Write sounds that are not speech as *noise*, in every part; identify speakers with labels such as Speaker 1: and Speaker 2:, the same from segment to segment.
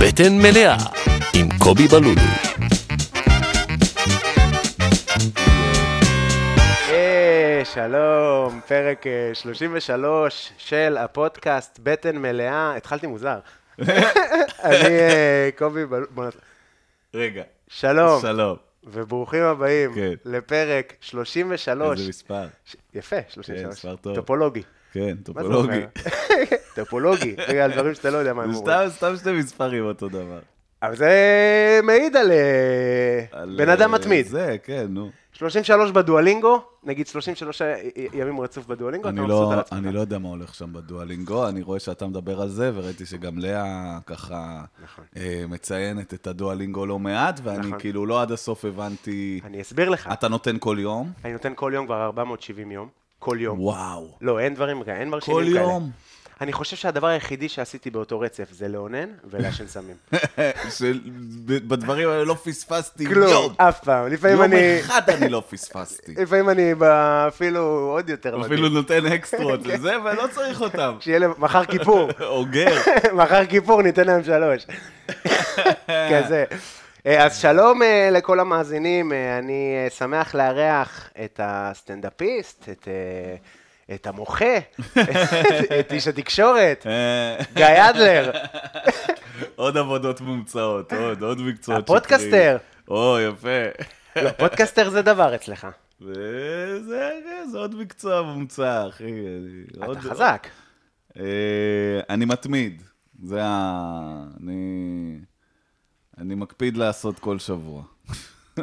Speaker 1: בטן מלאה עם קובי בלולו.
Speaker 2: אה, שלום, פרק אה, 33 של הפודקאסט בטן מלאה. התחלתי
Speaker 3: *laughs*
Speaker 2: מוזר. אני אה, קובי בל... בוא נתחיל.
Speaker 3: רגע.
Speaker 2: שלום,
Speaker 3: שלום.
Speaker 2: וברוכים הבאים
Speaker 3: כן.
Speaker 2: לפרק 33.
Speaker 3: איזה מספר.
Speaker 2: ש- יפה,
Speaker 3: כן,
Speaker 2: 33.
Speaker 3: מספר טוב.
Speaker 2: טופולוגי.
Speaker 3: כן,
Speaker 2: מה זה
Speaker 3: טופולוגי.
Speaker 2: אומר? *laughs* טופולוגי, רגע, על דברים שאתה לא יודע מה הם
Speaker 3: זה
Speaker 2: אומרים.
Speaker 3: סתם, סתם שני מספרים אותו דבר.
Speaker 2: אבל זה מעיד על אה,
Speaker 3: על,
Speaker 2: בן אדם
Speaker 3: אה,
Speaker 2: מתמיד.
Speaker 3: זה, כן, נו.
Speaker 2: 33 בדואלינגו, נגיד 33 י- י- ימים רצוף בדואלינגו,
Speaker 3: אני
Speaker 2: אתה
Speaker 3: לא-
Speaker 2: מבסוט על עצמך.
Speaker 3: אני לא יודע מה הולך שם בדואלינגו, אני רואה שאתה מדבר על זה, וראיתי שגם לאה ככה
Speaker 2: נכון.
Speaker 3: אה, מציינת את הדואלינגו לא מעט, ואני
Speaker 2: נכון.
Speaker 3: כאילו לא עד הסוף הבנתי...
Speaker 2: אני אסביר לך.
Speaker 3: אתה נותן כל יום?
Speaker 2: אני נותן כל יום כבר 470 יום. כל יום.
Speaker 3: וואו. *laughs*
Speaker 2: לא, אין דברים כאלה, אין מרשימים
Speaker 3: כל
Speaker 2: כאלה.
Speaker 3: יום.
Speaker 2: אני חושב שהדבר היחידי שעשיתי באותו רצף זה לאונן ולעשן
Speaker 3: *laughs*
Speaker 2: סמים.
Speaker 3: לא. של- ב- בדברים האלה לא פספסתי
Speaker 2: כלום,
Speaker 3: יום.
Speaker 2: אף פעם. לפעמים
Speaker 3: יום
Speaker 2: אני...
Speaker 3: אחד אני לא
Speaker 2: *laughs*
Speaker 3: פספסתי.
Speaker 2: לפעמים אני ב- אפילו עוד יותר לא
Speaker 3: אפילו נותן אקסטרות
Speaker 2: כן.
Speaker 3: לזה, ולא צריך אותם.
Speaker 2: שיהיה להם מחר
Speaker 3: *laughs*
Speaker 2: כיפור.
Speaker 3: אוגר.
Speaker 2: מחר כיפור ניתן להם שלוש. *laughs*
Speaker 3: כן.
Speaker 2: כזה. אה, אז שלום אה, לכל המאזינים, אה, אני אה, שמח לארח את הסטנדאפיסט, את, אה, את המוחה, *laughs* את איש
Speaker 3: *laughs*
Speaker 2: התקשורת,
Speaker 3: אה,
Speaker 2: גיא אדלר.
Speaker 3: עוד עבודות מומצאות, עוד, עוד מקצועות
Speaker 2: הפודקסטר.
Speaker 3: שקריים. או, יפה.
Speaker 2: לא, פודקאסטר זה דבר אצלך.
Speaker 3: זה, אה, זה- זה עוד מקצוע מומצא, אחי. אני- עוד-
Speaker 2: אתה חזק.
Speaker 3: אה, אני מתמיד. זה ה... אני... אני מקפיד לעשות כל שבוע.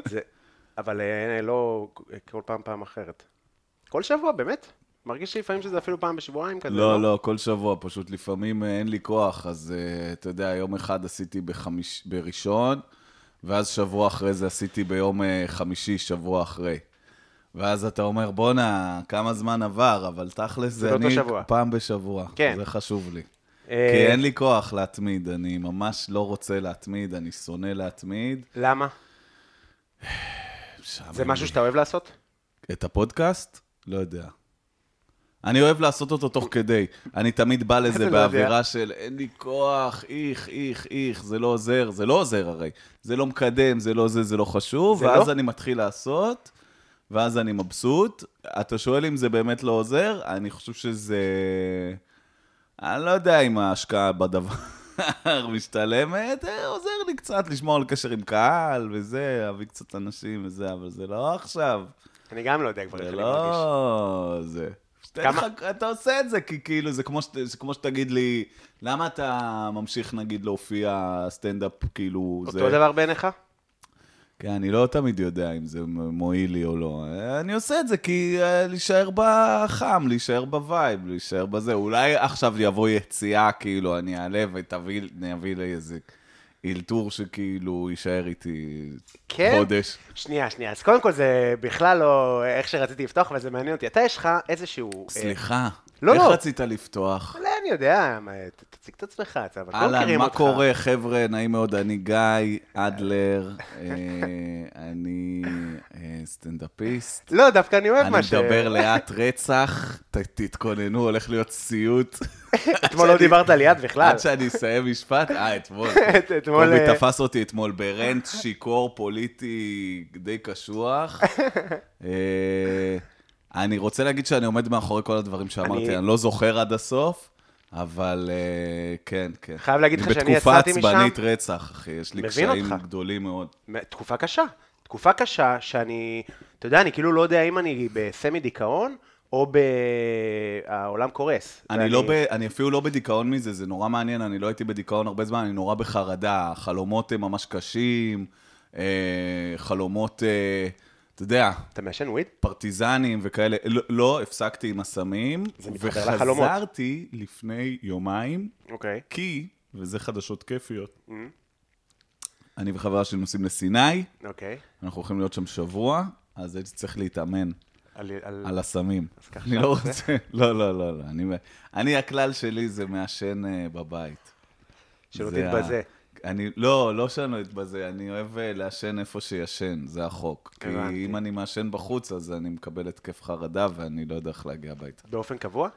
Speaker 2: זה- אבל אה, לא אה, כל פעם פעם אחרת. כל שבוע, באמת? מרגיש שלפעמים שזה אפילו פעם בשבועיים כזה.
Speaker 3: לא, לא, כל שבוע, פשוט לפעמים אה, אין לי כוח, אז אה, אתה יודע, יום אחד עשיתי בחמיש... בראשון, ואז שבוע אחרי זה עשיתי ביום אה, חמישי, שבוע אחרי. ואז אתה אומר, בואנה, כמה זמן עבר, אבל תכלס זה
Speaker 2: באותו
Speaker 3: אני
Speaker 2: שבוע.
Speaker 3: פעם בשבוע.
Speaker 2: כן.
Speaker 3: זה חשוב לי.
Speaker 2: אה,
Speaker 3: כי אין לי כוח להתמיד, אני ממש לא רוצה להתמיד, אני שונא להתמיד.
Speaker 2: למה? זה משהו שאתה אוהב לעשות?
Speaker 3: את הפודקאסט? לא יודע. אני אוהב לעשות אותו תוך כדי. אני תמיד בא
Speaker 2: לא
Speaker 3: לזה
Speaker 2: יודע?
Speaker 3: באווירה של אין לי כוח, איך, איך, איך, זה לא עוזר, זה לא עוזר הרי. זה לא מקדם, זה לא זה, זה לא חשוב,
Speaker 2: זה
Speaker 3: ואז
Speaker 2: לא?
Speaker 3: אני מתחיל לעשות, ואז אני מבסוט. אתה שואל אם זה באמת לא עוזר? אני חושב שזה... אני לא יודע אם ההשקעה בדבר *laughs* משתלמת, אה, עוזר לי קצת לשמור על קשר עם קהל וזה, להביא קצת אנשים וזה, אבל זה לא עכשיו.
Speaker 2: אני גם לא יודע כבר
Speaker 3: זה
Speaker 2: איך אני מרגיש.
Speaker 3: לא... זה... שתן
Speaker 2: כמה-
Speaker 3: לך- אתה עושה את זה, כי כאילו, זה כמו, שת- זה כמו שתגיד לי, למה אתה ממשיך נגיד להופיע סטנדאפ, כאילו, זה...
Speaker 2: אותו דבר בעיניך?
Speaker 3: כן, אני לא תמיד יודע אם זה מ- מועיל לי או לא. אה, אני עושה את זה כי אה, להישאר בחם, להישאר בווייב, להישאר בזה. אולי עכשיו יבוא יציאה, כאילו, אני אעלה ותביא אני אביא לי איזה אלתור שכאילו יישאר איתי
Speaker 2: כן?
Speaker 3: חודש.
Speaker 2: שנייה, שנייה. אז קודם כל זה בכלל לא איך שרציתי לפתוח, אבל זה מעניין אותי. אתה יש לך איזשהו... אה,
Speaker 3: סליחה,
Speaker 2: לא,
Speaker 3: איך
Speaker 2: לא.
Speaker 3: רצית לפתוח?
Speaker 2: אולי אני יודע, מה, ת- תציג את עצמך, אתה- אבל לא
Speaker 3: אהלן,
Speaker 2: מכירים
Speaker 3: מה
Speaker 2: אותך.
Speaker 3: קורה, חבר'ה? נעים מאוד, אני גיא
Speaker 2: *laughs*
Speaker 3: אדלר, אה, אני אה, סטנדאפיסט.
Speaker 2: לא, דווקא אני אוהב
Speaker 3: אני
Speaker 2: מה ש...
Speaker 3: מדבר לאט רצח, ת- תתכוננו, הולך להיות סיוט.
Speaker 2: אתמול לא
Speaker 3: שאני-
Speaker 2: דיברת ליד בכלל.
Speaker 3: עד שאני אסיים משפט, אה, אתמול.
Speaker 2: *laughs* את- אתמול,
Speaker 3: קובי
Speaker 2: אה,
Speaker 3: תפס אותי אתמול ברנט שיכור פוליטי די
Speaker 2: *laughs*
Speaker 3: קשוח. אה, אני רוצה להגיד שאני עומד מאחורי כל הדברים
Speaker 2: אני-
Speaker 3: שאמרתי, אני לא זוכר עד הסוף. אבל אה, כן, כן.
Speaker 2: חייב להגיד
Speaker 3: אני
Speaker 2: לך שאני יצאתי משם-
Speaker 3: בתקופה עצבנית רצח, אחי, יש לי
Speaker 2: מבין
Speaker 3: קשיים
Speaker 2: אותך.
Speaker 3: גדולים מאוד.
Speaker 2: מ- תקופה קשה. תקופה קשה שאני, אתה יודע, אני כאילו לא יודע אם אני בסמי דיכאון או ב... העולם קורס.
Speaker 3: אני,
Speaker 2: ואני-
Speaker 3: לא ב... אני אפילו לא בדיכאון מזה, זה נורא מעניין, אני לא הייתי בדיכאון הרבה זמן, אני נורא בחרדה, החלומות הם ממש קשים, אה, חלומות, אה, אתה יודע,
Speaker 2: אתה מעשן וויד?
Speaker 3: פרטיזנים וכאלה, לא, לא הפסקתי עם הסמים,
Speaker 2: זה מתחבר לחלומות.
Speaker 3: וחזרתי לפני יומיים,
Speaker 2: אוקיי.
Speaker 3: כי, וזה חדשות כיפיות,
Speaker 2: Mm.
Speaker 3: אני וחברה שלי נוסעים לסיני,
Speaker 2: אוקיי.
Speaker 3: אנחנו הולכים להיות שם שבוע, אז הייתי צריך להתאמן.
Speaker 2: על- על-
Speaker 3: על הסמים.
Speaker 2: אז ככה
Speaker 3: אני לא רוצה, לא, לא, לא, לא. אני- אני, הכלל שלי זה מעשן אה, בבית.
Speaker 2: שלא
Speaker 3: זה ה-
Speaker 2: תתבזה.
Speaker 3: אני, לא, לא שאני אתבזה, אני אוהב אה, לעשן איפה שישן, זה החוק.
Speaker 2: הבנתי.
Speaker 3: כי אם אני מעשן בחוץ, אז אני מקבל התקף חרדה ואני לא יודע איך להגיע הביתה.
Speaker 2: באופן קבוע?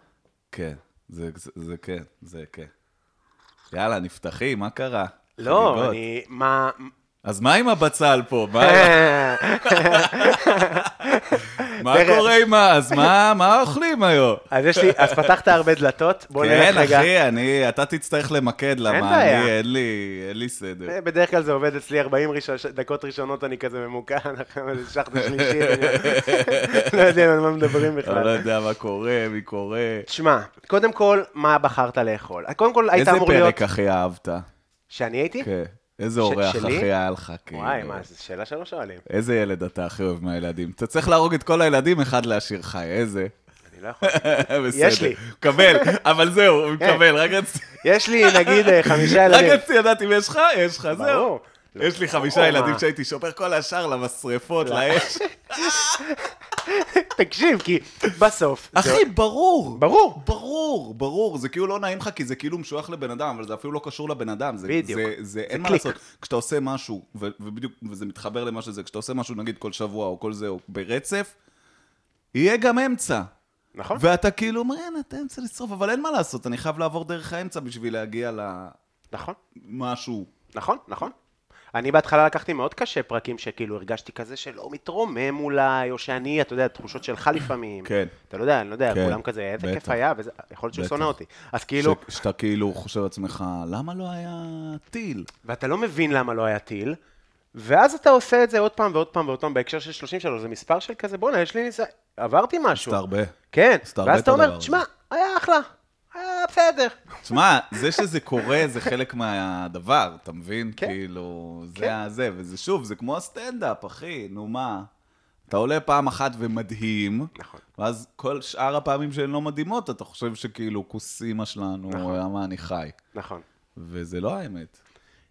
Speaker 3: כן, זה, זה, זה כן, זה כן. יאללה, נפתחי, מה קרה?
Speaker 2: לא,
Speaker 3: חגיגות.
Speaker 2: אני... מה...
Speaker 3: אז מה עם הבצל פה? מה,
Speaker 2: *laughs*
Speaker 3: מה
Speaker 2: תראה.
Speaker 3: קורה עם ה... אז מה, מה אוכלים היום?
Speaker 2: אז יש לי, אז פתחת הרבה דלתות, בוא
Speaker 3: כן,
Speaker 2: נלך רגע.
Speaker 3: אחי, אני, אתה תצטרך למקד, למה
Speaker 2: בעיה.
Speaker 3: אני, אין לי, אין לי סדר.
Speaker 2: אה, בדרך כלל זה עובד אצלי 40 ראש- דקות ראשונות, אני כזה ממוקד, *laughs* אחרי איזה שחטה שלישית, אני *laughs* לא יודע על מה מדברים
Speaker 3: אני לא
Speaker 2: בכלל.
Speaker 3: יודע מה קורה, מי קורא.
Speaker 2: תשמע, קודם כל, מה בחרת לאכול? קודם כל, היית
Speaker 3: איזה
Speaker 2: אמור להיות...
Speaker 3: פרק הכי אהבת?
Speaker 2: שאני הייתי?
Speaker 3: כן. איזה אורח
Speaker 2: שלי?
Speaker 3: הכי היה לך? כאילו?
Speaker 2: וואי, מה, זו שאלה שלא
Speaker 3: *laughs*
Speaker 2: שואלים.
Speaker 3: איזה ילד אתה הכי אוהב מהילדים? אתה צריך להרוג את כל הילדים, אחד להשאיר חי, איזה? *laughs*
Speaker 2: אני לא יכול.
Speaker 3: בסדר.
Speaker 2: יש לי.
Speaker 3: קבל, אבל זהו, הוא מקבל, רק רציתי...
Speaker 2: יש לי, נגיד, אה, חמישה
Speaker 3: *laughs* רק
Speaker 2: ילדים.
Speaker 3: רציתי לדעת אם יש לך, יש לך, זהו.
Speaker 2: ברור. לא,
Speaker 3: יש לי חמישה
Speaker 2: ברור,
Speaker 3: ילדים
Speaker 2: מה? לא.
Speaker 3: שהייתי שומר כל השאר למשרפות, לאש.
Speaker 2: *laughs* תקשיב, כי בסוף... זה-
Speaker 3: אחי, ברור.
Speaker 2: ברור.
Speaker 3: ברור, ברור. זה כאילו לא נעים לך, כי זה כאילו משוייך לבן אדם, אבל זה אפילו לא קשור לבן אדם. זה,
Speaker 2: בדיוק.
Speaker 3: זה, זה אין מה
Speaker 2: קליק.
Speaker 3: לעשות. כשאתה עושה משהו, ו- ובדיוק, וזה מתחבר למה שזה, כשאתה עושה משהו, נגיד כל שבוע או כל זה, או ברצף, יהיה גם אמצע.
Speaker 2: נכון.
Speaker 3: ואתה כאילו אומר, אין, אתה אמצע לשרוף, אבל אין מה לעשות, אני חייב לעבור דרך האמצע בשביל להגיע
Speaker 2: נכון.
Speaker 3: למשהו.
Speaker 2: נכון, נכון. אני בהתחלה לקחתי מאוד קשה פרקים שכאילו הרגשתי כזה שלא מתרומם אולי, או שאני, אתה יודע, תחושות שלך לפעמים.
Speaker 3: כן.
Speaker 2: אתה לא יודע, אני לא יודע,
Speaker 3: כן,
Speaker 2: כולם כזה, איזה
Speaker 3: בטח.
Speaker 2: כיף היה, וזה- יכול להיות שהוא
Speaker 3: בטח.
Speaker 2: שונא אותי. אז כאילו,
Speaker 3: ש- שאתה כאילו חושב לעצמך, למה לא היה טיל?
Speaker 2: ואתה לא מבין למה לא היה טיל, ואז אתה עושה את זה עוד פעם ועוד פעם ועוד פעם בהקשר של 33, זה מספר של כזה, בואנה, יש לי ניסיון, עברתי משהו.
Speaker 3: עשתה הרבה.
Speaker 2: כן,
Speaker 3: עשתה הרבה
Speaker 2: ואז
Speaker 3: את
Speaker 2: אתה
Speaker 3: הדבר
Speaker 2: אומר,
Speaker 3: הזה.
Speaker 2: תשמע, היה אחלה, היה בסדר.
Speaker 3: תשמע, זה שזה קורה זה חלק מהדבר, אתה מבין?
Speaker 2: כן.
Speaker 3: כאילו, זה
Speaker 2: כן.
Speaker 3: הזה, וזה שוב, זה כמו הסטנדאפ, אחי, נו מה. אתה עולה פעם אחת ומדהים,
Speaker 2: נכון.
Speaker 3: ואז כל שאר הפעמים שהן לא מדהימות, אתה חושב שכאילו, כוס אימא שלנו,
Speaker 2: נכון.
Speaker 3: למה אני חי.
Speaker 2: נכון.
Speaker 3: וזה לא האמת.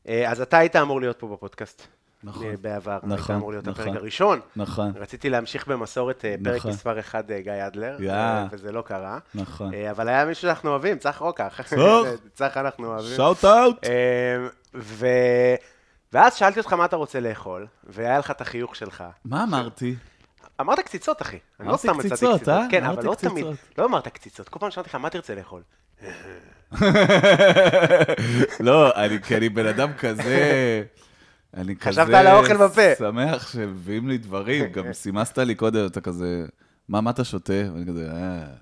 Speaker 2: אה, אז אתה היית אמור להיות פה בפודקאסט.
Speaker 3: נכון.
Speaker 2: אה, בעבר. היית
Speaker 3: נכון,
Speaker 2: אמור להיות
Speaker 3: נכון.
Speaker 2: הפרק הראשון.
Speaker 3: נכון.
Speaker 2: רציתי להמשיך במסורת אה, פרק
Speaker 3: נכון.
Speaker 2: מספר 1 גיא אדלר,
Speaker 3: יא.
Speaker 2: אה, וזה לא קרה.
Speaker 3: נכון.
Speaker 2: אה, אבל היה מישהו שאנחנו אוהבים, צח רוקח.
Speaker 3: צח.
Speaker 2: *laughs* צח אנחנו אוהבים.
Speaker 3: שאוט אאוט!
Speaker 2: אה, ו... ואז שאלתי אותך מה אתה רוצה לאכול, והיה לך את החיוך שלך.
Speaker 3: מה אמרתי?
Speaker 2: אמרת קציצות, אחי. אני לא
Speaker 3: אמרתי
Speaker 2: סתם מצאתי
Speaker 3: קציצות,
Speaker 2: קציצות.
Speaker 3: אה?
Speaker 2: כן,
Speaker 3: אמרתי
Speaker 2: אבל לא
Speaker 3: קציצות.
Speaker 2: תמיד. לא אמרת קציצות. כל פעם שאלתי לך, מה תרצה לאכול?
Speaker 3: לא, אני, כי אני בן אדם כזה... אני כזה...
Speaker 2: חשבת על האוכל בפה.
Speaker 3: שמח שמביאים לי דברים.
Speaker 2: *laughs*
Speaker 3: גם סימסת לי קודם, אתה כזה, מה, מה אתה שותה? ואני כזה, אה... *laughs*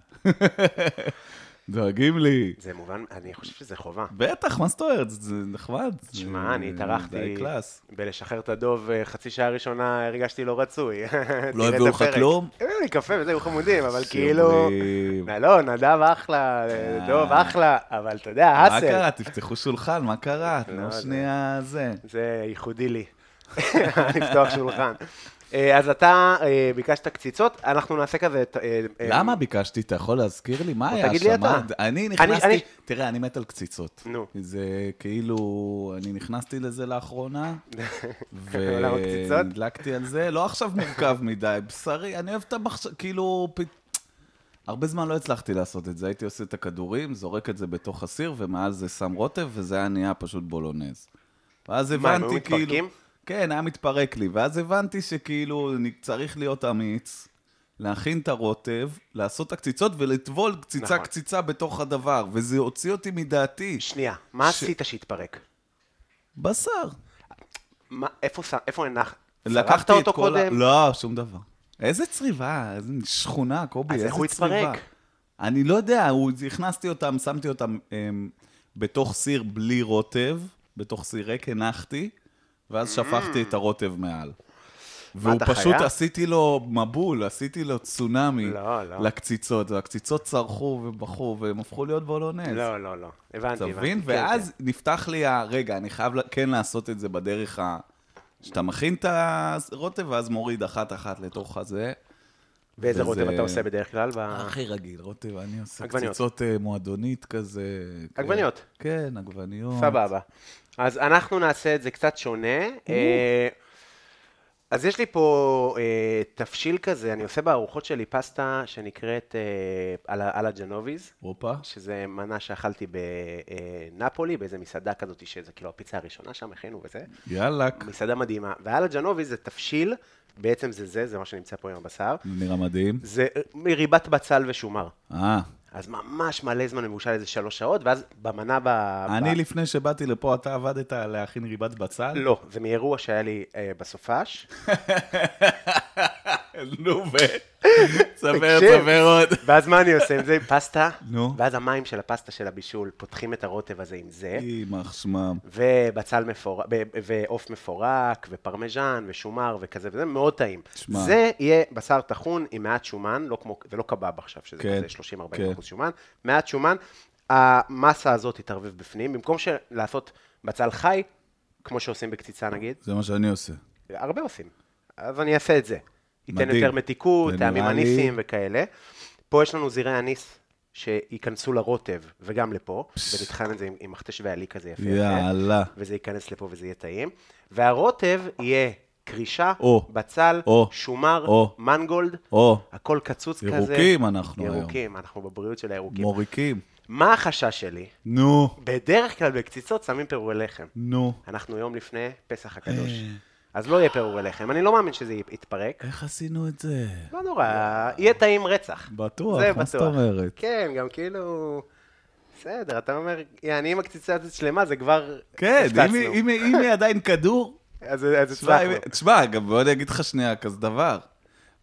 Speaker 3: דואגים לי.
Speaker 2: זה מובן, אני חושב שזה חובה.
Speaker 3: בטח, מה זאת אומרת? זה נחמד.
Speaker 2: שמע, אני
Speaker 3: זה- זה
Speaker 2: התארחתי
Speaker 3: די קלאס.
Speaker 2: בלשחרר את הדוב, אה, חצי שעה ראשונה הרגשתי לא רצוי. *laughs* תראה את
Speaker 3: הביאו לך
Speaker 2: הפרק.
Speaker 3: כלום?
Speaker 2: הביאו לי קפה וזה, היו חמודים, אבל
Speaker 3: שירים.
Speaker 2: כאילו... נא- לא, נדב אחלה, אה, דוב אחלה, אבל אתה יודע,
Speaker 3: מה
Speaker 2: האסל,
Speaker 3: קרה? תפתחו שולחן, מה קרה? תנו
Speaker 2: לא, זה-
Speaker 3: שנייה זה.
Speaker 2: זה ייחודי לי, *laughs* לפתוח שולחן. אה, אז אתה אה, ביקשת קציצות, אנחנו נעשה כזה... ת- אה, אה,
Speaker 3: למה ביקשתי? אתה יכול להזכיר לי? מה
Speaker 2: בוא,
Speaker 3: היה שם?
Speaker 2: תגיד לי
Speaker 3: מה-
Speaker 2: אתה.
Speaker 3: אני
Speaker 2: אני-
Speaker 3: נכנסתי...
Speaker 2: אני-
Speaker 3: תראה, אני מת על קציצות.
Speaker 2: נו.
Speaker 3: זה כאילו... אני נכנסתי לזה
Speaker 2: *laughs*
Speaker 3: לאחרונה,
Speaker 2: עולם הקציצות?
Speaker 3: ונדלקתי על זה. לא עכשיו מורכב מדי, בשרי. אני אוהב את המחשב... כאילו... פ- הרבה זמן לא הצלחתי לעשות את זה. הייתי עושה את הכדורים, זורק את זה בתוך הסיר, ומעל זה שם רוטב, וזה היה נהיה פשוט בולונז. ואז
Speaker 2: מה, הם היו
Speaker 3: הבנתי כאילו...
Speaker 2: מתפרקים?
Speaker 3: כן, היה מתפרק לי. ואז הבנתי שכאילו, אני צריך להיות אמיץ, להכין את הרוטב, לעשות את הקציצות ולטבול
Speaker 2: נכון.
Speaker 3: קציצה-קציצה בתוך הדבר. וזה הוציא אותי מדעתי.
Speaker 2: שנייה, מה
Speaker 3: ש-
Speaker 2: עשית שהתפרק?
Speaker 3: בשר.
Speaker 2: מה- איפה ש- איפה הנחת?
Speaker 3: לקחתי
Speaker 2: צלחת
Speaker 3: את
Speaker 2: אותו
Speaker 3: כל ה-
Speaker 2: קודם?
Speaker 3: לא, שום דבר. איזה צריבה, איזה שכונה, קובי,
Speaker 2: אז
Speaker 3: איזה
Speaker 2: איך הוא
Speaker 3: צריבה.
Speaker 2: התפרק?
Speaker 3: אני לא יודע, הוא- הכנסתי אותם, שמתי אותם אמ, בתוך סיר בלי רוטב, בתוך סיר ריק הנחתי, ואז שפכתי את הרוטב מעל. והוא
Speaker 2: Mm. אתה
Speaker 3: פשוט,
Speaker 2: חיה?
Speaker 3: עשיתי לו מבול, עשיתי לו צונאמי
Speaker 2: לא, לא.
Speaker 3: לקציצות, והקציצות צרחו ובכו, והם הפכו להיות בולונז.
Speaker 2: לא, לא, לא, הבנתי,
Speaker 3: אתה
Speaker 2: הבנתי.
Speaker 3: מבין?
Speaker 2: כן,
Speaker 3: ואז נפתח לי ה... רגע, אני חייב ל- כן לעשות את זה בדרך ה... שאתה מכין את הרוטב, ואז מוריד אחת-אחת לתוך הזה.
Speaker 2: כן. ואיזה
Speaker 3: וזה-
Speaker 2: רוטב אתה עושה בדרך כלל? ב-
Speaker 3: הכי רגיל, רוטב, אני עושה
Speaker 2: אה. עגבניות.
Speaker 3: קציצות אה, מועדונית כזה. כן.
Speaker 2: עגבניות.
Speaker 3: כן, עגבניות.
Speaker 2: סבבה. אז אנחנו נעשה את זה קצת שונה. אה, אז יש לי פה אה, תבשיל כזה, אני עושה בארוחות שלי פסטה שנקראת אה, על ה- על הג'נוביז,
Speaker 3: הופה.
Speaker 2: שזה מנה שאכלתי בנפולי, באיזה מסעדה כזאת, שזה כאילו הפיצה הראשונה שם, הכינו וזה.
Speaker 3: יאלאק.
Speaker 2: מסעדה מדהימה. ועל הג'נוביז זה תבשיל, בעצם זה זה, זה מה שנמצא פה עם הבשר.
Speaker 3: זה נראה מדהים.
Speaker 2: זה מריבת בצל ושומר.
Speaker 3: אה,
Speaker 2: אז ממש מלא זמן מבושל איזה שלוש שעות, ואז במנה ב...
Speaker 3: אני
Speaker 2: ב-
Speaker 3: לפני שבאתי לפה, אתה עבדת על להכין ריבת בצל?
Speaker 2: לא, זה מאירוע שהיה לי אה, בסופש.
Speaker 3: נו, ו...
Speaker 2: *laughs*
Speaker 3: ספר,
Speaker 2: תקשיב.
Speaker 3: ספר עוד.
Speaker 2: ואז מה אני עושה עם זה? עם פסטה.
Speaker 3: נו.
Speaker 2: ואז המים של הפסטה של הבישול, פותחים את הרוטב הזה עם
Speaker 3: אה.
Speaker 2: זה.
Speaker 3: יימח שמם.
Speaker 2: ובצל מפורק, ועוף מפורק, ופרמיז'ן, ושומר, וכזה וזה, מאוד טעים.
Speaker 3: תשמע.
Speaker 2: זה יהיה בשר טחון עם מעט שומן, לא כמו, זה לא קבב עכשיו, שזה
Speaker 3: כן,
Speaker 2: כזה 30-40
Speaker 3: כן.
Speaker 2: אחוז שומן, מעט שומן, המסה הזאת תתערבב בפנים, במקום של- לעשות בצל חי, כמו שעושים בקציצה נגיד,
Speaker 3: זה מה שאני עושה.
Speaker 2: הרבה עושים, אז אני אעשה את זה. ייתן
Speaker 3: מדהים.
Speaker 2: יותר מתיקות,
Speaker 3: זה
Speaker 2: טעמים
Speaker 3: נראה לי-
Speaker 2: אניסיים וכאלה. פה יש לנו זירי אניס. שייכנסו לרוטב וגם לפה, ונטחן את זה עם, עם מכתש ועלי כזה יפה.
Speaker 3: יאללה.
Speaker 2: וזה ייכנס לפה וזה יהיה טעים. והרוטב יהיה קרישה,
Speaker 3: או,
Speaker 2: בצל,
Speaker 3: או,
Speaker 2: שומר,
Speaker 3: או,
Speaker 2: מנגולד,
Speaker 3: או,
Speaker 2: הכל קצוץ כזה.
Speaker 3: ירוקים אנחנו היום.
Speaker 2: ירוקים, אנחנו בבריאות של הירוקים.
Speaker 3: מוריקים.
Speaker 2: מה החשש שלי?
Speaker 3: נו,
Speaker 2: בדרך כלל בקציצות שמים פירורי לחם.
Speaker 3: נו.
Speaker 2: אנחנו יום לפני פסח הקדוש.
Speaker 3: אה.
Speaker 2: אז לא יהיה פירורי לחם. אני לא מאמין שזה י- יתפרק.
Speaker 3: איך עשינו את זה?
Speaker 2: לא נורא, יהיה טעים רצח.
Speaker 3: בטוח,
Speaker 2: זה
Speaker 3: מה זאת
Speaker 2: בטוח.
Speaker 3: אומרת?
Speaker 2: כן, גם כאילו... בסדר, אתה אומר, אני עם הקציצה הזאת שלמה, זה כבר...
Speaker 3: כן, אם
Speaker 2: הפצצנו.
Speaker 3: היא- אם היא- אם היא עדיין
Speaker 2: *laughs*
Speaker 3: כדור,
Speaker 2: אז אז
Speaker 3: תשמע,
Speaker 2: הצלחנו.
Speaker 3: אם- תשמע, גם בוא אני אגיד לך שנייה כזה דבר.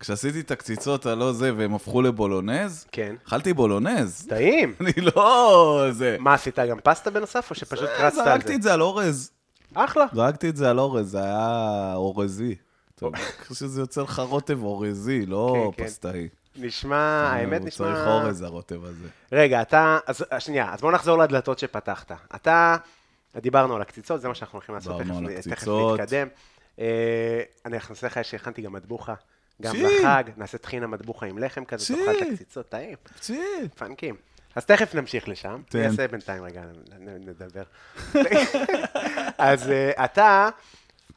Speaker 3: כשעשיתי את הקציצות הלא זה, והם הפכו לבולונז,
Speaker 2: כן.
Speaker 3: אכלתי
Speaker 2: *laughs*
Speaker 3: בולונז.
Speaker 2: טעים.
Speaker 3: אני לא... זה...
Speaker 2: מה עשית, גם פסטה בנוסף, או שפשוט קרצת על זה?
Speaker 3: זרקתי את זה על אורז.
Speaker 2: אחלה.
Speaker 3: זרקתי את זה על אורז, זה היה אורזי. אתה מכיר שזה יוצא לך רוטב אורזי, לא
Speaker 2: אוקיי. כן, כן.
Speaker 3: פסטאי.
Speaker 2: נשמע, האמת
Speaker 3: הוא
Speaker 2: נשמע...
Speaker 3: צריך אורז, הרוטב הזה.
Speaker 2: רגע, אתה... אז אה, שנייה, אז בוא נחזור לדלתות שפתחת. אתה... דיברנו על הקציצות, זה מה שאנחנו הולכים לעשות.
Speaker 3: דיברנו
Speaker 2: תכף-
Speaker 3: על
Speaker 2: תכף
Speaker 3: הקציצות.
Speaker 2: נתקדם. אה, אני אכנסה לך שהכנתי גם מטבוחה. גם
Speaker 3: שי.
Speaker 2: לחג, נעשה טחינה מטבוחה עם לחם כזה,
Speaker 3: שי.
Speaker 2: תאכל את הקציצות, טעים,
Speaker 3: צ'י.
Speaker 2: פאנקים. אז תכף נמשיך לשם.
Speaker 3: תן.
Speaker 2: אני אעשה בינתיים רגע, נ- נ- נדבר. *laughs* אז אה, אתה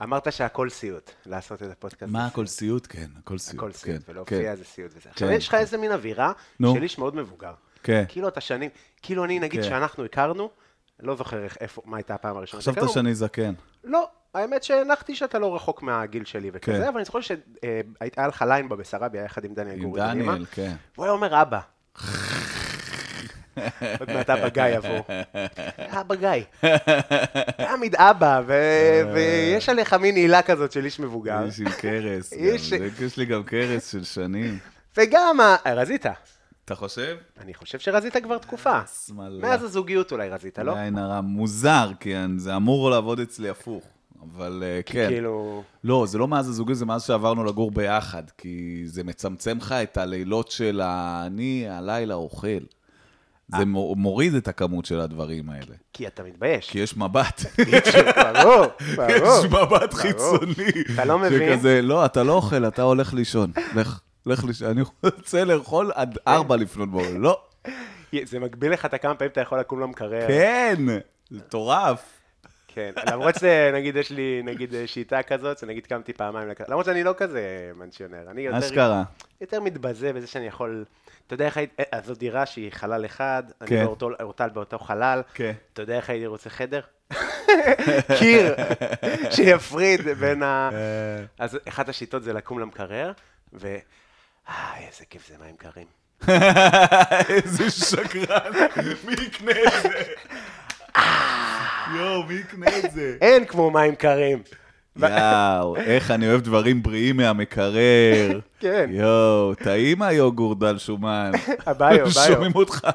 Speaker 2: אמרת שהכל סיוט, לעשות את הפודקאסט.
Speaker 3: מה,
Speaker 2: הזה.
Speaker 3: הכל סיוט? כן, הכל סיוט.
Speaker 2: הכל סיוט,
Speaker 3: כן,
Speaker 2: ולהופיע
Speaker 3: כן.
Speaker 2: זה סיוט וזה. עכשיו,
Speaker 3: כן,
Speaker 2: יש לך איזה מין אווירה
Speaker 3: נו.
Speaker 2: של איש מאוד מבוגר.
Speaker 3: כן.
Speaker 2: כאילו אתה שנים, כאילו אני, נגיד,
Speaker 3: כן.
Speaker 2: שאנחנו הכרנו, לא זוכר איך- איפה, מה הייתה הפעם הראשונה.
Speaker 3: חשבת
Speaker 2: שהכרנו.
Speaker 3: שאני זקן.
Speaker 2: לא, האמת שהנחתי שאתה לא רחוק מהגיל שלי
Speaker 3: כן.
Speaker 2: וכזה, אבל אני זוכר שהיה לך ליין בבשרבי, היה יחד עם דניאל
Speaker 3: עם
Speaker 2: גורי. ולימה,
Speaker 3: דניאל, כן.
Speaker 2: והוא היה אומר, אבא. עוד מעט אבא גיא יבוא. אבא גיא. תמיד אבא, ו- ויש עליך מין עילה כזאת של איש מבוגר.
Speaker 3: איש עם
Speaker 2: *laughs*
Speaker 3: קרס. גם.
Speaker 2: איש-
Speaker 3: זה- יש לי גם קרס של שנים.
Speaker 2: וגם, ה- רזית.
Speaker 3: אתה חושב?
Speaker 2: אני חושב שרזית כבר תקופה.
Speaker 3: שמאללה.
Speaker 2: מאז הזוגיות אולי רזית, לא?
Speaker 3: עין הרע מוזר, כן, זה אמור לעבוד אצלי הפוך. אבל אה, כן.
Speaker 2: כאילו...
Speaker 3: לא, זה לא מאז הזוגיות, זה מאז שעברנו לגור ביחד, כי זה מצמצם לך את הלילות של ה- אני הלילה אוכל.
Speaker 2: אה.
Speaker 3: זה מו- מוריד את הכמות של הדברים האלה.
Speaker 2: כי אתה מתבייש.
Speaker 3: כי יש מבט, *laughs*
Speaker 2: *laughs* ברור, ברור.
Speaker 3: יש מבט חיצוני.
Speaker 2: אתה לא מבין?
Speaker 3: שכזה, לא, אתה לא אוכל, אתה הולך לישון. לך, לך לישון. אני רוצה לאכול עד
Speaker 2: כן.
Speaker 3: ארבע לפנות בוקר. לא.
Speaker 2: זה מגביל לך את הכמה פעמים אתה יכול לקום למקרר.
Speaker 3: כן, זה מטורף.
Speaker 2: כן. למרות שנגיד יש לי, נגיד, אה, שיטה כזאת, שנגיד קמתי פעמיים לקראת. למרות שאני לא כזה מנשיונר. אני יותר...
Speaker 3: אשכרה.
Speaker 2: יותר מתבזה בזה שאני יכול... אתה יודע איך הייתי... אה, זו דירה שהיא חלל אחד, אני
Speaker 3: כן.
Speaker 2: ואורטל באותו חלל.
Speaker 3: כן.
Speaker 2: אתה יודע איך הייתי רוצה חדר? *laughs* קיר *laughs* שיפריד בין ה...
Speaker 3: אה.
Speaker 2: אז אחת השיטות זה לקום למקרר, ו... אה, איזה כיף זה מים קרים.
Speaker 3: *laughs* איזה שקרן, מי יקנה את זה? יואו, מי יקנה את זה?
Speaker 2: אין כמו מים קרים.
Speaker 3: יואו, איך אני אוהב דברים בריאים מהמקרר.
Speaker 2: כן.
Speaker 3: יואו, טעים היוגורט על
Speaker 2: *laughs*
Speaker 3: שומן.
Speaker 2: הביו, הביו.
Speaker 3: שומעים אותך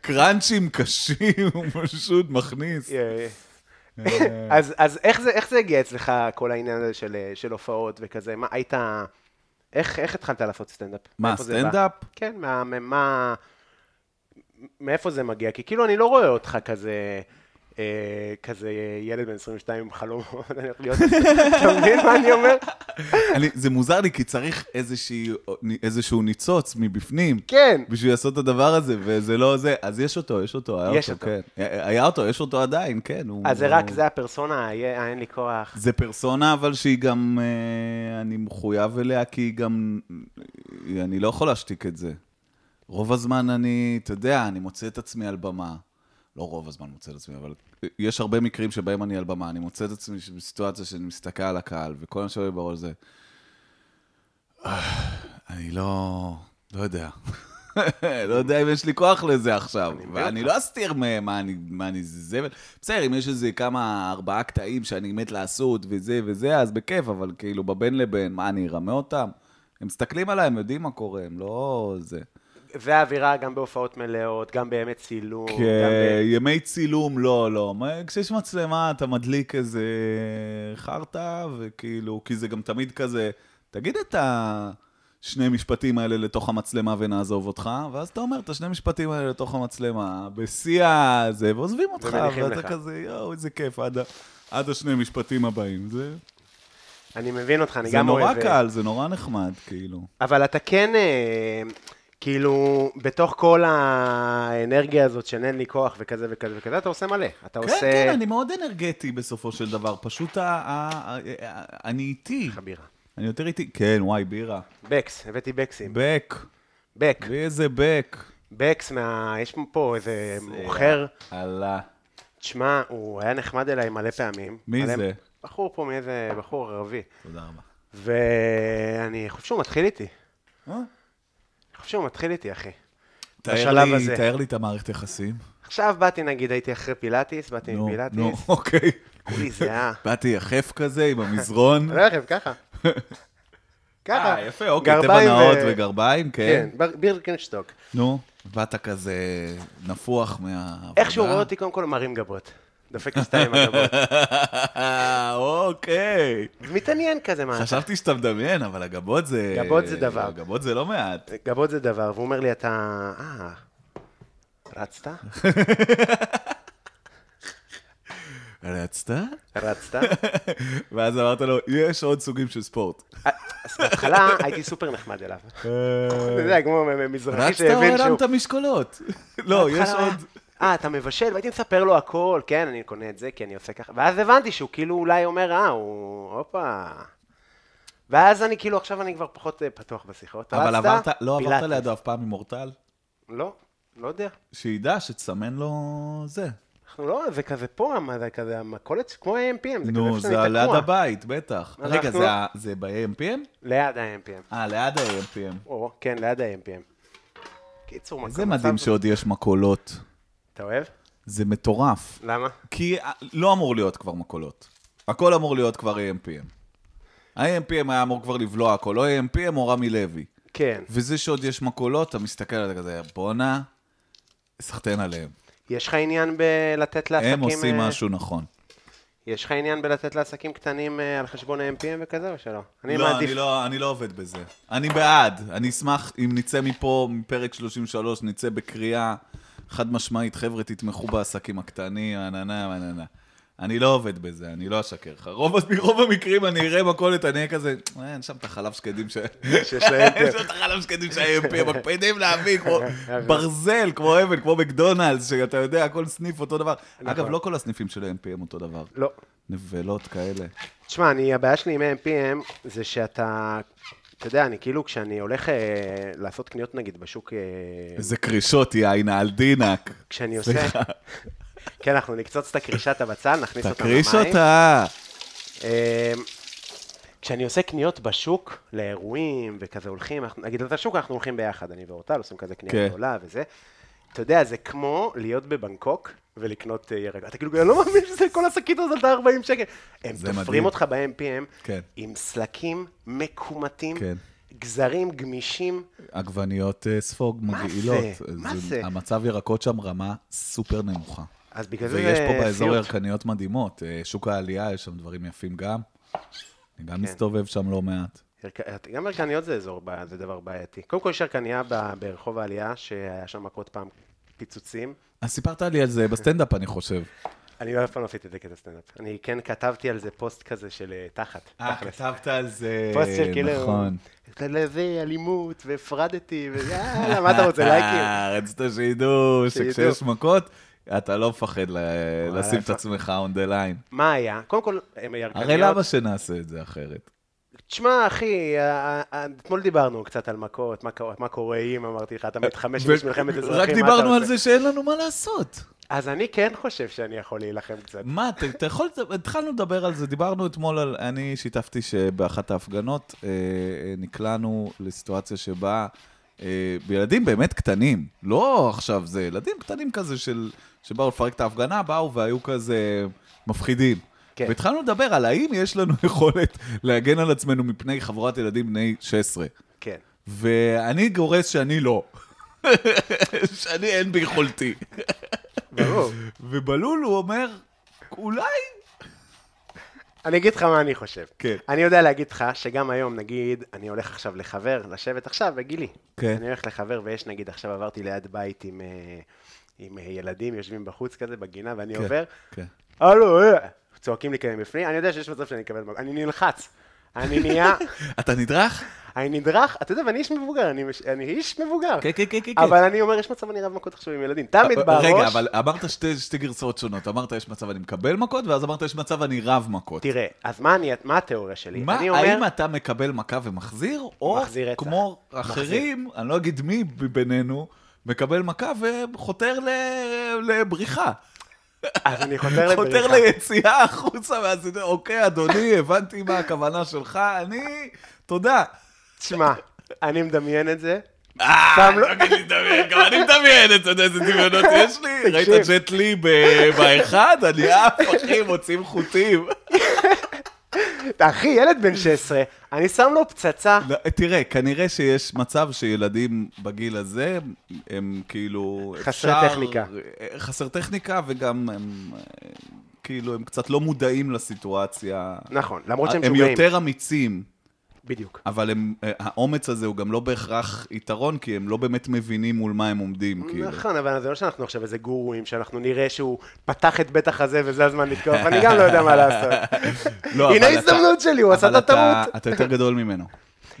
Speaker 3: קראנצ'ים קשים, הוא פשוט מכניס.
Speaker 2: יא- אז, אז איך, זה, איך זה הגיע אצלך, כל העניין הזה של, אה, של הופעות וכזה? מה, היית... איך, איך התחלת לעשות סטנדאפ?
Speaker 3: מה,
Speaker 2: מאיפה זה בא?
Speaker 3: סטנדאפ?
Speaker 2: כן, מה, מה... מאיפה זה מגיע? כי כאילו אני לא רואה אותך כזה... אה, כזה ילד בן 22 עם חלום, *laughs* אני הולך להיות, אתה מבין מה אני אומר?
Speaker 3: אני- זה מוזר לי, כי צריך איזושהי- איזשהו ניצוץ מבפנים.
Speaker 2: כן.
Speaker 3: בשביל לעשות את הדבר הזה, וזה לא זה. אז יש אותו, יש אותו, היה
Speaker 2: יש
Speaker 3: אותו, כן. היה אותו, יש אותו עדיין, כן. הוא-
Speaker 2: אז זה רק,
Speaker 3: הוא-
Speaker 2: זה הפרסונה, אה, אין לי כוח.
Speaker 3: זה פרסונה, אבל שהיא גם... אה, אני מחויב אליה, כי היא גם... אני לא יכול להשתיק את זה. רוב הזמן אני, אתה יודע, אני מוצא את עצמי על במה. לא רוב הזמן מוצא את עצמי, אבל אה, יש הרבה מקרים שבהם אני על במה. אני מוצא את עצמי בסיטואציה שאני מסתכל על הקהל, וכל מה שעולה לי בראש זה... "אה, אני לא... לא יודע. לא יודע אם יש לי כוח לזה עכשיו. ואני לא אסתיר מה- מה אני- מה אני זבל. בסדר, אם יש איזה כמה, ארבעה קטעים שאני מת לעשות וזה וזה, אז בכיף, אבל כאילו, בבין לבין, מה, אני ארמה אותם? הם מסתכלים עליי, הם יודעים מה קורה, הם לא זה.
Speaker 2: והאווירה גם בהופעות מלאות, גם בימי צילום. גם ב-
Speaker 3: כימי כן. צילום, לא, לא. מה- כשיש מצלמה, אתה מדליק איזה חרטא, וכאילו, כי זה גם תמיד כזה, תגיד את השני משפטים האלה לתוך המצלמה ונעזוב אותך, ואז אתה אומר את השני משפטים האלה לתוך המצלמה, בשיא הזה, ועוזבים אותך,
Speaker 2: ומניחים
Speaker 3: ואתה
Speaker 2: לך.
Speaker 3: כזה, יואו, איזה כיף, עד, ה- עד השני משפטים הבאים. זה,
Speaker 2: אני מבין אותך, אני
Speaker 3: זה
Speaker 2: גם אוהב...
Speaker 3: נורא
Speaker 2: אה,
Speaker 3: קל, זה נורא נחמד, כאילו.
Speaker 2: אבל אתה כן, אה, כאילו, בתוך כל האנרגיה הזאת של אין לי כוח וכזה וכזה וכזה, אתה עושה מלא. אתה
Speaker 3: כן,
Speaker 2: עושה...
Speaker 3: כן, אני מאוד אנרגטי בסופו של דבר, פשוט ה- ה- ה- ה- אני איטי.
Speaker 2: חבירה.
Speaker 3: אני יותר איטי, כן, וואי, בירה.
Speaker 2: בקס, הבאתי בקסים.
Speaker 3: בק,
Speaker 2: בק.
Speaker 3: בלי איזה בק.
Speaker 2: בקס מה... יש פה איזה מוכר.
Speaker 3: אללה.
Speaker 2: תשמע, הוא היה נחמד אליי מלא פעמים.
Speaker 3: מי
Speaker 2: מלא-
Speaker 3: זה?
Speaker 2: בחור פה מאיזה בחור ערבי.
Speaker 3: תודה רבה.
Speaker 2: ואני חושב שהוא מתחיל איתי.
Speaker 3: אה?
Speaker 2: אני חושב שהוא מתחיל איתי, אחי.
Speaker 3: תאר
Speaker 2: בשלב
Speaker 3: לי-
Speaker 2: הזה.
Speaker 3: תאר לי את המערכת יחסים.
Speaker 2: עכשיו באתי, נגיד, הייתי אחרי פילאטיס, באתי
Speaker 3: נו,
Speaker 2: עם
Speaker 3: נו, *laughs*
Speaker 2: פילאטיס.
Speaker 3: אוקיי.
Speaker 2: אוי, זה היה...
Speaker 3: באתי יחף כזה
Speaker 2: *laughs*
Speaker 3: עם המזרון.
Speaker 2: לא יחף,
Speaker 3: *laughs*
Speaker 2: ככה. ככה.
Speaker 3: אה, יפה, אוקיי, טבע
Speaker 2: גרביים ו-
Speaker 3: נאות וגרביים,
Speaker 2: כן,
Speaker 3: כן.
Speaker 2: בר- בירקנשטוק.
Speaker 3: נו, באת כזה נפוח מהעבודה.
Speaker 2: איך שהוא רואה אותי, קודם כל מרים גבות. דופק לי סתם עם הגבות.
Speaker 3: *laughs* אוקיי.
Speaker 2: מתעניין כזה מה...
Speaker 3: חשבתי שאתה מדמיין, אבל הגבות זה...
Speaker 2: גבות זה דבר.
Speaker 3: גבות זה לא מעט.
Speaker 2: גבות זה דבר, והוא אומר לי, אתה... אה, רצת?
Speaker 3: רצת? *laughs*
Speaker 2: רצת?
Speaker 3: ואז אמרת לו, יש עוד סוגים של ספורט.
Speaker 2: אה, אז בהתחלה הייתי סופר נחמד אליו. אתה יודע, כמו מזרחי
Speaker 3: כן. רצת או
Speaker 2: שהבין אה, שהוא...
Speaker 3: הרמת משקולות? לא, יש
Speaker 2: בהתחלה
Speaker 3: עוד...
Speaker 2: היה, אה, אתה מבשל? והייתי מספר לו הכל, כן, אני קונה את זה, כי אני עושה ככה. ואז הבנתי שהוא כאילו אולי אומר, אה, הוא... הופה. ואז אני כאילו, עכשיו אני כבר פחות אה, פתוח בשיחות.
Speaker 3: אבל
Speaker 2: רצת?
Speaker 3: עברת, לא עברת
Speaker 2: פילאטיס.
Speaker 3: לידו אף פעם עם אורטל?
Speaker 2: לא, לא יודע.
Speaker 3: שידע שתסמן לו זה.
Speaker 2: אנחנו לא, זה כזה פה, מה זה כזה המכולת, כמו ה-MPM, זה כזה
Speaker 3: נו,
Speaker 2: איפה שאני
Speaker 3: זה על ליד
Speaker 2: תקוע.
Speaker 3: הבית, בטח.
Speaker 2: אנחנו-
Speaker 3: רגע, זה ה- זה ב-AMPM?
Speaker 2: ליד ה-MPM.
Speaker 3: אה, ליד ה-AMPM.
Speaker 2: או, כן, ליד ה-MPM. קיצור, מה
Speaker 3: זה
Speaker 2: המצב?
Speaker 3: מדהים שעוד יש מכולות.
Speaker 2: אתה אוהב?
Speaker 3: זה מטורף.
Speaker 2: למה?
Speaker 3: כי אה, לא אמור להיות כבר מכולות. הכל אמור להיות כבר AMPM. ה-AMPM היה אמור כבר לבלוע הכל, לא או AMPM או רמי לוי.
Speaker 2: כן.
Speaker 3: וזה שעוד יש מכולות, אתה מסתכל על זה כזה, בואנה, סחטיין עליהם.
Speaker 2: יש לך עניין בלתת לעסקים...
Speaker 3: הם עושים
Speaker 2: אה,
Speaker 3: משהו נכון.
Speaker 2: יש לך עניין בלתת לעסקים קטנים אה, על חשבון ה-MPM וכזה או שלא? אני
Speaker 3: לא,
Speaker 2: מעדיף...
Speaker 3: אני לא, אני לא עובד בזה. אני בעד. אני אשמח אם נצא מפה, מפרק 33, נצא בקריאה חד משמעית, חבר'ה, תתמכו בעסקים הקטנים, עננה, עננה. אני לא עובד בזה, אני לא אשקר לך. רוב, מרוב המקרים אני אראה מכולת, אני אהיה כזה, "אה, אין שם את החלב שקדים ש...
Speaker 2: שיש להם
Speaker 3: *laughs* יש שם את החלב שקדים שהאמפ מקפידים להביא,
Speaker 2: *laughs*
Speaker 3: כמו
Speaker 2: אוקיי.
Speaker 3: ברזל, כמו אבן, כמו מקדונלדס, שאתה יודע, כל סניף אותו דבר. אגב, לא כל הסניפים של האמפ אותו דבר.
Speaker 2: נכון. לא.
Speaker 3: נבלות כאלה.
Speaker 2: תשמע, אני, הבעיה שלי עם ה-MPM זה שאתה... אתה יודע, אני כאילו, כשאני הולך אה, לעשות קניות נגיד בשוק... אה,
Speaker 3: איזה קרישות, יא עינה על דינק.
Speaker 2: כשאני עושה...
Speaker 3: סליחה.
Speaker 2: כן, אנחנו נקצוץ את הקרישת הבצל, נכניס אותה למים.
Speaker 3: תקריש אותה.
Speaker 2: אה, כשאני עושה קניות בשוק, לאירועים וכזה הולכים, אנחנו- נגיד את השוק, אנחנו הולכים ביחד, אני ואורטל, עושים כזה קנייה
Speaker 3: כן.
Speaker 2: גדולה וזה. אתה יודע, זה כמו להיות בבנקוק ולקנות אה, ירק. אתה כאילו, אני לא מאמין שזה כל השקית הזאת עלתה 40 שקל. הם
Speaker 3: זה
Speaker 2: תופרים
Speaker 3: מדהים.
Speaker 2: אותך ב-MPM
Speaker 3: כן.
Speaker 2: עם סלקים מקומטים,
Speaker 3: כן.
Speaker 2: גזרים גמישים.
Speaker 3: עגבניות אה, ספוג מגעילות.
Speaker 2: מה זה?
Speaker 3: המצב ירקות שם רמה סופר נמוכה.
Speaker 2: אז בגלל זה זה
Speaker 3: ויש פה באזור
Speaker 2: סיוט.
Speaker 3: ירקניות מדהימות. אה, שוק העלייה, יש שם דברים יפים גם. אני
Speaker 2: כן.
Speaker 3: גם מסתובב שם לא מעט.
Speaker 2: ירק- אה, גם ירקניות זה אזור, בע- זה דבר בעייתי. קודם כל יש ירקניה ב- ברחוב העלייה, שהיה שם מכות פעם פיצוצים.
Speaker 3: אז סיפרת לי על זה בסטנדאפ, אני חושב.
Speaker 2: אני לא אף פעם לא עשיתי את זה כסטנדאפ. אני כן כתבתי על זה פוסט כזה של אה, תחת. תכלס.
Speaker 3: על זה.
Speaker 2: פוסט של כאילו...
Speaker 3: נכון.
Speaker 2: אתה לזה אלימות, והפרדתי, ויאללה, אה, מה אתה רוצה, לייקים?
Speaker 3: אה, רצית שידעו
Speaker 2: שידעו.
Speaker 3: שכשיש מכות, אתה לא מפחד ל- לשים את
Speaker 2: איפה-
Speaker 3: עצמך on the line.
Speaker 2: מה היה? קודם כל, הם
Speaker 3: הרי
Speaker 2: ירקניות.
Speaker 3: למה שנעשה את זה אחרת?
Speaker 2: תשמע, אחי, ה- ה- ה- אתמול דיברנו קצת על מכות, מה קורה- מה קורה אם, אמרתי לך, אתה מתחמש
Speaker 3: ו-
Speaker 2: עם מלחמת
Speaker 3: ו-
Speaker 2: אזרחים, מה
Speaker 3: רק
Speaker 2: אתה
Speaker 3: דיברנו על
Speaker 2: עושה?
Speaker 3: זה שאין לנו מה לעשות.
Speaker 2: אז אני כן חושב שאני יכול להילחם קצת.
Speaker 3: מה, אתה- אתה יכול, התחלנו לדבר על זה, דיברנו אתמול על, אני שיתפתי שבאחת ההפגנות אה, אה, נקלענו לסיטואציה שבה אה, בילדים באמת קטנים, לא עכשיו זה, ילדים קטנים כזה של, שבאו לפרק את ההפגנה, באו והיו כזה מפחידים.
Speaker 2: כן.
Speaker 3: כן. והתחלנו לדבר על האם יש לנו יכולת להגן על עצמנו מפני חבורת ילדים בני 16.
Speaker 2: כן.
Speaker 3: ואני גורס שאני לא. *laughs* שאני אין ביכולתי.
Speaker 2: ברור.
Speaker 3: ובלול הוא אומר, אולי...
Speaker 2: אני אגיד לך מה אני חושב.
Speaker 3: כן.
Speaker 2: אני יודע להגיד לך שגם היום, נגיד, אני הולך עכשיו לחבר, לשבת עכשיו, בגילי.
Speaker 3: כן.
Speaker 2: אני הולך לחבר, ויש, נגיד, עכשיו עברתי ליד בית עם, אה, עם אה, ילדים, יושבים בחוץ כזה, בגינה, ואני
Speaker 3: כן,
Speaker 2: עובר,
Speaker 3: כן.
Speaker 2: הלו, אה, צועקים לי כאלה מבפנים, אני יודע שיש מצב שאני אקבל... מכות. אני נלחץ. אני
Speaker 3: *laughs*
Speaker 2: נהיה...
Speaker 3: אתה נדרך?
Speaker 2: אני נדרך, אתה יודע, ואני איש מבוגר, אני, מש- אני איש מבוגר.
Speaker 3: כן, כן, כן, כן, כן.
Speaker 2: אבל אני אומר, יש מצב אני רב מכות עכשיו עם ילדים. תמיד בראש...
Speaker 3: רגע, אבל אמרת שתי, שתי גרסאות שונות. אמרת, יש מצב אני מקבל מכות, ואז אמרת, יש מצב אני רב מכות.
Speaker 2: תראה, אז מה, אני, מה התיאוריה שלי?
Speaker 3: מה,
Speaker 2: אני אומר...
Speaker 3: האם אתה מקבל מכה ומחזיר, או
Speaker 2: מחזיר רצח.
Speaker 3: כמו אחרים, אני לא אגיד מי בינינו, מקבל מכה וחותר ל- לבריחה.
Speaker 2: אז אני חותר
Speaker 3: חותר
Speaker 2: לבריחה.
Speaker 3: ליציאה החוצה, ואז אתה יודע, אוקיי, אדוני, הבנתי מה הכוונה שלך, אני, תודה.
Speaker 2: תשמע, אני מדמיין את זה.
Speaker 3: אה,
Speaker 2: סתם לא-
Speaker 3: גם אני מדמיין, גם אני מדמיין, אתה יודע איזה דמיונות יש לי? ראית
Speaker 2: תקשיב.
Speaker 3: ג'ט לי ב- באחד? אני עף, אחי, מוצאים חוטים.
Speaker 2: אחי, ילד בן 16, אני שם לו פצצה.
Speaker 3: לא, תראה, כנראה שיש מצב שילדים בגיל הזה, הם כאילו...
Speaker 2: חסרי
Speaker 3: אפשר-
Speaker 2: טכניקה.
Speaker 3: חסר טכניקה, וגם הם, אה, כאילו, הם קצת לא מודעים לסיטואציה.
Speaker 2: נכון, למרות שהם
Speaker 3: הם
Speaker 2: שוגעים.
Speaker 3: יותר אמיצים.
Speaker 2: בדיוק.
Speaker 3: אבל הם, אה, האומץ הזה הוא גם לא בהכרח יתרון, כי הם לא באמת מבינים מול מה הם עומדים, כאילו.
Speaker 2: נכון, אבל זה לא שאנחנו עכשיו איזה גורואים, שאנחנו נראה שהוא פתח את בית החזה וזה הזמן לתקוף, אני גם לא יודע מה לעשות.
Speaker 3: *laughs* לא,
Speaker 2: הנה
Speaker 3: אבל אתה-
Speaker 2: ההזדמנות שלי, הוא עשה את
Speaker 3: אבל אתה-
Speaker 2: הטעות.
Speaker 3: אתה יותר גדול ממנו.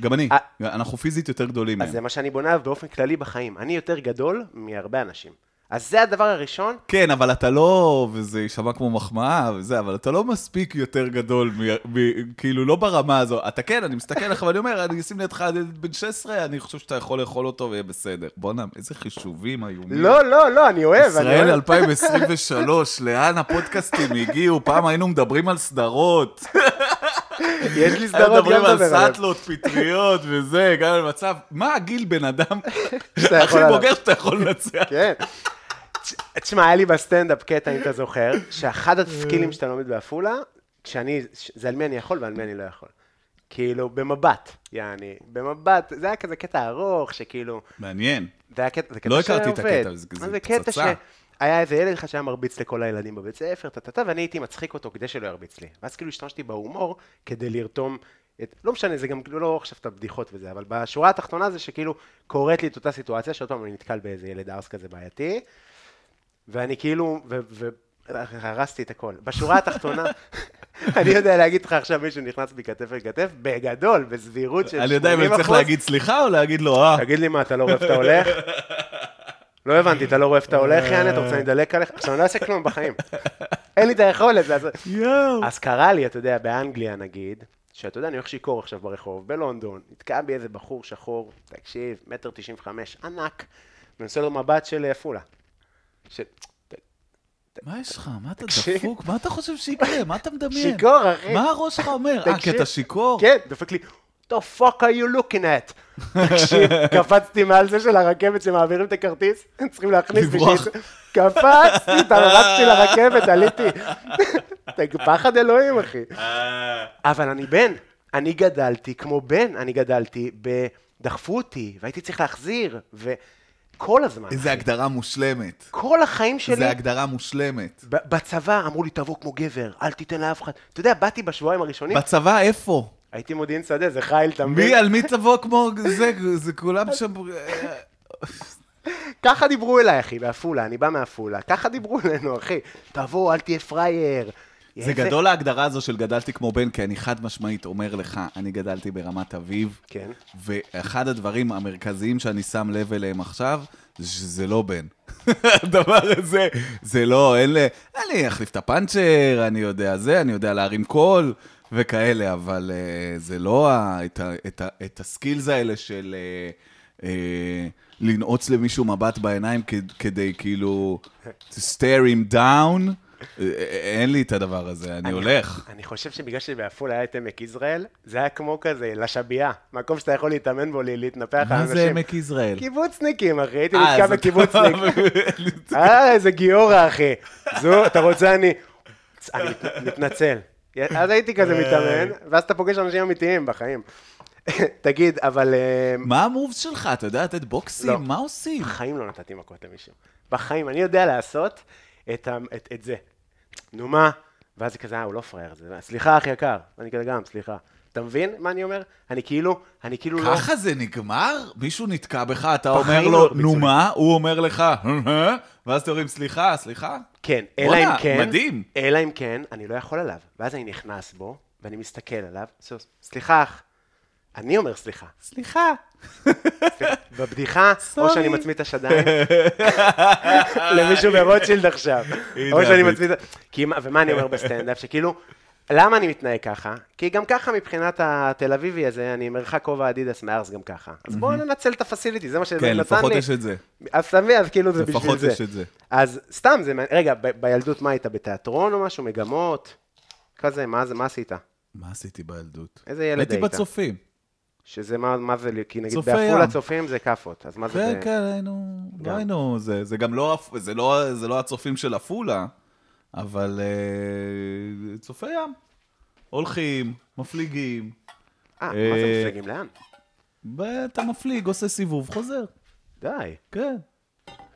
Speaker 3: גם אני.
Speaker 2: אה.
Speaker 3: אנחנו פיזית יותר גדולים
Speaker 2: אז זה
Speaker 3: מהם.
Speaker 2: מה שאני בונה עליו באופן כללי בחיים. אני יותר גדול מהרבה אנשים. אז זה הדבר הראשון,
Speaker 3: כן, אבל אתה לא, וזה יישמע כמו מחמאה וזה, אבל אתה לא מספיק יותר גדול, מ- מ- כאילו, לא ברמה הזו. אתה כן, אני מסתכל עליך ואני אומר, אני אשים לידך ילד בן 16, אני חושב שאתה יכול לאכול אותו ויהיה בסדר. בואנה, איזה חישובים איומים.
Speaker 2: לא, לא, לא, אני אוהב, אני
Speaker 3: ישראל
Speaker 2: אוהב.
Speaker 3: 2023, *laughs* לאן הפודקאסטים הגיעו? פעם היינו מדברים על
Speaker 2: *laughs*
Speaker 3: סדרות.
Speaker 2: יש לי
Speaker 3: היינו
Speaker 2: סדרות גם
Speaker 3: מדברים על
Speaker 2: לדבר עליהן.
Speaker 3: סאטלות, פטריות וזה, גם על מצב, מה הגיל בן אדם
Speaker 2: *laughs* שאתה
Speaker 3: הכי
Speaker 2: יכול עליו.
Speaker 3: בוגר שאתה יכול לנצח?
Speaker 2: כן. ת- תשמע, היה לי בסטנדאפ קטע, אם אתה זוכר, שאחד הסקילים שאתה לומד בעפולה, כשאני, ש- זה על מי אני יכול ועל מי אני לא יכול. כאילו, במבט, יעני, במבט, זה היה כזה קטע ארוך, שכאילו,
Speaker 3: מעניין.
Speaker 2: זה היה קטע, זה קטע
Speaker 3: לא הכרתי את
Speaker 2: שעובד.
Speaker 3: הקטע, זה- זה
Speaker 2: זה קטע
Speaker 3: פצצה.
Speaker 2: שהיה איזה ילד אחד שהיה מרביץ לכל הילדים בבית ספר, טה-טה-טה, ואני הייתי מצחיק אותו כדי שלא ירביץ לי. ואז כאילו השתמשתי בהומור כדי לרתום את, לא משנה, זה גם כאילו לא עכשיו את הבדיחות וזה, אבל בשורה התחתונה זה שכאילו קורית לי את אותה סיטואציה, שעוד פעם אני נתקל באיזה ילד ארס כזה בעייתי, ואני כאילו, ו... ו- הרסתי את הכל. בשורה
Speaker 3: *laughs*
Speaker 2: התחתונה, אני יודע להגיד לך עכשיו מישהו נכנס בי כתף אל כתף, בגדול, בסבירות של 80%.
Speaker 3: אני יודע אם אני צריך להגיד סליחה או להגיד לו, אה,
Speaker 2: תגיד לי מה, אתה לא רואה איפה אתה הולך? לא הבנתי, אתה לא רואה איפה אתה הולך, יאנה, אתה רוצה לדלק עליך? עכשיו, אני לא אעשה כלום בחיים. אין לי את היכולת לעשות.
Speaker 3: יואו.
Speaker 2: אז קרה לי, אתה יודע, באנגליה נגיד, שאתה יודע, אני הולך שיכור עכשיו ברחוב, בלונדון, נתקע בי איזה בחור שחור, תקשיב, מטר תשעים וחמש, ענק, ואני עושה לו מבט של אה, עפולה. ש-
Speaker 3: מה יש לך? מה אתה
Speaker 2: תקשיב.
Speaker 3: דפוק? מה אתה חושב שיקרה? מה אתה מדמיין?
Speaker 2: שיכור, אחי.
Speaker 3: מה הראש שלך אומר? אה, כי
Speaker 2: תקשיב.
Speaker 3: אתה שיכור?
Speaker 2: כן, דופק לי, the fuck are you looking at?
Speaker 3: *laughs*
Speaker 2: תקשיב, קפצתי מעל זה של הרכבת שמעבירים את הכרטיס, צריכים להכניס
Speaker 3: לברוח.
Speaker 2: בשביל- קפצתי, התערצתי לרכבת, עליתי. *laughs* אתה פחד אלוהים, אחי. אבל אני בן, אני גדלתי כמו בן, אני גדלתי ב... דחפו אותי, והייתי צריך להחזיר, וכל הזמן,
Speaker 3: איזו הגדרה מושלמת.
Speaker 2: כל החיים שלי,
Speaker 3: איזו הגדרה מושלמת.
Speaker 2: ב- בצבא אמרו לי, תבוא כמו גבר, אל תיתן לאף אחד. אתה יודע, באתי בשבועיים הראשונים,
Speaker 3: בצבא איפה?
Speaker 2: הייתי מודיעין שדה, זה חיל, אתה מבין?
Speaker 3: מי, על מי תבוא כמו זה? זה כולם שם... אה,
Speaker 2: ככה דיברו אליי, אחי, בעפולה, אני בא מעפולה, ככה דיברו אלינו, אחי. תבוא, אל תהיה פראייר.
Speaker 3: זה גדול ההגדרה הזו של גדלתי כמו בן, כי אני חד משמעית אומר לך, אני גדלתי ברמת אביב,
Speaker 2: כן.
Speaker 3: ואחד הדברים המרכזיים שאני שם לב אליהם עכשיו, זה שזה לא בן. *laughs* הדבר הזה, זה לא, אין לי, אני אחליף את הפאנצ'ר, אני יודע זה, אני יודע להרים קול וכאלה, אבל אה, זה לא ה, את, ה, את, ה, את הסקילס האלה של אה, אה, לנעוץ למישהו מבט בעיניים כ, כדי כאילו, to stare him down. א- א- אין לי את הדבר הזה, אני הולך.
Speaker 2: אני חושב שבגלל שבעפולה היה את עמק יזרעאל, זה היה כמו כזה, לשבייה. מקום שאתה יכול להתאמן בו, להתנפח על
Speaker 3: מה
Speaker 2: אנשים.
Speaker 3: זה עמק יזרעאל?
Speaker 2: קיבוצניקים, אחי, הייתי
Speaker 3: אה,
Speaker 2: נתקע
Speaker 3: אז אתה-
Speaker 2: בקיבוצניק.
Speaker 3: *laughs*
Speaker 2: אה, איזה גיורא, אחי. זו, אתה רוצה, אני... אני מת- מתנצל. אז הייתי כזה
Speaker 3: אה.
Speaker 2: מתאמן, ואז אתה פוגש אנשים אמיתיים בחיים. *laughs* תגיד, אבל... אה,
Speaker 3: מה המובס שלך? אתה יודע לתת
Speaker 2: לא.
Speaker 3: בוקסים? מה עושים?
Speaker 2: בחיים לא נתתי מכות למישהו. בחיים. אני יודע לעשות את, ה- את, את זה. נו מה? ואז זה כזה, אה, הוא לא פראייר. זה- סליחה, אח יקר. אני כזה גם, סליחה. אתה מבין מה אני אומר? אני כאילו, אני כאילו לא...
Speaker 3: ככה זה נגמר? מישהו נתקע בך, אתה
Speaker 2: בחיים
Speaker 3: אומר
Speaker 2: לא
Speaker 3: לו,
Speaker 2: הרביצו
Speaker 3: נו
Speaker 2: לי."
Speaker 3: מה? הוא אומר לך, "אה-אה", ואז אתם אומרים, סליחה, סליחה?
Speaker 2: כן, אלא אם
Speaker 3: בואנה,
Speaker 2: כן...
Speaker 3: מדהים.
Speaker 2: אלא אם כן, אני לא יכול עליו. ואז אני נכנס בו, ואני מסתכל עליו, סוס, סליחה, אח. אני אומר סליחה.
Speaker 3: סליחה.
Speaker 2: בבדיחה, או
Speaker 3: סורי.
Speaker 2: שאני מצמיד את
Speaker 3: *laughs*
Speaker 2: השדיים למישהו ברוטשילד עכשיו.
Speaker 3: הנה,
Speaker 2: או שאני
Speaker 3: עמית.
Speaker 2: מצמיד... את ה- כי מה- ומה אני אומר בסטנדאפ? שכאילו, למה אני מתנהג ככה? כי גם ככה מבחינת התל אביבי הזה, אני מרחק כובע אדידס מארס גם ככה. אז בואו ננצל את הפסיליטי, זה מה שנתן לי.
Speaker 3: כן, לפחות יש את זה.
Speaker 2: אז אתה מבין, אז כאילו זה בשביל זה.
Speaker 3: לפחות יש את זה.
Speaker 2: אז סתם, זה... מע- רגע, ב- בילדות מה היית? בתיאטרון או משהו? מגמות? כזה, מה זה, מה עשית?
Speaker 3: מה עשיתי בילדות?
Speaker 2: איזה ילד היית?
Speaker 3: הייתי בצופים.
Speaker 2: שזה מה, מה זה, כי נגיד
Speaker 3: צופי
Speaker 2: בעפולה
Speaker 3: ים.
Speaker 2: צופים זה כאפות, אז מה זה?
Speaker 3: כן,
Speaker 2: ב-
Speaker 3: כן, היינו, לא
Speaker 2: גם.
Speaker 3: היינו, זה זה גם לא, עפ- זה לא- זה לא הצופים של עפולה, אבל אה, צופי ים. הולכים, מפליגים,
Speaker 2: אה, מה זה
Speaker 3: אה,
Speaker 2: מפלגים לאן?
Speaker 3: ואתה מפליג, עושה סיבוב, חוזר.
Speaker 2: די,
Speaker 3: כן.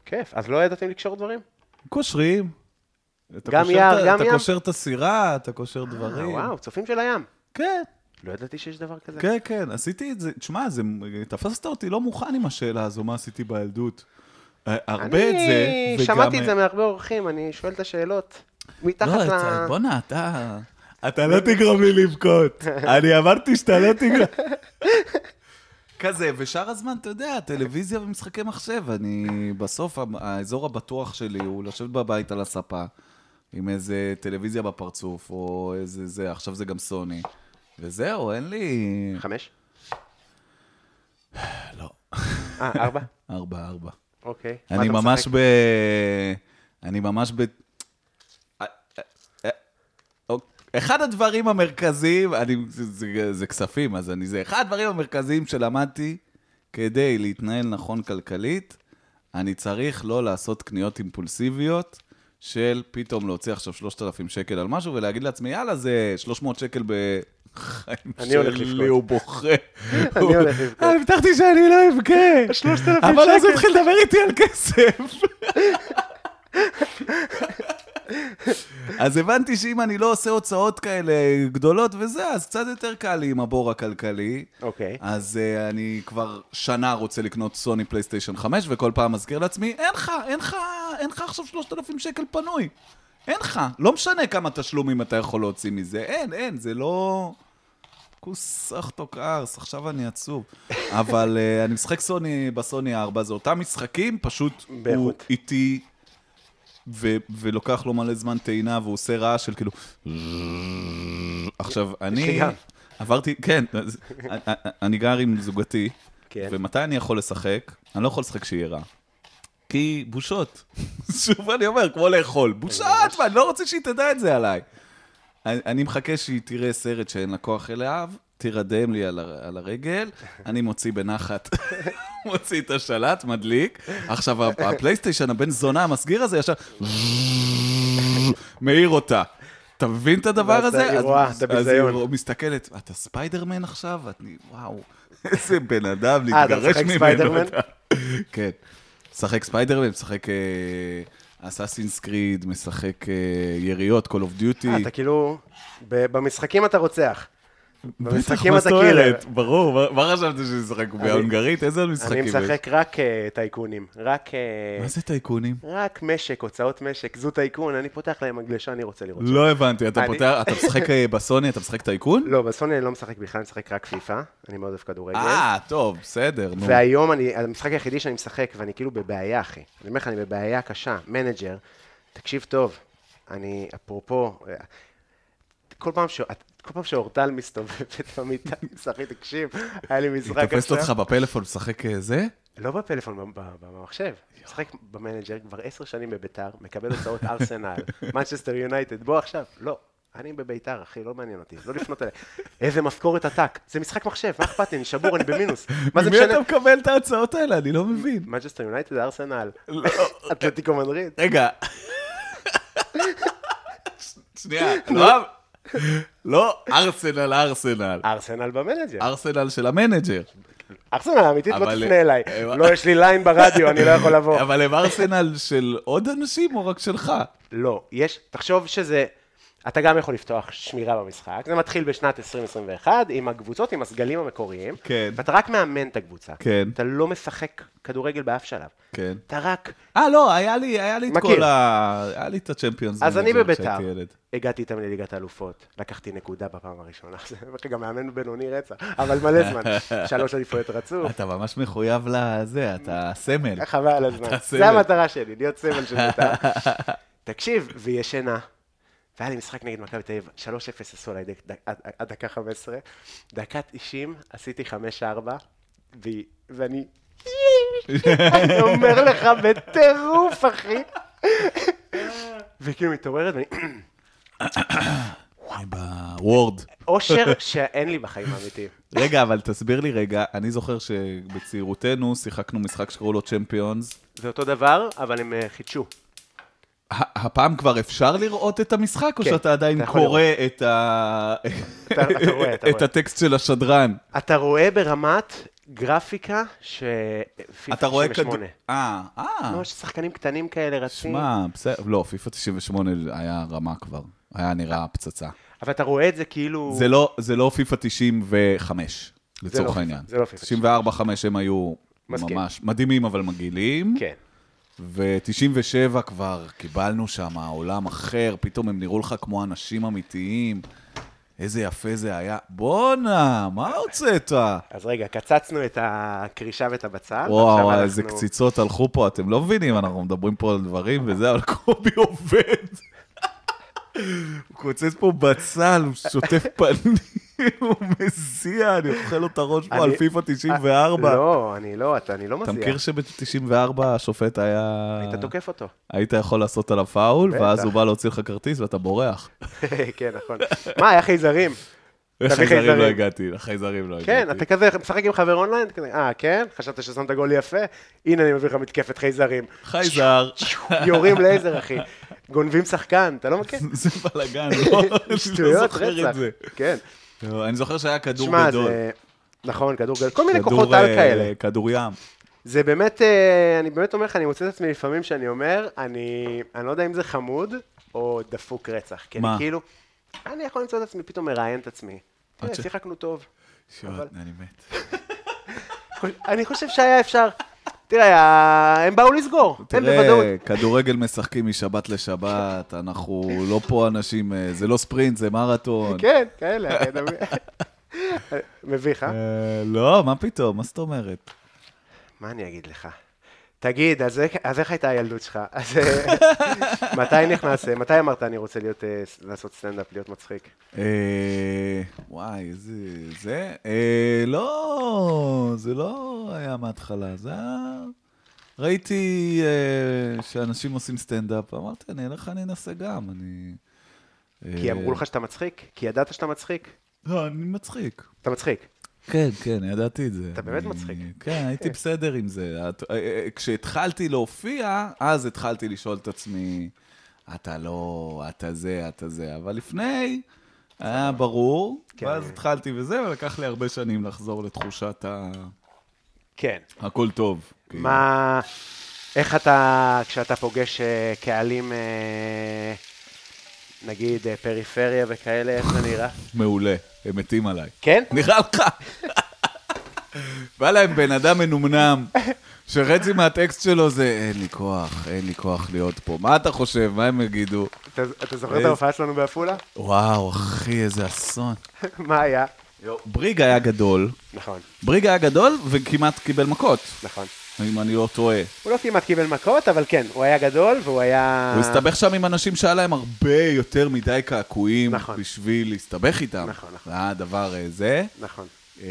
Speaker 2: כיף. אז לא ידעתם לקשור דברים?
Speaker 3: קושרים. אתה
Speaker 2: גם
Speaker 3: קושר את
Speaker 2: יער,
Speaker 3: ה-
Speaker 2: גם ים?
Speaker 3: אתה קושר את הסירה, אתה קושר
Speaker 2: אה,
Speaker 3: דברים.
Speaker 2: וואו, צופים של הים.
Speaker 3: כן,
Speaker 2: לא ידעתי שיש דבר כזה.
Speaker 3: כן, כן, עשיתי את זה. תשמע, זה- תפסת אותי לא מוכן עם השאלה הזו, מה עשיתי בילדות. אה, הרבה את זה,
Speaker 2: אני
Speaker 3: וגם... אה,
Speaker 2: שמעתי את זה מהרבה אורחים, אני שואל את השאלות. מתחת
Speaker 3: לא,
Speaker 2: ל...
Speaker 3: אתה- בואנה, אתה... אתה לא תגרום לי לבכות. אני אמרתי שאתה לא תגרום... כזה, ושאר הזמן, אתה יודע, טלוויזיה ומשחקי מחשב. אני, בסוף, ה- האזור הבטוח שלי הוא לשבת בבית על הספה, עם איזה טלוויזיה בפרצוף, או איזה זה, עכשיו זה גם סוני. וזהו, אין לי...
Speaker 2: חמש?
Speaker 3: *sighs* לא.
Speaker 2: אה, ארבע?
Speaker 3: ארבע, ארבע.
Speaker 2: אוקיי. מה
Speaker 3: *laughs* אני
Speaker 2: אתה
Speaker 3: ממש
Speaker 2: משחק?
Speaker 3: ב... אני ממש ב... אה, אוקיי. אחד הדברים המרכזיים, אני, זה, זה, זה כספים, אז אני זה. אחד הדברים המרכזיים שלמדתי כדי להתנהל נכון כלכלית, אני צריך לא לעשות קניות אימפולסיביות של פתאום להוציא עכשיו 3,000 שקל על משהו ולהגיד לעצמי, יאללה, זה 300 שקל בחיים
Speaker 2: אני הולך
Speaker 3: שלי,
Speaker 2: לבכות.
Speaker 3: הוא בוכה.
Speaker 2: *laughs* אני הולך לבכות.
Speaker 3: "אה, הבטחתי שאני לא אבכה.
Speaker 2: 3,000
Speaker 3: אבל אז
Speaker 2: שקל.
Speaker 3: הוא התחיל לדבר איתי על כסף. אז הבנתי שאם אני לא עושה הוצאות כאלה גדולות וזה, אז קצת יותר קל לי עם הבור הכלכלי.
Speaker 2: אוקיי.
Speaker 3: אז uh, אני כבר שנה רוצה לקנות סוני פלייסטיישן 5, וכל פעם מזכיר לעצמי, אין לך, אין לך, אין לך עכשיו 3,000 שקל פנוי. אין לך. לא משנה כמה תשלומים אתה יכול להוציא מזה. אין, אין, זה לא... כוס אחתוק ארס, עכשיו אני עצוב. אבל אה, אני משחק סוני בסוני 4, זה אותם משחקים, פשוט הוא
Speaker 2: באיכות.
Speaker 3: איטי, ו- ולוקח לו מלא זמן טעינה, והוא עושה רעש של כאילו... עכשיו,
Speaker 2: לי
Speaker 3: אני
Speaker 2: גם.
Speaker 3: עברתי, כן, אז- אני גר עם זוגתי,
Speaker 2: כן.
Speaker 3: ומתי אני יכול לשחק? אני לא יכול לשחק שיהיה רע. כי בושות. *laughs* שוב אני אומר, כמו לאכול. בושות, ואני לא רוצה שהיא תדע את זה עליי. אני, אני מחכה שהיא תראה סרט שאין לה כוח אליו, תירדם לי על, הר- על
Speaker 2: *laughs*
Speaker 3: הרגל, אני מוציא בנחת, *laughs* מוציא את השלט, מדליק. עכשיו, ה- הפלייסטיישן, הבן זונה המסגיר הזה, ישר *laughs* מאיר אותה. אתה מבין את הדבר
Speaker 2: ואז
Speaker 3: הזה?
Speaker 2: היא
Speaker 3: אז-
Speaker 2: רואה את
Speaker 3: אז היא
Speaker 2: הביזיון.
Speaker 3: רוא- מסתכלת, אתה ספיידרמן עכשיו? אני, וואו, איזה בן אדם
Speaker 2: אה, אתה
Speaker 3: להתגרש
Speaker 2: משחק
Speaker 3: ממנו.
Speaker 2: ספיידרמן?
Speaker 3: אתה- *laughs* כן. משחק ספיידרמן, משחק אסאסינס קריד, משחק אה, יריות, Call of Duty.
Speaker 2: אה, אתה כאילו... ב- במשחקים אתה רוצח.
Speaker 3: בטח
Speaker 2: במשחקים
Speaker 3: מה
Speaker 2: אתה קילר.
Speaker 3: סוערת, ברור, מה- מה חשבת שזה ישחק בהונגרית? איזה עוד משחקים?
Speaker 2: אני
Speaker 3: יש?
Speaker 2: משחק רק אה, טייקונים. רק... אה,
Speaker 3: מה זה טייקונים?
Speaker 2: רק משק, הוצאות משק, זו טייקון, אני פותח להם מגלשה, אני רוצה לראות.
Speaker 3: לא הבנתי, אתה
Speaker 2: אני-
Speaker 3: פותח, אתה משחק אה, בסוני, אתה משחק טייקון?
Speaker 2: לא, בסוני אני לא משחק בכלל, אני משחק רק פיפא, אני מאוד אוהב כדורגל.
Speaker 3: אה, טוב, בסדר, נו.
Speaker 2: והיום אני, המשחק היחידי שאני משחק, ואני כאילו בבעיה, אחי. אני אומר לך, אני בבעיה קשה. מנג'ר, תקשיב טוב, אני, אפרופו, אה, כל פעם ש... את- כל פעם שאורטל מסתובבת *laughs* במיטה, סחי, תקשיב, היה לי משחק
Speaker 3: היא תופסת אותך בפלאפון, משחק אה, זה?
Speaker 2: לא בפלאפון, ב- ב- במחשב. משחק במנג'ר כבר עשר שנים בביתר, מקבל הוצאות ארסנל, *laughs* מנצ'סטר יונייטד, בוא עכשיו. לא, אני בביתר, אחי, לא מעניין אותי, לא לפנות אליי. איזה משכורת עתק, זה משחק מחשב, מה אכפת לי, אני שבור, אני במינוס. מה זה
Speaker 3: ממי
Speaker 2: משנה?
Speaker 3: אתה מקבל את ההצעות האלה? אני לא מבין.
Speaker 2: מנצ'סטר יונייטד, ארסנל,
Speaker 3: לא.
Speaker 2: אתלטיקו מדריד.
Speaker 3: רגע. *laughs* ש- שנייה, לא, לא ארסנל, ארסנל.
Speaker 2: ארסנל במנג'ר.
Speaker 3: ארסנל של המנג'ר.
Speaker 2: ארסנל האמיתית לא
Speaker 3: אבל-
Speaker 2: תפנה אליי.
Speaker 3: אה,
Speaker 2: לא, יש לי ליין ברדיו, אני לא יכול לבוא.
Speaker 3: אבל הם ארסנל של עוד אנשים או רק שלך?
Speaker 2: לא, יש, תחשוב שזה, אתה גם יכול לפתוח שמירה במשחק, זה מתחיל בשנת 2021 עם הקבוצות, עם הסגלים המקוריים,
Speaker 3: כן.
Speaker 2: ואתה רק מאמן את הקבוצה,
Speaker 3: כן.
Speaker 2: אתה לא משחק כדורגל באף שלב,
Speaker 3: כן.
Speaker 2: אתה רק,
Speaker 3: אה, לא, היה לי, היה לי את
Speaker 2: מכיר.
Speaker 3: כל ה... היה לי את הצ'מפיונס.
Speaker 2: אז אני
Speaker 3: מנג'ר
Speaker 2: בביתר,
Speaker 3: כשהייתי ילד.
Speaker 2: הגעתי איתם לליגת האלופות, לקחתי נקודה בפעם הראשונה, *laughs* זה באמת גם מאמן בינוני רצח, אבל מלא
Speaker 3: *laughs*
Speaker 2: זמן, שלוש אליפויות רצוף,
Speaker 3: אתה ממש מחויב לזה, אתה סמל.
Speaker 2: אה, חבל על הזמן,
Speaker 3: אתה סמל.
Speaker 2: זה המטרה שלי, להיות סמל של
Speaker 3: *laughs*
Speaker 2: בית"ר. תקשיב, והיא ישנה. והיה לי משחק נגד מכבי תל אביב, 3-0 עשו עליי דק- דק- עד- עד דקה 15, דקה 90 עשיתי 5-4, והיא- ואני... אני אומר לך בטירוף, אחי. וכאילו מתעוררת, ואני...
Speaker 3: אני בוורד.
Speaker 2: אושר שאין לי בחיים האמיתיים.
Speaker 3: רגע, אבל תסביר לי רגע, אני זוכר שבצעירותנו שיחקנו משחק שקראו לו צ'מפיונס.
Speaker 2: זה אותו דבר, אבל הם אה, חידשו.
Speaker 3: ה- הפעם כבר אפשר לראות את המשחק, או
Speaker 2: כן,
Speaker 3: שאתה עדיין
Speaker 2: אתה יכול
Speaker 3: קורא את ה-
Speaker 2: אתה אתה רואה, אתה
Speaker 3: *laughs* את
Speaker 2: רואה.
Speaker 3: הטקסט של השדרן?
Speaker 2: אתה רואה ברמת גרפיקה ש...
Speaker 3: אתה רואה כדור...
Speaker 2: 98.
Speaker 3: אה, אה.
Speaker 2: ממש שחקנים קטנים כאלה רצים.
Speaker 3: שמע, בסדר, לא, פיפ"א 98 היה רמה כבר. היה נראה פצצה.
Speaker 2: אבל אתה רואה את זה כאילו...
Speaker 3: זה לא, זה לא פיפ"א 95,
Speaker 2: לא
Speaker 3: לצורך
Speaker 2: פיפא,
Speaker 3: העניין.
Speaker 2: זה לא פיפא
Speaker 3: 94-5 הם היו
Speaker 2: מסכים.
Speaker 3: ממש מדהימים, אבל מגעילים.
Speaker 2: כן.
Speaker 3: ו-97 כבר קיבלנו שם עולם אחר, פתאום הם נראו לך כמו אנשים אמיתיים. איזה יפה זה היה. בואנה, מה הוצאת?
Speaker 2: אז רגע, קצצנו את הקרישה ואת הבצל.
Speaker 3: וואו, אה,
Speaker 2: ועכשיו
Speaker 3: איזה
Speaker 2: אנחנו-
Speaker 3: קציצות הלכו פה, אתם לא מבינים, אנחנו מדברים פה על דברים, וזה, אבל קובי עובד. הוא קוצץ פה בצל, הוא שוטף פנים, הוא מזיע, אני אוכל לו את הראש פה
Speaker 2: אני-
Speaker 3: על פיפ"א 94.
Speaker 2: לא, אני לא, אתה- אני לא
Speaker 3: אתה
Speaker 2: מזיע.
Speaker 3: מכיר שב-94 השופט היה...
Speaker 2: היית תוקף אותו. *laughs*
Speaker 3: היית יכול לעשות עליו פאול,
Speaker 2: בטח.
Speaker 3: ואז הוא בא להוציא לך כרטיס ואתה בורח.
Speaker 2: כן, נכון. מה, היה חייזרים.
Speaker 3: *laughs* לחייזרים לא
Speaker 2: חייזרים.
Speaker 3: הגעתי, לחייזרים לא הגעתי.
Speaker 2: כן, אתה כזה משחק עם חבר אונליין, כזה, אה, כן? חשבת ששמת גול יפה? הנה, אני מביא לך מתקפת
Speaker 3: *laughs*
Speaker 2: חייזרים. *laughs*
Speaker 3: חייזר.
Speaker 2: יורים לייזר, אחי. גונבים שחקן, אתה לא מכיר?
Speaker 3: זה בלאגן, *laughs* לא אני לא
Speaker 2: *laughs* שטויות,
Speaker 3: זוכר את
Speaker 2: רצח.
Speaker 3: זה.
Speaker 2: כן.
Speaker 3: לא, אני זוכר שהיה כדור
Speaker 2: שמע,
Speaker 3: גדול.
Speaker 2: זה... נכון, כדור גדול. כל מיני
Speaker 3: כדור,
Speaker 2: כוחות על
Speaker 3: אה,
Speaker 2: כאלה.
Speaker 3: כדור ים.
Speaker 2: זה באמת, אה, אני באמת אומר לך, אני מוצא את עצמי לפעמים שאני אומר, אני, אני לא יודע אם זה חמוד או דפוק רצח. כי
Speaker 3: מה?
Speaker 2: אני כאילו, אני יכול למצוא את עצמי, פתאום מראיין את עצמי. תראה,
Speaker 3: ש-
Speaker 2: שיחקנו טוב.
Speaker 3: שואל,
Speaker 2: אבל-
Speaker 3: אני מת.
Speaker 2: חוש- אני חושב שהיה אפשר. תראה, ה- הם באו לסגור, הם בוודאות.
Speaker 3: תראה, כן. כדורגל משחקים משבת לשבת, אנחנו לא פה אנשים, אה, זה לא ספרינט, זה מרתון.
Speaker 2: כן, כאלה. אחי, אתה מבין? מביך, אה?
Speaker 3: אה, לא, מה פתאום, מה זאת אומרת?
Speaker 2: מה אני אגיד לך? תגיד, אז איך- אז איך הייתה הילדות שלך? אז אה, *laughs* מתי נכנס, אה, מתי אמרת אני רוצה להיות, אה, ס- לעשות סטנדאפ, להיות מצחיק?
Speaker 3: אה, וואי, איזה... זה... אה, לא, זה לא היה מההתחלה, זה היה... ראיתי אה, שאנשים עושים סטנדאפ, אמרתי, אני אלך, אני אנסה גם, אני...
Speaker 2: כי
Speaker 3: אה,
Speaker 2: אמרו לך שאתה מצחיק? כי ידעת שאתה מצחיק?
Speaker 3: לא, אני מצחיק.
Speaker 2: אתה מצחיק.
Speaker 3: כן, כן, ידעתי את זה.
Speaker 2: אתה באמת
Speaker 3: אני-
Speaker 2: מצחיק.
Speaker 3: כן, הייתי בסדר עם זה. את- אה, אה, כשהתחלתי להופיע, אז התחלתי לשאול את עצמי, אתה לא, אתה זה, אתה זה, אבל לפני, היה ברור,
Speaker 2: כן.
Speaker 3: ואז התחלתי וזה, ולקח לי הרבה שנים לחזור לתחושת ה...
Speaker 2: כן.
Speaker 3: הכל טוב.
Speaker 2: מה, איך אתה, כשאתה פוגש אה, קהלים, אה, נגיד אה, פריפריה וכאלה, איך זה נראה?
Speaker 3: מעולה, הם מתים עליי.
Speaker 2: כן?
Speaker 3: *laughs* נראה לך? בא להם בן אדם מנומנם, שחצי מהטקסט שלו זה, אין לי כוח, אין לי כוח להיות פה. מה אתה חושב? מה הם יגידו?
Speaker 2: אתה אתה זוכר את
Speaker 3: איזה-
Speaker 2: ההופעה שלנו בעפולה?
Speaker 3: וואו, אחי, איזה אסון.
Speaker 2: *laughs* מה היה?
Speaker 3: בריג היה גדול,
Speaker 2: נכון,
Speaker 3: בריג היה גדול וכמעט קיבל מכות.
Speaker 2: נכון.
Speaker 3: אם אני לא טועה.
Speaker 2: הוא לא כמעט קיבל מכות, אבל כן, הוא היה גדול והוא היה...
Speaker 3: הוא הסתבך שם עם אנשים שהיה להם הרבה יותר מדי קעקועים
Speaker 2: נכון.
Speaker 3: בשביל להסתבך איתם.
Speaker 2: נכון, נכון.
Speaker 3: זה היה הדבר אה, זה.
Speaker 2: נכון.
Speaker 3: אה,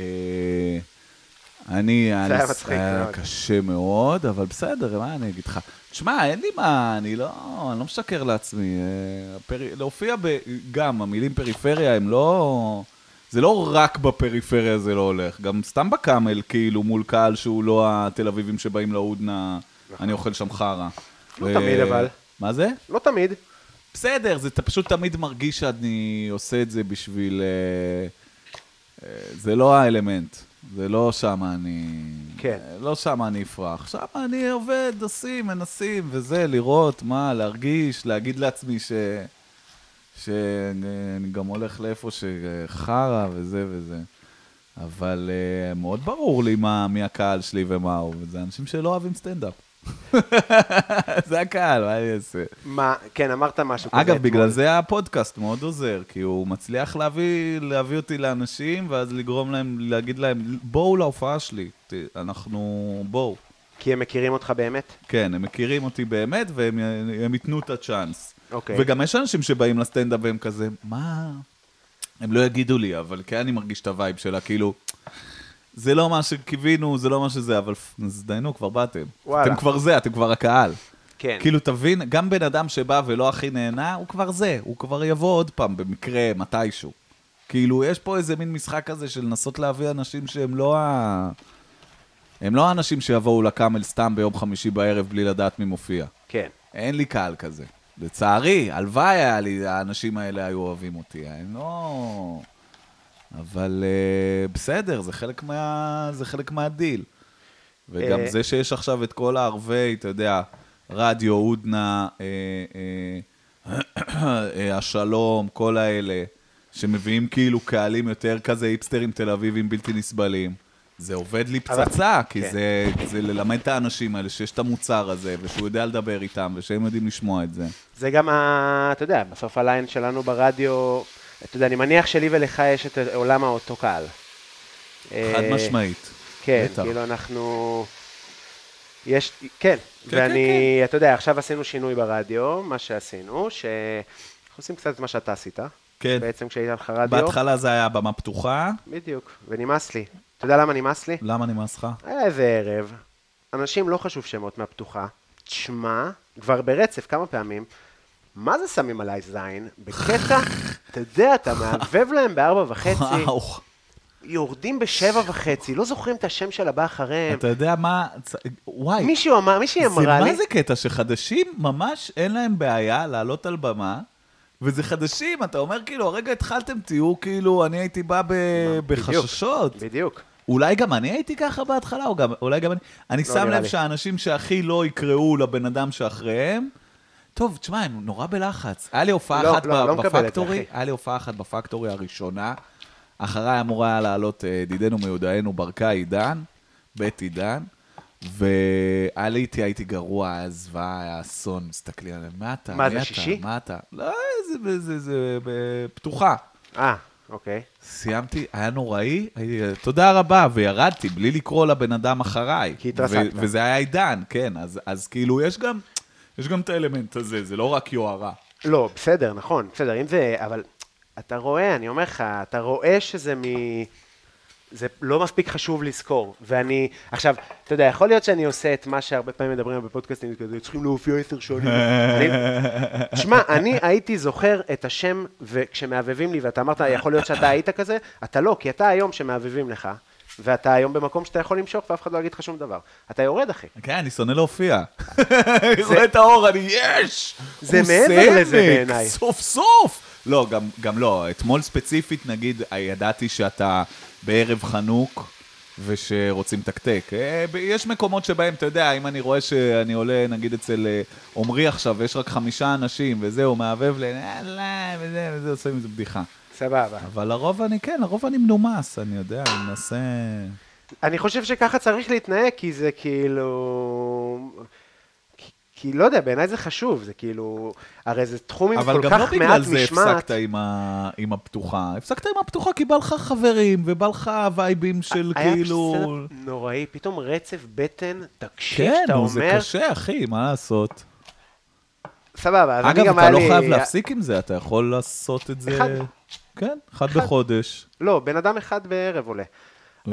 Speaker 3: אני,
Speaker 2: זה היה
Speaker 3: אני-
Speaker 2: מצחיק מאוד.
Speaker 3: קשה מאוד, אבל בסדר, מה אני אגיד לך? תשמע, אין לי מה, אני לא, אני לא משקר לעצמי. אה, הפר- להופיע ב... גם, המילים פריפריה הם לא... זה לא רק בפריפריה זה לא הולך, גם סתם בקאמל, כאילו, מול קהל שהוא לא התל אביבים שבאים להודנה, אני אוכל שם חרא.
Speaker 2: נכון. לא
Speaker 3: ו-
Speaker 2: תמיד, אבל.
Speaker 3: מה זה?
Speaker 2: לא תמיד.
Speaker 3: בסדר, זה אתה פשוט תמיד מרגיש שאני עושה את זה בשביל... אה, אה, זה לא האלמנט, זה לא שמה אני...
Speaker 2: כן.
Speaker 3: אה, לא שמה אני אפרח, שמה אני עובד, עושים, מנסים, וזה, לראות, מה, להרגיש, להגיד לעצמי ש... שאני גם הולך לאיפה שחרא וזה וזה. אבל אה, מאוד ברור לי מה, מי הקהל שלי ומה הוא, וזה אנשים שלא אוהבים סטנדאפ. *laughs* זה הקהל, מה אני אעשה?
Speaker 2: מה, כן, אמרת משהו כזה.
Speaker 3: אגב,
Speaker 2: אתמול.
Speaker 3: בגלל זה הפודקאסט מאוד עוזר, כי הוא מצליח להביא, להביא אותי לאנשים, ואז לגרום להם, להגיד להם, בואו להופעה שלי, ת- אנחנו, בואו.
Speaker 2: כי הם מכירים אותך באמת?
Speaker 3: כן, הם מכירים אותי באמת, והם הם ייתנו את הצ'אנס.
Speaker 2: אוקיי.
Speaker 3: וגם יש אנשים שבאים לסטנדאפ והם כזה, מה? הם לא יגידו לי, אבל כן אני מרגיש את הווייב שלה, כאילו, זה לא מה שקיווינו, זה לא מה שזה, אבל פ- אז דיינו, כבר באתם.
Speaker 2: וואלה.
Speaker 3: אתם כבר זה, אתם כבר הקהל.
Speaker 2: כן.
Speaker 3: כאילו, תבין, גם בן אדם שבא ולא הכי נהנה, הוא כבר זה, הוא כבר יבוא עוד פעם, במקרה, מתישהו. כאילו, יש פה איזה מין משחק כזה של לנסות להביא אנשים שהם לא ה... הם לא האנשים שיבואו לקאמל סתם ביום חמישי בערב בלי לדעת מי מופיע.
Speaker 2: כן.
Speaker 3: אין לי קהל כזה. לצערי, הלוואי היה לי, האנשים האלה היו אוהבים אותי, הם לא... אבל אה, בסדר, זה חלק, מה, זה חלק מהדיל. וגם
Speaker 2: אה.
Speaker 3: זה שיש עכשיו את כל הערבי, אתה יודע, רדיו, הודנה, אה, אה, אה, *clears throat* השלום, כל האלה, שמביאים כאילו קהלים יותר כזה היפסטרים תל אביבים בלתי נסבלים. זה עובד לי
Speaker 2: אבל-
Speaker 3: פצצה, אה, כי
Speaker 2: כן.
Speaker 3: זה, זה ללמד את האנשים האלה שיש את המוצר הזה, ושהוא יודע לדבר איתם, ושהם יודעים לשמוע את זה.
Speaker 2: זה גם, ה- אתה יודע, בסוף הליין שלנו ברדיו, אתה יודע, אני מניח שלי ולך יש את עולם האותו קהל.
Speaker 3: חד משמעית.
Speaker 2: אה, כן,
Speaker 3: בטח.
Speaker 2: כאילו אנחנו... יש, כן,
Speaker 3: כן,
Speaker 2: ואני, אתה יודע, עכשיו עשינו שינוי ברדיו, מה שעשינו, שאנחנו עושים קצת את מה שאתה עשית.
Speaker 3: כן.
Speaker 2: בעצם כשהיית לך רדיו,
Speaker 3: בהתחלה זה היה במה פתוחה,
Speaker 2: בדיוק, ונמאס לי. אתה יודע למה נמאס לי?
Speaker 3: למה נמאס לך?
Speaker 2: היה איזה ערב, אנשים לא חשוב שמות מהפתוחה, תשמע, כבר ברצף כמה פעמים, מה זה שמים עליי זין? בקטע, אתה יודע, אתה מערבב להם בארבע וחצי,
Speaker 3: וואו.
Speaker 2: יורדים בשבע וחצי, לא זוכרים את השם של הבא אחריהם.
Speaker 3: אתה יודע מה... צ- וואי,
Speaker 2: מישהו אמר, כן. מישהי
Speaker 3: זה
Speaker 2: אמרה לי,
Speaker 3: מה זה קטע שחדשים ממש אין להם בעיה לעלות על במה, וזה חדשים, אתה אומר כאילו, הרגע התחלתם, תהיו כאילו, אני הייתי בא ב-
Speaker 2: בדיוק.
Speaker 3: בחששות.
Speaker 2: בדיוק,
Speaker 3: אולי גם אני הייתי ככה בהתחלה, או גם, אולי גם אני... אני שם
Speaker 2: לא נראה
Speaker 3: לב
Speaker 2: לי.
Speaker 3: שהאנשים שהכי לא יקראו לבן אדם שאחריהם, טוב, תשמע, הם נורא בלחץ. היה לי הופעה
Speaker 2: לא,
Speaker 3: אחת
Speaker 2: לא,
Speaker 3: ב-
Speaker 2: לא מקבל את זה,
Speaker 3: בפקטורי,
Speaker 2: אחי.
Speaker 3: היה לי הופעה אחת בפקטורי הראשונה, אחריי אמורה היה לעלות אה, ידידנו מיודענו ברקאי עידן, בית עידן, ועליתי, הייתי גרוע, היה זוועה, היה אסון, מסתכלים עליהם, מה אתה,
Speaker 2: מה,
Speaker 3: מי
Speaker 2: זה
Speaker 3: אתה,
Speaker 2: שישי?
Speaker 3: מה אתה? לא, זה- זה- זה זה- פתוחה.
Speaker 2: אה, אוקיי,
Speaker 3: סיימתי, היה נוראי, הייתי, תודה רבה, וירדתי בלי לקרוא לבן אדם אחריי.
Speaker 2: כי התרסקת.
Speaker 3: ו- וזה היה עידן, כן, אז, אז כאילו יש גם, יש גם את האלמנט הזה, זה לא רק יוהרה.
Speaker 2: לא, בסדר, נכון, בסדר, אם זה, אבל אתה רואה, אני אומר לך, אתה רואה שזה מ... זה לא מספיק חשוב לזכור, ואני, עכשיו, אתה יודע, יכול להיות שאני עושה את מה שהרבה פעמים מדברים בפודקאסטים, כזה, צריכים להופיע עשר שנים. אני- תשמע, אני הייתי זוכר את השם, וכשמעבבים לי, ואתה אמרת, יכול להיות שאתה היית כזה, אתה לא, כי אתה היום שמעבבים לך, ואתה היום במקום שאתה יכול למשוך, ואף אחד לא יגיד לך שום דבר. אתה יורד, אחי.
Speaker 3: כן, אני שונא
Speaker 2: *laughs*
Speaker 3: להופיע. אני רואה את האור, אני, יש!
Speaker 2: זה
Speaker 3: הוא
Speaker 2: מעבר
Speaker 3: סמק,
Speaker 2: לזה בעיניי.
Speaker 3: סוף סוף! לא, גם, גם לא, אתמול ספציפית, נגיד, ידעתי שאתה בערב חנוק. ושרוצים לתקתק. אה, ב- יש מקומות שבהם, אתה יודע, אם אני רואה שאני עולה, נגיד אצל אה, עמרי עכשיו, ויש רק חמישה אנשים, וזהו, מעבב ל... אה, לא, וזה, וזה, עושה עם זה בדיחה.
Speaker 2: סבבה.
Speaker 3: אבל לרוב אני, כן, לרוב אני מנומס, אני יודע, אני מנסה...
Speaker 2: אני חושב שככה צריך להתנהג, כי זה כאילו... כי- כי לא יודע, בעיניי זה חשוב, זה כאילו, הרי זה תחום עם
Speaker 3: אבל
Speaker 2: כל
Speaker 3: גם לא
Speaker 2: כך מעט
Speaker 3: בגלל זה
Speaker 2: משמעת.
Speaker 3: הפסקת עם, ה... עם הפתוחה. הפסקת עם הפתוחה כי בא לך חברים, ובא לך וייבים של
Speaker 2: היה
Speaker 3: כאילו...
Speaker 2: סצנה נוראי, פתאום רצף בטן, תקשיב,
Speaker 3: כן,
Speaker 2: אתה
Speaker 3: נו, זה
Speaker 2: אומר,
Speaker 3: קשה, אחי, מה לעשות?
Speaker 2: סבבה, אז אני
Speaker 3: אגב,
Speaker 2: גם
Speaker 3: אתה
Speaker 2: היה
Speaker 3: לא
Speaker 2: לי...
Speaker 3: חייב להפסיק עם זה, אתה יכול לעשות את זה...
Speaker 2: אחד.
Speaker 3: כן, אחד בחודש.
Speaker 2: לא, בן אדם אחד בערב עולה.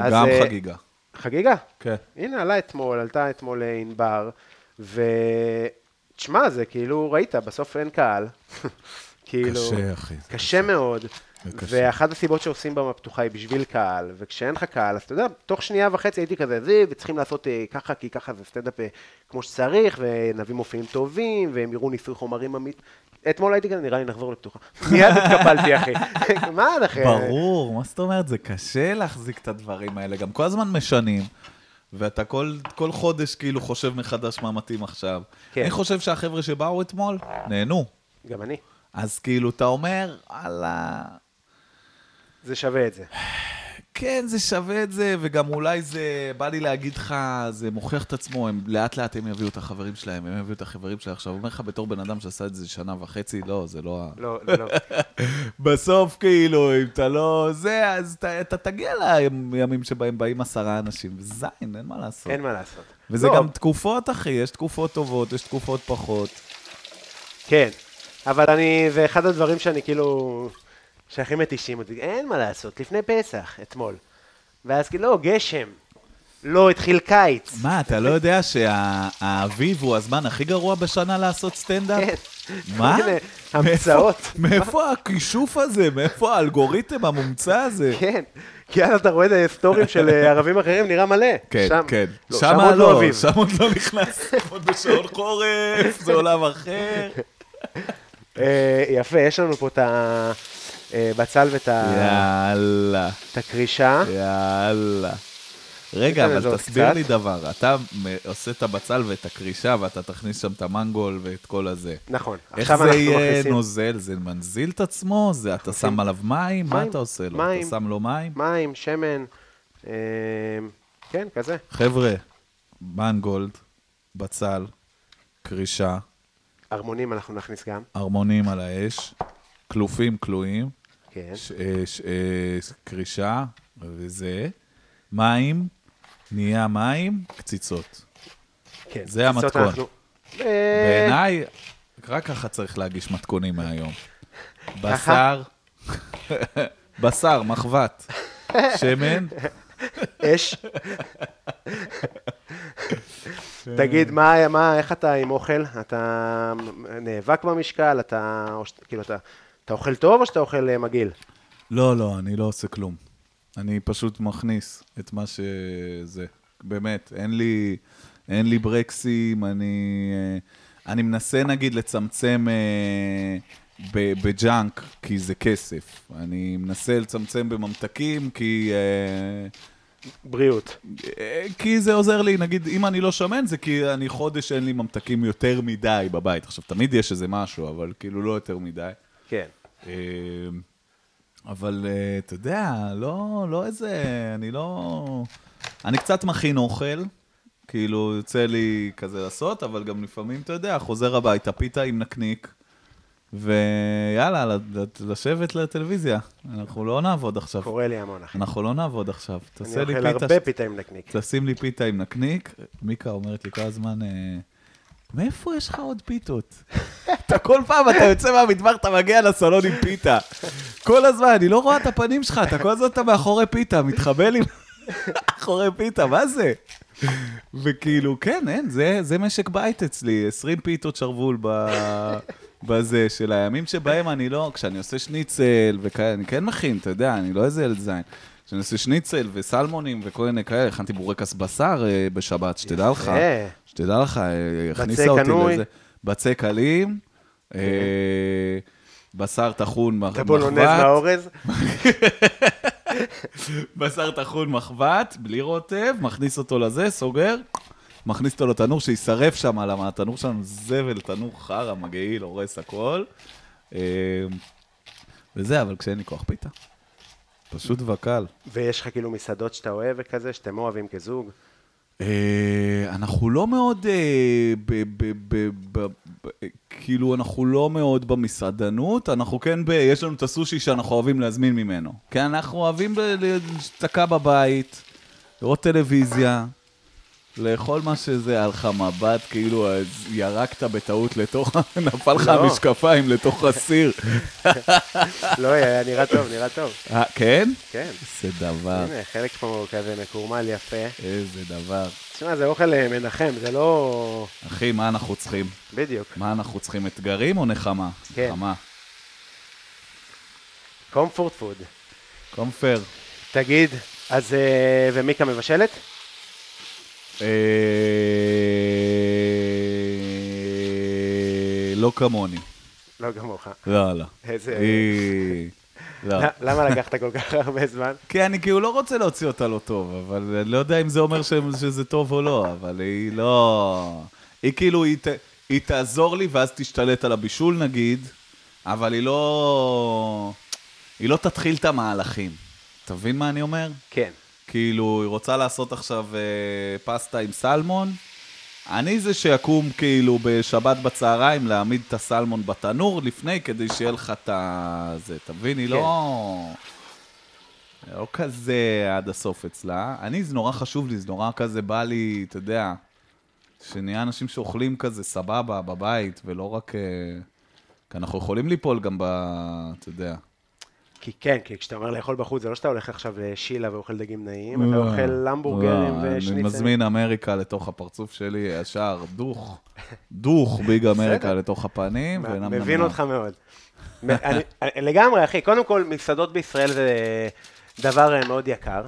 Speaker 2: אז,
Speaker 3: גם
Speaker 2: אה,
Speaker 3: חגיגה.
Speaker 2: חגיגה?
Speaker 3: כן.
Speaker 2: הנה, עלה אתמול, עלתה אתמול אה, ענבר, ו... תשמע, זה כאילו, ראית, בסוף אין קהל. *laughs* כאילו...
Speaker 3: קשה, אחי. זה
Speaker 2: קשה מאוד,
Speaker 3: קשה.
Speaker 2: ואחת הסיבות שעושים במה פתוחה היא בשביל קהל, וכשאין לך קהל, אז אתה יודע, תוך שנייה וחצי הייתי כזה, זיו, צריכים לעשות אה, ככה, כי ככה זה סטנדאפ אה, כמו שצריך, ונביא מופעים טובים, והם יראו ניסוי חומרים אמית. אתמול הייתי כזה, נראה לי נחזור לפתוחה. *laughs* מיד התקפלתי, אחי. *laughs* מה, אחי?
Speaker 3: ברור, מה זאת אומרת? זה קשה להחזיק את הדברים האלה, גם כל הזמן משנים, ואתה כל, כל חודש כאילו חושב מחדש מה מתאים עכשיו.
Speaker 2: כן.
Speaker 3: כן. אני חושב שהחבר'ה שבאו אתמול, נהנו.
Speaker 2: גם אני.
Speaker 3: אז כאילו, אתה אומר, וואלה,
Speaker 2: זה שווה את זה.
Speaker 3: כן, זה שווה את זה, וגם אולי זה, בא לי להגיד לך, זה מוכיח את עצמו, הם לאט לאט הם יביאו את החברים שלהם, הם יביאו את החברים שלהם. עכשיו, אומר לך, בתור בן אדם שעשה את זה שנה וחצי, לא, זה לא ה...
Speaker 2: לא, לא, לא.
Speaker 3: בסוף, כאילו, אם אתה לא זה, אז אתה, אתה תגיע לימים שבהם באים עשרה אנשים, וזין, אין מה לעשות.
Speaker 2: אין כן, מה לעשות.
Speaker 3: וזה
Speaker 2: לא,
Speaker 3: גם תקופות, אחי, יש תקופות טובות, יש תקופות פחות.
Speaker 2: כן, אבל אני, זה אחד הדברים שאני כאילו, שהכי מתישים אותי, אין מה לעשות, לפני פסח, אתמול. ואז כאילו, לא, גשם. לא, התחיל קיץ.
Speaker 3: מה, אתה לא יודע שהאביב הוא הזמן הכי גרוע בשנה לעשות סטנדאפ?
Speaker 2: כן.
Speaker 3: מה?
Speaker 2: כל מיני המצאות.
Speaker 3: מאיפה- מאיפה הכישוף הזה? מאיפה האלגוריתם המומצא הזה?
Speaker 2: כן, *laughs* כי אז אתה רואה את הסטורים של אה, ערבים אחרים, נראה מלא.
Speaker 3: כן,
Speaker 2: שם-
Speaker 3: כן.
Speaker 2: לא,
Speaker 3: שם
Speaker 2: שם עוד לא אביב.
Speaker 3: שם עוד לא
Speaker 2: *laughs*
Speaker 3: נכנס, עוד בשעון חורף, זה עולם אחר.
Speaker 2: אה, יפה, יש לנו פה את הבצל ואת ה-
Speaker 3: יאללה.
Speaker 2: את הקרישה.
Speaker 3: יאללה. רגע,
Speaker 2: ניתן לזה כן,
Speaker 3: אבל
Speaker 2: עוד
Speaker 3: תסביר
Speaker 2: קצת.
Speaker 3: לי דבר, אתה מ- עושה את הבצל ואת הקרישה ואתה תכניס שם את המנגול ואת כל הזה.
Speaker 2: נכון,
Speaker 3: איך
Speaker 2: עכשיו
Speaker 3: זה
Speaker 2: אנחנו
Speaker 3: יהיה
Speaker 2: מכניסים
Speaker 3: נוזל? זה מנזיל את עצמו? זה אתה שם עליו מים? מה
Speaker 2: מים,
Speaker 3: אתה עושה לו?
Speaker 2: מים.
Speaker 3: אתה שם לו מים?
Speaker 2: מים, שמן, אה, כן, כזה.
Speaker 3: חבר'ה, מנגולד, בצל, קרישה,
Speaker 2: ערמונים אנחנו נכניס גם,
Speaker 3: ארמונים על האש, כלופים כלואים,
Speaker 2: כן.
Speaker 3: ש- אה, ש- אה, ש- קרישה וזה, מים, נהיה מים, קציצות.
Speaker 2: כן.
Speaker 3: זה
Speaker 2: קציצות
Speaker 3: המתכון.
Speaker 2: אנחנו- אה,
Speaker 3: בעיניי, רק ככה צריך להגיש מתכונים מהיום.
Speaker 2: ככה?
Speaker 3: בשר, *laughs* בשר, מחבת, שמן,
Speaker 2: אש. תגיד, מה, מה, איך אתה עם אוכל? אתה נאבק במשקל? אתה, או ש- כאילו, אתה, אתה אוכל טוב או שאתה אוכל אה, מגעיל?
Speaker 3: לא, לא, אני לא עושה כלום. אני פשוט מכניס את מה שזה. באמת, אין לי, אין לי ברקסים, אני, אה, אני מנסה נגיד לצמצם אה, ב- בג'אנק, כי זה כסף. אני מנסה לצמצם בממתקים, כי... אה,
Speaker 2: בריאות.
Speaker 3: אה, כי זה עוזר לי, נגיד, אם אני לא שמן, זה כי אני חודש אין לי ממתקים יותר מדי בבית. עכשיו, תמיד יש איזה משהו, אבל כאילו לא יותר מדי.
Speaker 2: כן.
Speaker 3: אה, אבל אה, אתה יודע, לא, לא איזה, אני לא... אני קצת מכין אוכל, כאילו יוצא לי כזה לעשות, אבל גם לפעמים, אתה יודע, חוזר הביתה, פיתה עם נקניק, ויאללה, ל- ל- לשבת לטלוויזיה. אנחנו לא נעבוד עכשיו.
Speaker 2: קורה לי המון, אחי.
Speaker 3: אנחנו לא נעבוד עכשיו.
Speaker 2: אני
Speaker 3: תעשה לי
Speaker 2: אוכל
Speaker 3: פיתה,
Speaker 2: הרבה פיתה עם נקניק.
Speaker 3: תשים לי פיתה עם נקניק. מיקה אומרת לי כל הזמן, אה, מאיפה יש לך עוד פיתות? *laughs* אתה כל פעם, אתה יוצא מהמטבח, אתה מגיע לסלון עם פיתה. כל הזמן, אני לא רואה את הפנים שלך, אתה כל הזמן אתה מאחורי פיתה, מתחבא לי *laughs* מאחורי פיתה, מה זה? וכאילו, כן, אין, זה, זה משק בית אצלי, 20 פיתות שרוול ב... בזה, של הימים שבהם אני לא, כשאני עושה שניצל וכאלה, אני כן מכין, אתה יודע, אני לא איזה ילד זין. כשאני עושה שניצל וסלמונים וכל מיני כאלה, הכנתי בורקס בשר אה, בשבת, שתדע לך.
Speaker 2: אה,
Speaker 3: שתדע לך, אה, הכניסה
Speaker 2: בצק
Speaker 3: אותי
Speaker 2: קנוי.
Speaker 3: לזה. בצק קלים, אה, בשר טחון מח-
Speaker 2: טבולונז
Speaker 3: מחבת,
Speaker 2: מהאורז?
Speaker 3: בשר טחון מחבת, בלי רוטב, מכניס אותו לזה, סוגר, מכניס אותו לתנור, שישרף שם, למה התנור שלנו זבל, תנור חרא, מגעיל, הורס הכל. אה, וזה, אבל כשאין לי כוח פיתה. פשוט וקל.
Speaker 2: ויש לך כאילו מסעדות שאתה אוהב וכזה, שאתם אוהבים כזוג?
Speaker 3: אה, אנחנו לא מאוד, אה, ב, ב, ב, ב, ב, כאילו, אנחנו לא מאוד במסעדנות, אנחנו כן, ב, יש לנו את הסושי שאנחנו אוהבים להזמין ממנו. כי אנחנו אוהבים ב- להשתקע בבית, לראות טלוויזיה, לאכול מה שזה, היה לך מבט, כאילו, אז ירקת בטעות לתוך, *laughs* נפל לך
Speaker 2: לא.
Speaker 3: המשקפיים לתוך
Speaker 2: *laughs*
Speaker 3: הסיר.
Speaker 2: לא, היה נראה טוב, נראה טוב.
Speaker 3: אה, כן?
Speaker 2: כן.
Speaker 3: איזה דבר,
Speaker 2: הנה, חלק פה כזה מקורמל יפה.
Speaker 3: איזה דבר.
Speaker 2: תשמע, זה אוכל אה, מנחם, זה לא...
Speaker 3: אחי, מה אנחנו צריכים?
Speaker 2: בדיוק.
Speaker 3: מה אנחנו צריכים, אתגרים או נחמה?
Speaker 2: כן.
Speaker 3: נחמה.
Speaker 2: קומפורט פוד.
Speaker 3: קומפר.
Speaker 2: תגיד, אז... אה, ומיקה מבשלת?
Speaker 3: אה, לא כמוני.
Speaker 2: לא, כמוך.
Speaker 3: לא, לא.
Speaker 2: איזה-
Speaker 3: היא- לא.
Speaker 2: ל- למה לקחת כל כך הרבה זמן?
Speaker 3: כי אני כאילו לא רוצה להוציא אותה לא טוב, אבל אני לא יודע אם זה אומר ש- שזה טוב או לא, אבל היא לא... היא כאילו, היא, ת... היא תעזור לי ואז תשתלט על הבישול נגיד, אבל היא לא... היא לא תתחיל את המהלכים. תבין מה אני אומר?
Speaker 2: כן.
Speaker 3: כאילו, היא רוצה לעשות עכשיו אה, פסטה עם סלמון. אני זה שיקום כאילו בשבת בצהריים להעמיד את הסלמון בתנור לפני כדי שיהיה לך את ה... זה, אתה מבין? היא
Speaker 2: כן.
Speaker 3: לא... לא כזה עד הסוף אצלה. אני, זה נורא חשוב לי, זה נורא כזה בא לי, אתה יודע, שנהיה אנשים שאוכלים כזה סבבה בבית, ולא רק... אה, כי אנחנו יכולים ליפול גם ב... אתה יודע.
Speaker 2: כי כן, כי כשאתה אומר לאכול בחוץ, זה לא שאתה הולך עכשיו לשילה ואוכל דגים נעים, אתה
Speaker 3: לא,
Speaker 2: אוכל המבורגרים
Speaker 3: לא, אני
Speaker 2: ושניצלים.
Speaker 3: מזמין אמריקה לתוך הפרצוף שלי ישר, דוך, דוך ביג אמריקה לתוך הפנים.
Speaker 2: מה-
Speaker 3: ונם-
Speaker 2: מבין
Speaker 3: נם-
Speaker 2: אותך מאוד. מ- אני- אני- לגמרי, אחי. קודם כל, מסעדות בישראל זה דבר אה, מאוד יקר.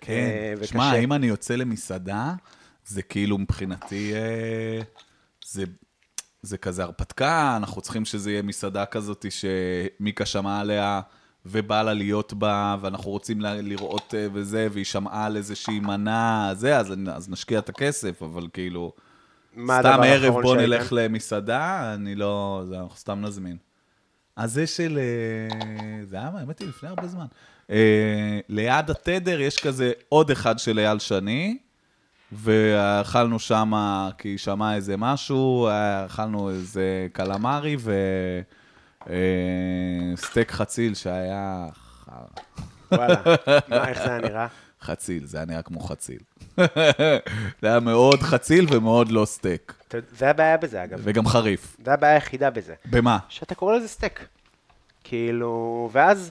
Speaker 3: כן,
Speaker 2: אה, וקשה.
Speaker 3: שמע, אם אני יוצא למסעדה, זה כאילו מבחינתי, אה, זה... זה כזה הרפתקה, אנחנו צריכים שזה יהיה מסעדה כזאת שמיקה שמעה עליה ובא לה להיות בה, ואנחנו רוצים לה- לראות אה, וזה, והיא שמעה על איזושהי מנה, זה, אז, אז נשקיע את הכסף, אבל כאילו,
Speaker 2: מה הדבר
Speaker 3: סתם ערב
Speaker 2: האחרון
Speaker 3: בוא
Speaker 2: שהיית?
Speaker 3: נלך למסעדה, אני לא... זה, אנחנו סתם נזמין. אז זה של... אה, זה היה, האמת היא, לפני הרבה זמן. אה, ליד התדר יש כזה עוד אחד של אייל שני, ואכלנו שם, כי היא שמעה איזה משהו, אה, אכלנו איזה קלמרי ו... אה, סטייק חציל שהיה... חרא.
Speaker 2: וואלה, מה, איך זה היה נראה?
Speaker 3: חציל, זה היה נראה כמו חציל. *laughs* זה היה מאוד חציל ומאוד לא סטייק,
Speaker 2: אתה- זה הבעיה בזה, אגב.
Speaker 3: וגם חריף.
Speaker 2: זה הבעיה היחידה בזה.
Speaker 3: במה?
Speaker 2: שאתה קורא לזה סטייק. כאילו, ואז,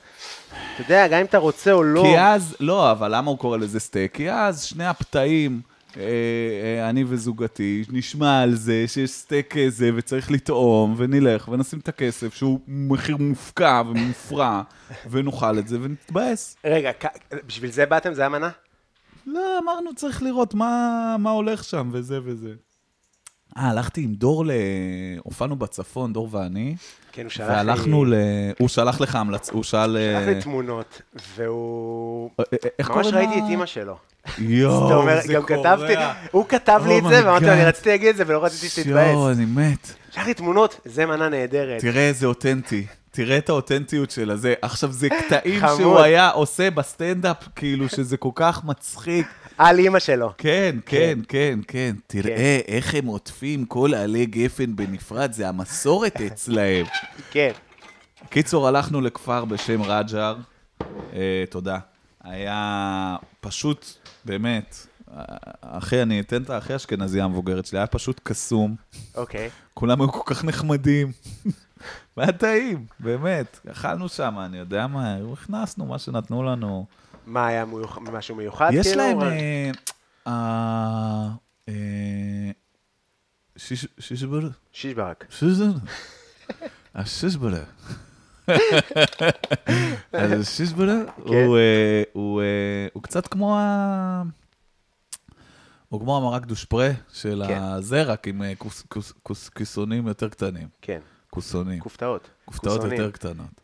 Speaker 2: אתה יודע, גם אם אתה רוצה או לא...
Speaker 3: כי אז, לא, אבל למה הוא קורא לזה סטייק? כי אז שני הפתאים, אה, אה, אני וזוגתי, נשמע על זה שיש סטייק כזה וצריך לטעום, ונלך ונשים את הכסף, שהוא מחיר מופקע ומופרע, *laughs* ונאכל את זה ונתבאס.
Speaker 2: רגע, כ- בשביל זה באתם? זה המנה?
Speaker 3: לא, אמרנו, צריך לראות מה, מה הולך שם, וזה וזה. אה, הלכתי עם דור ל... הופענו בצפון, דור ואני,
Speaker 2: כן, הוא שלח לי...
Speaker 3: והלכנו ל... הוא שלח לך המלצה, הוא שאל...
Speaker 2: הוא שלח
Speaker 3: אה,
Speaker 2: לי תמונות, והוא...
Speaker 3: אה, אה, איך
Speaker 2: ממש
Speaker 3: קוראים
Speaker 2: ראיתי
Speaker 3: לה?
Speaker 2: את אימא שלו.
Speaker 3: יואו,
Speaker 2: אתה אומר,
Speaker 3: זה
Speaker 2: גם
Speaker 3: קורע.
Speaker 2: כתבתי, הוא כתב לי את
Speaker 3: Oh my
Speaker 2: זה, ואמרתי לו,
Speaker 3: God.
Speaker 2: אני רציתי להגיד את זה, ולא רציתי שתתבאס.
Speaker 3: יואו, אני מת.
Speaker 2: שלח לי תמונות, זה מנה נהדרת.
Speaker 3: תראה איזה אותנטי. תראה את האותנטיות של הזה. עכשיו, *laughs* זה קטעים
Speaker 2: חמוד.
Speaker 3: שהוא היה עושה בסטנדאפ, כאילו, שזה כל כך מצחיק.
Speaker 2: על אימא שלו.
Speaker 3: כן, כן, כן, כן. תראה איך הם עוטפים כל עלי גפן בנפרד, זה המסורת אצלהם. *laughs*
Speaker 2: כן.
Speaker 3: קיצור, הלכנו לכפר בשם רג'ר, אה, תודה. היה פשוט, באמת, אה, אחי, אני אתן את האחי אשכנזי המבוגרת שלי, היה פשוט קסום.
Speaker 2: אוקיי.
Speaker 3: כולם היו כל כך נחמדים. *laughs* והיה טעים, באמת. אכלנו שם, אני יודע מה, הכנסנו מה שנתנו לנו.
Speaker 2: מה היה מיוח- משהו מיוחד?
Speaker 3: יש
Speaker 2: כאילו?
Speaker 3: להם...
Speaker 2: אבל-
Speaker 3: אה, אה, אה, שיש- שישבר?
Speaker 2: שיש ברק.
Speaker 3: שישבר?
Speaker 2: *laughs*
Speaker 3: אה, השישברה. אז השישברה
Speaker 2: כן.
Speaker 3: הוא, אה, הוא, אה, הוא קצת כמו ה... הוא כמו המרק דושפרה של
Speaker 2: כן.
Speaker 3: הזה, רק עם אה, כוס- כוס- כוס- כיסונים יותר קטנים.
Speaker 2: כן.
Speaker 3: כוסונים.
Speaker 2: כופתאות.
Speaker 3: כופתאות
Speaker 2: כוסונים.
Speaker 3: יותר קטנות.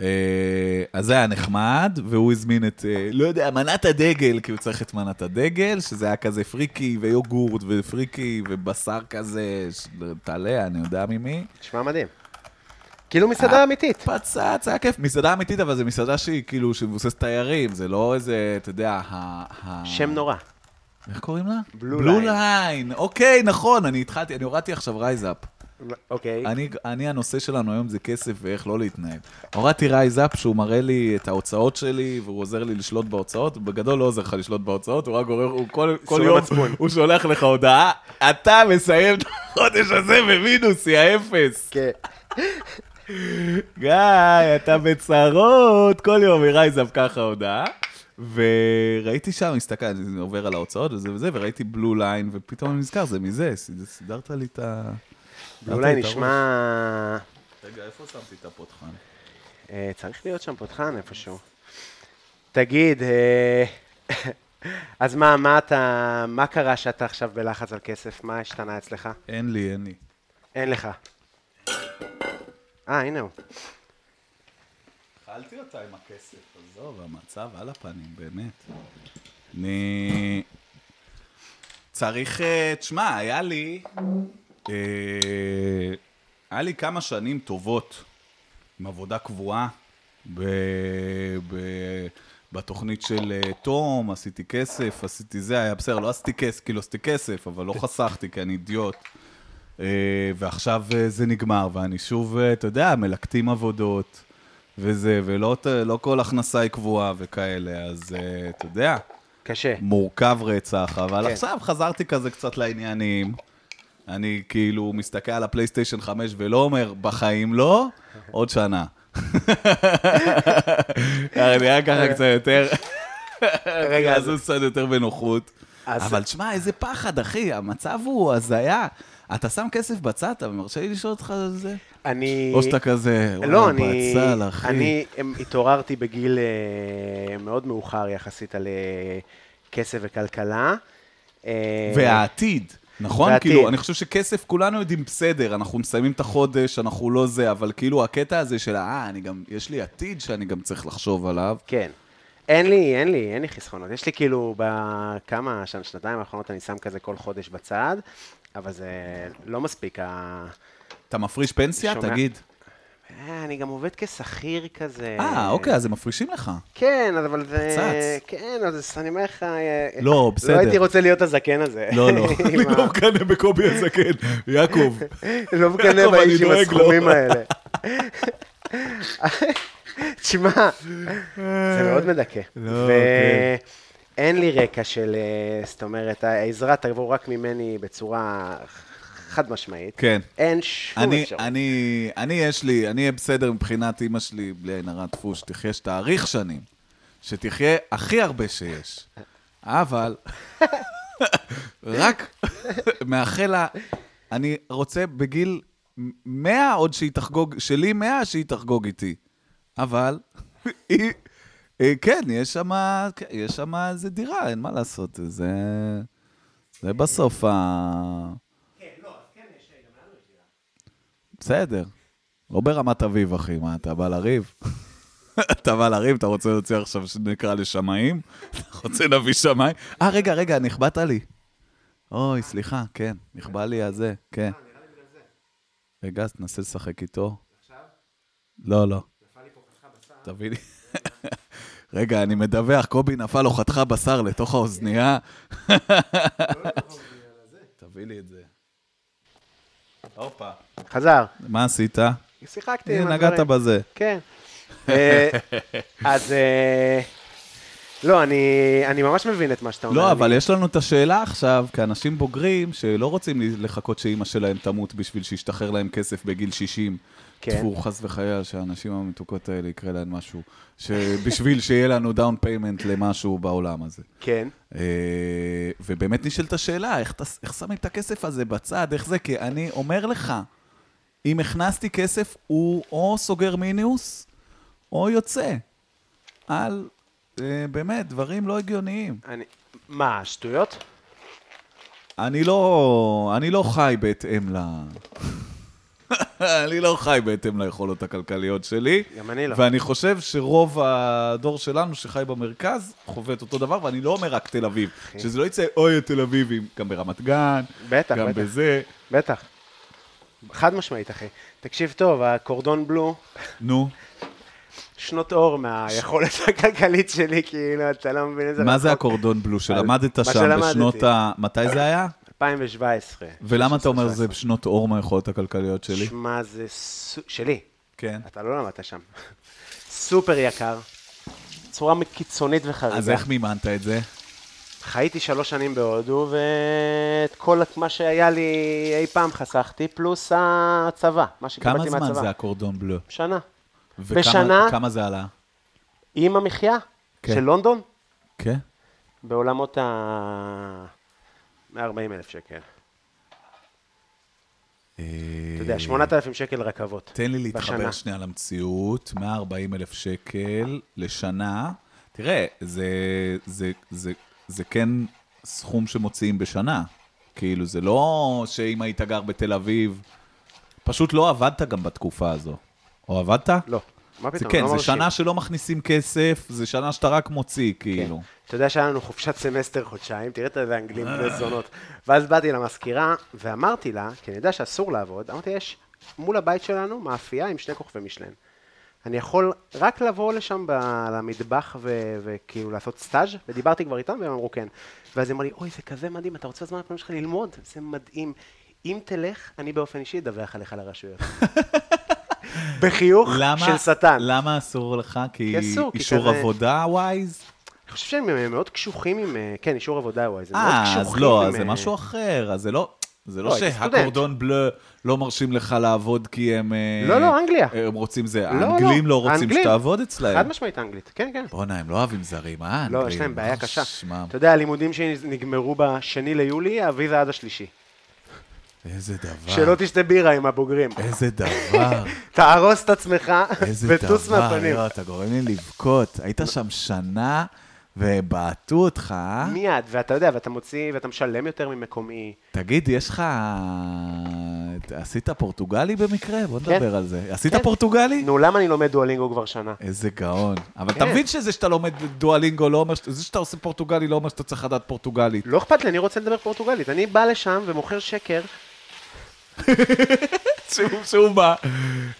Speaker 3: אה, אז זה היה נחמד, והוא הזמין את, אה, לא יודע, מנת הדגל, כי הוא צריך את מנת הדגל, שזה היה כזה פריקי ויוגורט ופריקי ובשר כזה, ש- טלה, אני יודע ממי.
Speaker 2: נשמע מדהים. כאילו מסעדה אמיתית.
Speaker 3: פצץ, היה כיף. מסעדה אמיתית, אבל זו מסעדה שהיא כאילו, שמבוססת תיירים, זה לא איזה, אתה יודע, ה... ה-
Speaker 2: שם נורא.
Speaker 3: איך קוראים לה?
Speaker 2: Blue Line.
Speaker 3: ליין. אוקיי, נכון, אני התחלתי, אני הורדתי עכשיו רייזאפ.
Speaker 2: אוקיי.
Speaker 3: אני, אני, הנושא שלנו היום זה כסף ואיך לא להתנהג. הורדתי רייזאפ שהוא מראה לי את ההוצאות שלי, והוא עוזר לי לשלוט בהוצאות, הוא בגדול לא עוזר לך לשלוט בהוצאות, הוא רק גורר, הוא כל, כל
Speaker 2: סולם
Speaker 3: יום,
Speaker 2: לא מצפון.
Speaker 3: הוא שולח לך הודעה, אתה מסיים את החודש הזה במינוס, יא אפס.
Speaker 2: כן.
Speaker 3: גיא, אתה בצרות, כל יום מרייזאפ ככה הודעה. וראיתי שם, הסתכל, אני עובר על ההוצאות וזה וזה, וראיתי בלו ליין, ופתאום אני נזכר, זה מזה, ס- סידרת לי את ה... סידרת
Speaker 2: אולי
Speaker 3: לי את
Speaker 2: נשמע...
Speaker 3: הראש. רגע, איפה שמתי את הפותחן?
Speaker 2: אה, צריך להיות שם פותחן איפשהו. תגיד, אה, *laughs* אז מה, מה אתה... מה קרה שאתה עכשיו בלחץ על כסף? מה השתנה אצלך?
Speaker 3: אין לי, אין לי.
Speaker 2: אין לך. אה, הנה הוא.
Speaker 3: אכלתי אותה עם הכסף, עזוב, המצב על הפנים, באמת. אני... צריך... אה, תשמע, היה לי... אה, היה לי כמה שנים טובות עם עבודה קבועה ב, ב, בתוכנית של אה, תום, עשיתי כסף, עשיתי זה, היה בסדר, לא עשיתי כסף, כאילו עשיתי כסף, אבל לא חסכתי כי אני אידיוט. אה, ועכשיו אה, זה נגמר, ואני שוב, אה, אתה יודע, מלקטים עבודות וזה, ולא ת- לא כל הכנסה היא קבועה וכאלה, אז אה, אתה יודע,
Speaker 2: קשה.
Speaker 3: מורכב רצח, אבל
Speaker 2: כן.
Speaker 3: עכשיו חזרתי כזה קצת לעניינים. אני כאילו מסתכל על הפלייסטיישן 5 ולא אומר, בחיים לא, עוד
Speaker 2: *laughs*
Speaker 3: שנה. אני היה ככה קצת יותר,
Speaker 2: *laughs* רגע, אז-
Speaker 3: אז הוא קצת יותר בנוחות.
Speaker 2: אז-
Speaker 3: אבל תשמע, איזה פחד, אחי, המצב הוא הזיה. אתה שם כסף בצד, אתה מרשה לי לשאול אותך על זה?
Speaker 2: אני...
Speaker 3: או שאתה כזה,
Speaker 2: לא,
Speaker 3: וואלה,
Speaker 2: אני,
Speaker 3: בצל, אחי.
Speaker 2: אני אמ, התעוררתי בגיל אה, מאוד מאוחר יחסית על אה, כסף וכלכלה. אה,
Speaker 3: והעתיד, נכון?
Speaker 2: והעתיד.
Speaker 3: כאילו, אני חושב שכסף, כולנו יודעים בסדר, אנחנו מסיימים את החודש, אנחנו לא זה, אבל כאילו הקטע הזה של, אה, אני גם, יש לי עתיד שאני גם צריך לחשוב עליו.
Speaker 2: כן. אין לי, אין לי, אין לי חסכונות. יש לי כאילו בכמה, שנ- שנתיים האחרונות אני שם כזה כל חודש בצד, אבל זה לא מספיק. ה...
Speaker 3: אתה מפריש פנסיה?
Speaker 2: שומע.
Speaker 3: תגיד.
Speaker 2: אה, אני גם עובד כשכיר כזה.
Speaker 3: אה, אוקיי, אז הם מפרישים
Speaker 2: *laughs*
Speaker 3: לך.
Speaker 2: כן, אז אבל זה...
Speaker 3: קצת.
Speaker 2: כן, אז אני אומר לך... אה,
Speaker 3: לא, בסדר.
Speaker 2: לא הייתי רוצה להיות הזקן הזה.
Speaker 3: לא, לא,
Speaker 2: *laughs* עם
Speaker 3: אני
Speaker 2: ה-
Speaker 3: לא מקנא בקובי הזקן,
Speaker 2: *laughs*
Speaker 3: יעקב.
Speaker 2: לא מקנא
Speaker 3: יעקב, אני
Speaker 2: באיש עם
Speaker 3: דואג לו.
Speaker 2: הסכומים האלה. תשמע, זה מאוד מדכא.
Speaker 3: לא,
Speaker 2: ואין לי רקע של, אה, זאת אומרת, העזרה תבוא רק ממני בצורה חד משמעית.
Speaker 3: כן.
Speaker 2: אין שום
Speaker 3: אני,
Speaker 2: אפשרות.
Speaker 3: אני, אני יש לי, אני אהיה בסדר מבחינת אימא שלי, בלי עין הרע טפו, שתחיה שתאריך שנים, שתחיה הכי הרבה שיש. אבל, *laughs* רק מאחל לה, אני רוצה בגיל 100 עוד שהיא תחגוג, שלי 100 שהיא תחגוג איתי. אבל, *laughs* היא, אה, כן, יש שם, יש שם איזה דירה, אין מה לעשות, זה, זה בסוף ה... בסדר. לא ברמת אביב, אחי, מה, אתה בא לריב? *laughs* אתה בא לריב, אתה רוצה להוציא עכשיו שנקרא לשמאים? *laughs* אתה רוצה להביא שמאי? אה, רגע, רגע, נכבדת לי. אוי, סליחה, כן, נכבה לי הזה, כן. רגע, אז תנסה לשחק איתו. לא, לא. תביא לי. *laughs* רגע, אני מדווח, קובי נפל לו חתך בשר לתוך האוזנייה. *laughs* תביא לי את זה. הופה.
Speaker 2: חזר,
Speaker 3: מה עשית?
Speaker 2: שיחקתי עם
Speaker 3: הנה,
Speaker 2: הדברים.
Speaker 3: נגעת בזה.
Speaker 2: כן.
Speaker 3: *laughs*
Speaker 2: אה, אז... אה, לא, אני, אני ממש מבין את מה שאתה אומר.
Speaker 3: לא,
Speaker 2: אני-
Speaker 3: אבל יש לנו את השאלה עכשיו, כאנשים בוגרים שלא רוצים לחכות שאימא שלהם תמות בשביל שישתחרר להם כסף בגיל 60.
Speaker 2: כן.
Speaker 3: טפו, חס וחלילה, שהאנשים המתוקות האלה יקרה להם משהו, שבשביל שיהיה לנו דאון פיימנט למשהו בעולם הזה.
Speaker 2: כן.
Speaker 3: אה, ובאמת נשאלת השאלה, איך, תס- איך שמים את הכסף הזה בצד, איך זה? כי אני אומר לך, אם הכנסתי כסף, הוא או סוגר מינוס, או יוצא. על, אה, באמת, דברים לא הגיוניים.
Speaker 2: אני... מה, שטויות?
Speaker 3: אני לא, אני לא חי בהתאם ל... *laughs* אני לא חי בהתאם ליכולות הכלכליות שלי.
Speaker 2: גם אני לא.
Speaker 3: ואני חושב שרוב הדור שלנו שחי במרכז חווה את אותו דבר, ואני לא אומר רק תל אביב. שזה לא יצא, אוי, תל אביבים, גם ברמת גן,
Speaker 2: כן. בטח,
Speaker 3: גם
Speaker 2: בטח.
Speaker 3: בזה.
Speaker 2: בטח. חד משמעית, אחי. תקשיב טוב, הקורדון בלו,
Speaker 3: נו,
Speaker 2: שנות אור מהיכולת הכלכלית שלי, כאילו, אתה לא מבין איזה...
Speaker 3: מה
Speaker 2: רחוק.
Speaker 3: זה הקורדון בלו שלמדת
Speaker 2: מה
Speaker 3: שם
Speaker 2: שלמדתי.
Speaker 3: בשנות ה... מתי זה היה?
Speaker 2: 2017.
Speaker 3: ולמה אתה אומר זה בשנות אור מהיכולות הכלכליות שלי?
Speaker 2: שמע, זה... סו- שלי.
Speaker 3: כן.
Speaker 2: אתה לא למדת שם. סופר יקר, צורה קיצונית וחריגה.
Speaker 3: אז איך מימנת את זה?
Speaker 2: חייתי שלוש שנים בהודו, ואת כל מה שהיה לי אי פעם חסכתי, פלוס הצבא, מה שקיבלתי
Speaker 3: כמה
Speaker 2: מהצבא.
Speaker 3: זמן זה הקורדון בלו?
Speaker 2: שנה.
Speaker 3: וכמה-
Speaker 2: בשנה?
Speaker 3: כמה זה עלה?
Speaker 2: עם המחיה
Speaker 3: כן.
Speaker 2: של לונדון,
Speaker 3: כן.
Speaker 2: בעולמות ה... 140 אלף שקל. אתה יודע, 8,000 שקל רכבות.
Speaker 3: תן לי להתחבר
Speaker 2: בשנה.
Speaker 3: שנייה למציאות, 140 אלף שקל לשנה. תראה, זה, זה, זה, זה כן סכום שמוציאים בשנה. כאילו, זה לא שאם היית גר בתל אביב, פשוט לא עבדת גם בתקופה הזו. או עבדת?
Speaker 2: לא. מה
Speaker 3: זה
Speaker 2: פתאום,
Speaker 3: כן,
Speaker 2: לא
Speaker 3: זה
Speaker 2: מרשים.
Speaker 3: שנה שלא מכניסים כסף, זה שנה שאתה רק מוציא,
Speaker 2: כן.
Speaker 3: כאילו.
Speaker 2: אתה יודע שהיה לנו חופשת סמסטר חודשיים, תראה את זה האנגלים, זה זונות. ואז באתי למזכירה ואמרתי לה, כי אני יודע שאסור לעבוד, אמרתי, יש מול הבית שלנו מאפייה עם שני כוכבי משלן. אני יכול רק לבוא לשם ב- למטבח ו- וכאילו לעשות סטאז' ודיברתי כבר איתם והם אמרו כן. ואז היא אמרה לי, אוי, זה כזה מדהים, אתה רוצה בזמן הפנוי שלך ללמוד? זה מדהים. אם תלך, אני באופן אישי אדווח עליך
Speaker 3: *laughs*
Speaker 2: לרשויות. בחיוך
Speaker 3: למה,
Speaker 2: של שטן.
Speaker 3: למה אסור לך? כי
Speaker 2: כי אסור, כי
Speaker 3: אישור
Speaker 2: כזה-
Speaker 3: עבודה ווייז?
Speaker 2: אני חושב שהם אה, מאוד קשוחים עם... אה, כן, אישור עבודה וואי, זה מאוד
Speaker 3: אה,
Speaker 2: קשוחים
Speaker 3: אז לא,
Speaker 2: עם,
Speaker 3: אז זה
Speaker 2: אה,
Speaker 3: משהו אחר, אז זה לא... זה לא
Speaker 2: לא, הייתי סטודנט.
Speaker 3: שהקורדון בלו לא מרשים לך לעבוד כי הם... אה,
Speaker 2: לא, לא, אנגליה.
Speaker 3: הם רוצים זה.
Speaker 2: לא,
Speaker 3: האנגלים
Speaker 2: לא,
Speaker 3: לא רוצים
Speaker 2: האנגלים.
Speaker 3: שתעבוד
Speaker 2: חד
Speaker 3: אצלהם.
Speaker 2: משמעית אנגלית, כן, כן.
Speaker 3: בואנה, הם לא אוהבים זרים, אה?
Speaker 2: לא,
Speaker 3: האנגלים?
Speaker 2: יש להם בעיה
Speaker 3: אה,
Speaker 2: קשה.
Speaker 3: שמע,
Speaker 2: אתה יודע, הלימודים שנגמרו בשני ליולי, הוויזה עד השלישי.
Speaker 3: איזה דבר.
Speaker 2: שלא תשתה בירה עם הבוגרים.
Speaker 3: איזה
Speaker 2: *laughs*
Speaker 3: דבר.
Speaker 2: תהרוס את עצמך
Speaker 3: איזה
Speaker 2: ותוס
Speaker 3: דבר.
Speaker 2: מהפנים. לא.
Speaker 3: יואו, אתה גורם לי לבכות. היית שם שנה ובעטו אותך, אה?
Speaker 2: מיד, ואתה יודע, ואתה מוציא, ואתה משלם יותר ממקומי.
Speaker 3: תגיד, יש לך... עשית פורטוגלי במקרה? בוא
Speaker 2: כן.
Speaker 3: נדבר על זה. עשית
Speaker 2: כן.
Speaker 3: פורטוגלי?
Speaker 2: נו, למה אני לומד דואלינגו כבר שנה?
Speaker 3: איזה גאון. אבל
Speaker 2: כן.
Speaker 3: אתה מבין שזה שאתה לומד דואלינגו לא אומר, ש- זה שאתה עושה פורטוגלי לא אומר שאתה צריך לדעת
Speaker 2: *laughs*
Speaker 3: פורטוגלית.
Speaker 2: לא אכפת לי, אני רוצה לדבר פורטוגלית. אני בא לשם ומוכר שקר.
Speaker 3: שהוא- שהוא בא.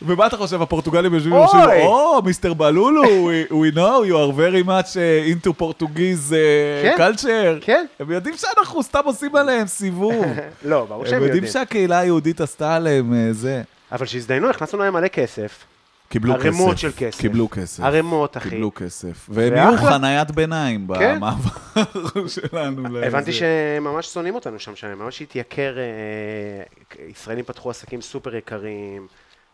Speaker 3: ומה אתה חושב, הפורטוגלים יושבים ואומרים,
Speaker 2: אוי!
Speaker 3: או, מיסטר בלולו, we- we know you are very much uh, into Portuguese uh,
Speaker 2: כן,
Speaker 3: culture.
Speaker 2: כן.
Speaker 3: הם יודעים שאנחנו סתם עושים עליהם
Speaker 2: *laughs*
Speaker 3: סיבוב.
Speaker 2: לא, ברור
Speaker 3: הם
Speaker 2: שהם
Speaker 3: יודעים
Speaker 2: יודעים.
Speaker 3: שהקהילה היהודית עשתה עליהם אה, זה.
Speaker 2: אבל שהזדיינו, הכנסנו להם מלא כסף.
Speaker 3: קיבלו כסף.
Speaker 2: ערימות של כסף.
Speaker 3: קיבלו כסף.
Speaker 2: ערימות, אחי.
Speaker 3: קיבלו כסף. והם
Speaker 2: ואחלה.
Speaker 3: יהיו חניית ביניים
Speaker 2: כן.
Speaker 3: במעבר *laughs* שלנו. לזה.
Speaker 2: הבנתי שממש שונאים אותנו שם, שם ממש התייקר, אה, ישראלים פתחו עסקים סופר יקרים,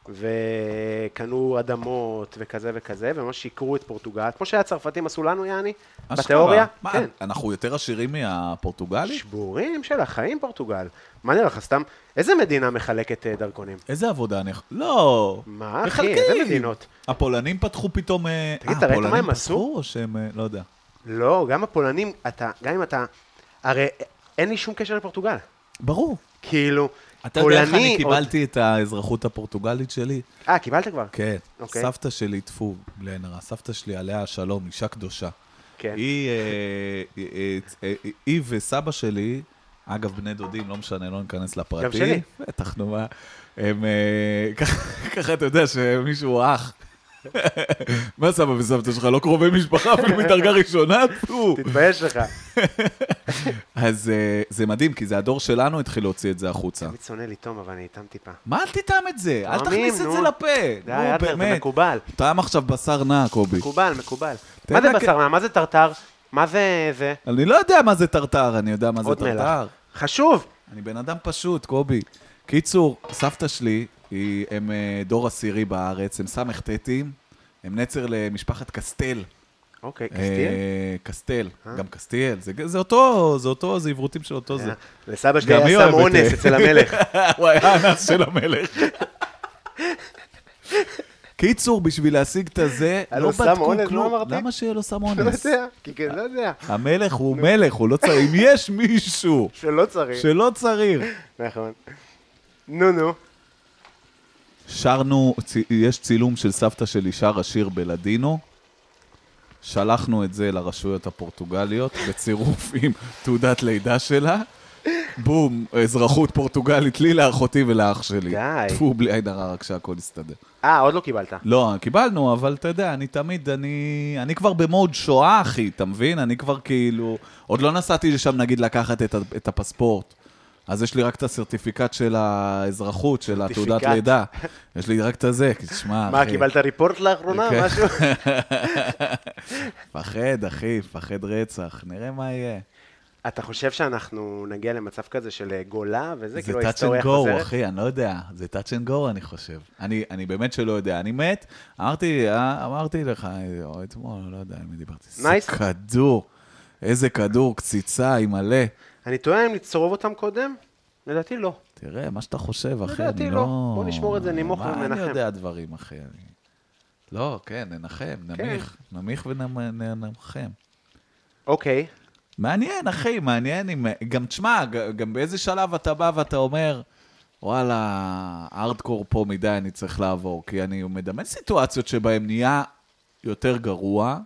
Speaker 2: וקנו אדמות וכזה וכזה, וממש שיקרו את פורטוגל, כמו שהצרפתים עשו לנו, יעני,
Speaker 3: אשכרה.
Speaker 2: בתיאוריה,
Speaker 3: מה,
Speaker 2: כן.
Speaker 3: אנחנו יותר עשירים מהפורטוגלים?
Speaker 2: שבורים של החיים פורטוגל. מה נראה לך, סתם, איזה מדינה מחלקת אה, דרכונים?
Speaker 3: איזה עבודה אני... לא.
Speaker 2: מה, אחי?
Speaker 3: מחלקים.
Speaker 2: איזה מדינות?
Speaker 3: הפולנים פתחו פתאום... אה,
Speaker 2: תגיד,
Speaker 3: אה,
Speaker 2: אתה ראית מה
Speaker 3: הפולנים
Speaker 2: הם עשו?
Speaker 3: פתחו או שהם... אה, לא יודע.
Speaker 2: לא, גם הפולנים, אתה, גם אם אתה, הרי אין לי שום קשר לפורטוגל.
Speaker 3: ברור.
Speaker 2: כאילו,
Speaker 3: אתה יודע איך
Speaker 2: פולני
Speaker 3: אני
Speaker 2: עוד-
Speaker 3: קיבלתי את האזרחות הפורטוגלית שלי?
Speaker 2: אה, קיבלת כבר?
Speaker 3: כן.
Speaker 2: אוקיי.
Speaker 3: סבתא שלי, טפו, בלי עין הרע, סבתא שלי עליה השלום, אישה קדושה.
Speaker 2: כן.
Speaker 3: היא, אה, אה, אה, אה, אה, היא וסבא שלי, אגב, בני דודים, לא משנה, לא ניכנס לפרטי.
Speaker 2: גם שלי.
Speaker 3: בטח, נו מה. הם, אה, *laughs* ככה- ככה אתה יודע שמישהו אח. מה סבא וסבתא שלך, לא קרובי משפחה, אפילו מדרגה ראשונה? טפו.
Speaker 2: תתבייש לך.
Speaker 3: אז אה, זה מדהים, כי זה הדור שלנו התחיל להוציא את זה החוצה.
Speaker 2: תמיד שונא לטעום, אבל אני אטעם טיפה.
Speaker 3: מה אל תטעם את זה? אל
Speaker 2: טועמים,
Speaker 3: תכניס את
Speaker 2: נו.
Speaker 3: זה לפה.
Speaker 2: די,
Speaker 3: נו,
Speaker 2: אדלר, זה
Speaker 3: באמת.
Speaker 2: מקובל.
Speaker 3: טעם עכשיו בשר נע, קובי.
Speaker 2: מקובל, מקובל.
Speaker 3: אתה
Speaker 2: מה זה
Speaker 3: יודע,
Speaker 2: בשר? מה? מה זה טרטר? מה זה זה?
Speaker 3: אני לא יודע מה זה טרטר, אני יודע מה זה
Speaker 2: עוד
Speaker 3: טרטר.
Speaker 2: מלח. חשוב!
Speaker 3: אני בן אדם פשוט, קובי. קיצור, סבתא שלי, היא, הם אה, דור עשירי בארץ, הם סטים, הם נצר למשפחת קסטל.
Speaker 2: אוקיי, קסטיאל?
Speaker 3: אה, קסטל, גם קסטיאל, זה, זה אותו, זה אותו, זה עברותים של
Speaker 2: אה.
Speaker 3: אותו זה.
Speaker 2: לסבא שלי
Speaker 3: גם
Speaker 2: היה
Speaker 3: היא
Speaker 2: סם
Speaker 3: אוהבת,
Speaker 2: אונס
Speaker 3: אה.
Speaker 2: אצל
Speaker 3: *laughs*
Speaker 2: המלך.
Speaker 3: הוא היה האנס של
Speaker 2: *laughs*
Speaker 3: המלך. קיצור, בשביל להשיג את הזה,
Speaker 2: היה
Speaker 3: לא
Speaker 2: לו סם
Speaker 3: בדקו
Speaker 2: אונס, לא
Speaker 3: כלום.
Speaker 2: אמרתי?
Speaker 3: למה שיהיה לו
Speaker 2: *laughs*
Speaker 3: סם
Speaker 2: לא
Speaker 3: אונס?
Speaker 2: יודע, כי כן, לא יודע.
Speaker 3: המלך הוא מלך, הוא לא צריך. אם יש מישהו
Speaker 2: שלא צריך.
Speaker 3: שלא צריך.
Speaker 2: נכון. נו, נו.
Speaker 3: שרנו, צ- יש צילום של סבתא שלי שר השיר בלדינו. *laughs* שלחנו את זה לרשויות הפורטוגליות בצירוף עם תעודת לידה שלה, בום, אזרחות פורטוגלית לי, לאחותי ולאח שלי.
Speaker 2: די.
Speaker 3: טפו, בלי עין הרע, רק שהכל יסתדר.
Speaker 2: אה, עוד לא קיבלת.
Speaker 3: לא, קיבלנו, אבל אתה יודע, אני תמיד, אני, אני כבר במוד שואה, אחי, אתה מבין? אני כבר כאילו... עוד לא נסעתי לשם, נגיד, לקחת את, ה- את הפספורט. אז יש לי רק את הסרטיפיקט של האזרחות, של התעודת
Speaker 2: סרטיפיקט.
Speaker 3: לידה. יש לי רק את הזה, כי תשמע, אחי.
Speaker 2: מה, קיבלת ריפורט לאחרונה?
Speaker 3: כן.
Speaker 2: משהו?
Speaker 3: *laughs* פחד, אחי, פחד רצח, נראה מה יהיה.
Speaker 2: אתה חושב שאנחנו נגיע למצב כזה של אה, גולה וזה?
Speaker 3: זה
Speaker 2: כאילו
Speaker 3: touch
Speaker 2: ההיסטוריה
Speaker 3: and go,
Speaker 2: חוזרת?
Speaker 3: אחי, אני לא יודע. זה touch and go, אני חושב. אני, אני באמת שלא יודע. אני מת, אמרתי, אה, אמרתי לך, אה, או אתמול, לא יודע עם מי דיברתי.
Speaker 2: Nice.
Speaker 3: איזה כדור, איזה כדור, קציצה, היא מלא.
Speaker 2: אני טוען אם לצרוב אותם קודם? לדעתי לא.
Speaker 3: תראה, מה שאתה חושב, אחי,
Speaker 2: לדעתי
Speaker 3: אני
Speaker 2: לא.
Speaker 3: לא...
Speaker 2: בוא נשמור את זה, נמוך
Speaker 3: מה אני
Speaker 2: וננחם.
Speaker 3: יודע דברים, אחי? אני... לא, כן, ננחם, נמיך. נמיך וננחם.
Speaker 2: אוקיי.
Speaker 3: מעניין, אחי, מעניין אם... גם תשמע, ג- גם באיזה שלב אתה בא ואתה אומר, וואלה, הארדקור פה מדי אני צריך לעבור, כי אני מדמיין סיטואציות שבהן נהיה יותר גרוע,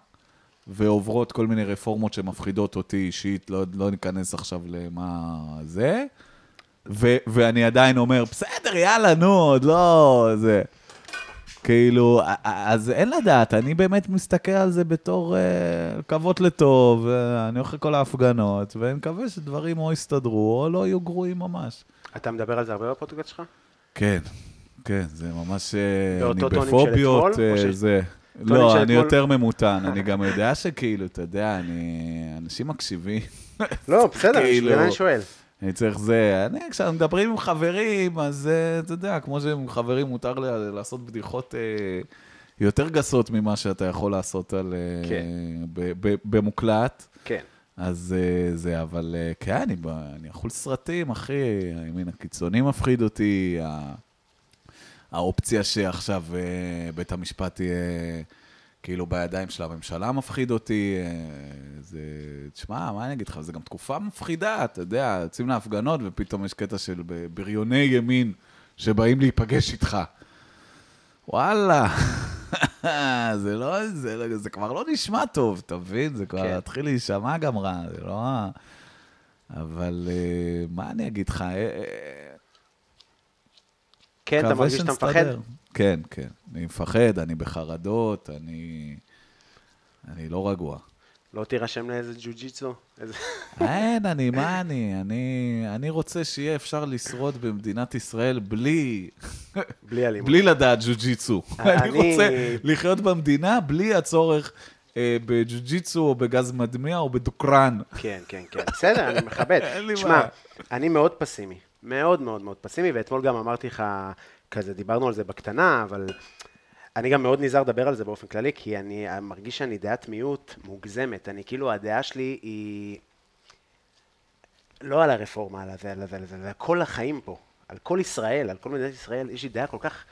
Speaker 3: ועוברות כל מיני רפורמות שמפחידות אותי אישית, לא, לא ניכנס עכשיו למה זה, ו, ואני עדיין אומר, בסדר, יאללה, נו, עוד לא... זה... כאילו, א- א- אז אין לדעת, אני באמת מסתכל על זה בתור אה, לקוות לטוב, אה, אני הולך לכל ההפגנות, ואני מקווה שדברים או יסתדרו או לא יהיו גרועים ממש.
Speaker 2: אתה מדבר על זה הרבה בפודקאסט שלך?
Speaker 3: כן, כן, זה ממש... אה,
Speaker 2: באותו
Speaker 3: אני
Speaker 2: טונים של
Speaker 3: בפוביות,
Speaker 2: אתמול, או
Speaker 3: אה,
Speaker 2: ש-
Speaker 3: זה...
Speaker 2: טונים של
Speaker 3: לא, אני
Speaker 2: אתמול?
Speaker 3: יותר ממותן, אני גם יודע שכאילו, אתה יודע, אני... אנשים מקשיבים.
Speaker 2: לא, בסדר,
Speaker 3: כאילו-
Speaker 2: בגלל אני שואל.
Speaker 3: אני צריך זה. אני, כשאנחנו מדברים עם חברים, אז אה, אתה יודע, כמו שעם חברים מותר ל- לעשות בדיחות אה, יותר גסות ממה שאתה יכול לעשות על, אה,
Speaker 2: כן.
Speaker 3: ב- ב- במוקלט.
Speaker 2: כן.
Speaker 3: אז אה, זה, אבל אה, כן, אני, ב- אני אכול סרטים, אחי, הימין הקיצוני מפחיד אותי, ה- האופציה שעכשיו אה, בית המשפט יהיה כאילו בידיים של הממשלה מפחיד אותי, אה, זה, תשמע, מה אני אגיד לך, זה גם תקופה מפחידה, אתה יודע, יוצאים להפגנות ופתאום יש קטע של ב- בריוני ימין שבאים להיפגש איתך. וואלה. *laughs* זה לא, זה, לא- זה כבר לא נשמע טוב, אתה מבין? זה כבר
Speaker 2: כן.
Speaker 3: התחיל להישמע גם רע, זה לא... ה- אבל אה, מה אני אגיד לך? אה, אה,
Speaker 2: כן, אתה
Speaker 3: מקווה
Speaker 2: מרגיש שאתה מפחד?
Speaker 3: שנסתדר. כן, כן. אני מפחד, אני בחרדות, אני... אני לא רגוע.
Speaker 2: לא תירשם לאיזה ג'ו-ג'יצו? איזה-
Speaker 3: אין, אני, מה אני? אני, אני רוצה שיהיה אפשר לשרוד במדינת ישראל בלי,
Speaker 2: *laughs* בלי אלימות.
Speaker 3: בלי לדעת ג'ו-ג'יצו. אני
Speaker 2: אה, אני-
Speaker 3: רוצה לחיות במדינה בלי הצורך אה, בג'ו-ג'יצו או בגז מדמיע או בדוקרן.
Speaker 2: כן, כן, כן. בסדר, אני מכבד.
Speaker 3: *laughs* אין לי
Speaker 2: תשמע,
Speaker 3: בעיה.
Speaker 2: אני מאוד פסימי. מאוד מאוד מאוד פסימי, ואתמול גם אמרתי לך, כזה דיברנו על זה בקטנה, אבל אני גם מאוד נזהר לדבר על זה באופן כללי, כי אני מרגיש שאני דעת מיעוט מוגזמת. אני כאילו, הדעה שלי היא... לא על הרפורמה, על הזה, על הזה, על זה, על כל החיים פה, על כל ישראל, על כל מדינת ישראל, יש לי דעה כל כך...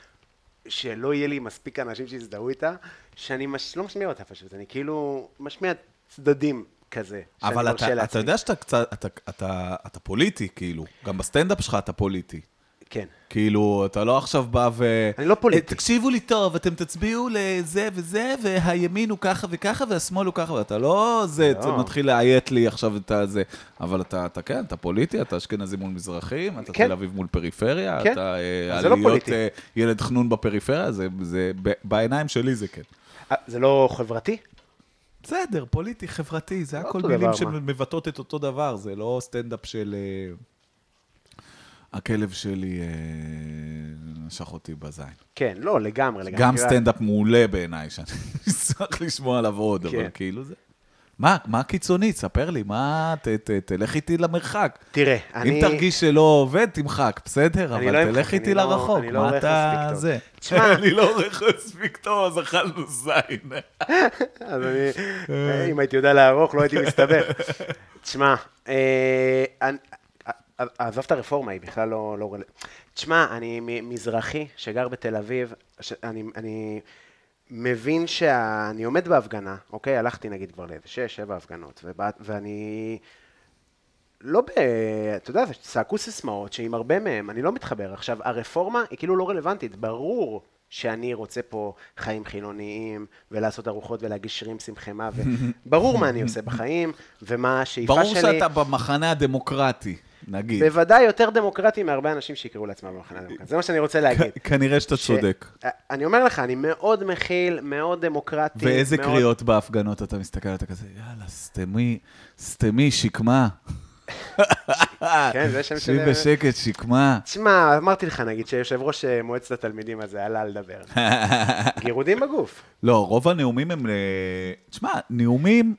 Speaker 2: שלא יהיה לי מספיק אנשים שיזדהו איתה, שאני מש... לא משמיע אותה פשוט, אני כאילו משמיע צדדים כזה. שאני
Speaker 3: אבל
Speaker 2: מרשה
Speaker 3: אתה, אתה
Speaker 2: לעצמי.
Speaker 3: יודע שאתה קצת, אתה, אתה, אתה פוליטי, כאילו. גם בסטנדאפ שלך אתה פוליטי.
Speaker 2: כן.
Speaker 3: כאילו, אתה לא עכשיו בא ו...
Speaker 2: אני לא פוליטי.
Speaker 3: אה, תקשיבו לי טוב, אתם תצביעו לזה וזה, והימין הוא ככה וככה, והשמאל הוא ככה, ואתה לא זה,
Speaker 2: לא.
Speaker 3: אתה מתחיל לאיית לי עכשיו את הזה. אבל אתה, אתה כן, אתה פוליטי, אתה אשכנזי מול מזרחים, אתה
Speaker 2: כן.
Speaker 3: תל אביב מול פריפריה,
Speaker 2: כן.
Speaker 3: אתה אה,
Speaker 2: אז זה לא
Speaker 3: להיות
Speaker 2: פוליטי.
Speaker 3: אה, ילד חנון בפריפריה, זה, זה, ב- בעיניים שלי זה כן.
Speaker 2: אה, זה לא חברתי?
Speaker 3: בסדר, פוליטי, חברתי, זה
Speaker 2: לא
Speaker 3: הכל
Speaker 2: אותו
Speaker 3: מילים
Speaker 2: דבר, מה?
Speaker 3: שמבטאות את אותו דבר, זה לא סטנדאפ של... אה, הכלב שלי אה, נשך אותי בזין.
Speaker 2: כן, לא, לגמרי, לגמרי.
Speaker 3: גם
Speaker 2: כאילו,
Speaker 3: סטנדאפ מעולה בעיניי, שאני *laughs* אשמח לשמוע עליו עוד,
Speaker 2: כן.
Speaker 3: אבל כאילו זה... מה, מה קיצוני? תספר לי, מה, ת, ת, תלך איתי למרחק.
Speaker 2: תראה,
Speaker 3: אם
Speaker 2: אני...
Speaker 3: תרגיש שלא עובד, תמחק, בסדר,
Speaker 2: אני לא
Speaker 3: אבל
Speaker 2: אמחק,
Speaker 3: תלך
Speaker 2: אני
Speaker 3: איתי
Speaker 2: לא-
Speaker 3: לרחוק,
Speaker 2: אני לא
Speaker 3: מה
Speaker 2: עורך מספיק
Speaker 3: אתה...
Speaker 2: טוב.
Speaker 3: זה.
Speaker 2: תשמע.
Speaker 3: *laughs* אני לא עורך מספיק טוב, אז אכלנו זין.
Speaker 2: אז אני... אה, אם הייתי יודע לערוך, לא הייתי מסתבך. תשמע, אה, אני- אה, אה, עזוב את הרפורמה, היא בכלל לא... לא רל- תשמע, אני מ- מזרחי שגר בתל אביב, ש- אני- אני מבין שאני עומד בהפגנה, אוקיי? הלכתי נגיד כבר לאיזה שש, שבע הפגנות, ובא- ואני... לא ב... אתה יודע, זה צעקו סיסמאות שעם הרבה מהם אני לא מתחבר. עכשיו, הרפורמה היא כאילו לא רלוונטית. ברור שאני רוצה פה חיים חילוניים, ולעשות ארוחות ולהגיש שירים שמחמה,
Speaker 3: *laughs*
Speaker 2: וברור מה אני עושה בחיים, ומה השאיפה
Speaker 3: ברור
Speaker 2: שלי.
Speaker 3: שאתה במחנה הדמוקרטי. נגיד.
Speaker 2: בוודאי יותר דמוקרטי מהרבה אנשים שיקראו לעצמם במחנה הדמוקרטי. זה מה שאני רוצה
Speaker 3: *laughs*
Speaker 2: להגיד.
Speaker 3: כ- כנראה שאתה
Speaker 2: ש- אה,
Speaker 3: צודק.
Speaker 2: אני אומר לך, אני מאוד מכיל, מאוד דמוקרטי.
Speaker 3: ואיזה
Speaker 2: מאוד-
Speaker 3: קריאות בהפגנות אתה מסתכל, אתה כזה, יאללה, סתמי, סתמי, שקמה.
Speaker 2: כן, זה שם של-
Speaker 3: שבי בשקט, שקמה.
Speaker 2: תשמע, אמרתי לך, נגיד, שיושב ראש אה, מועצת התלמידים הזה עלה
Speaker 3: *laughs*
Speaker 2: לדבר. גירודים בגוף.
Speaker 3: לא, רוב הנאומים הם... ל- תשמע, נאומים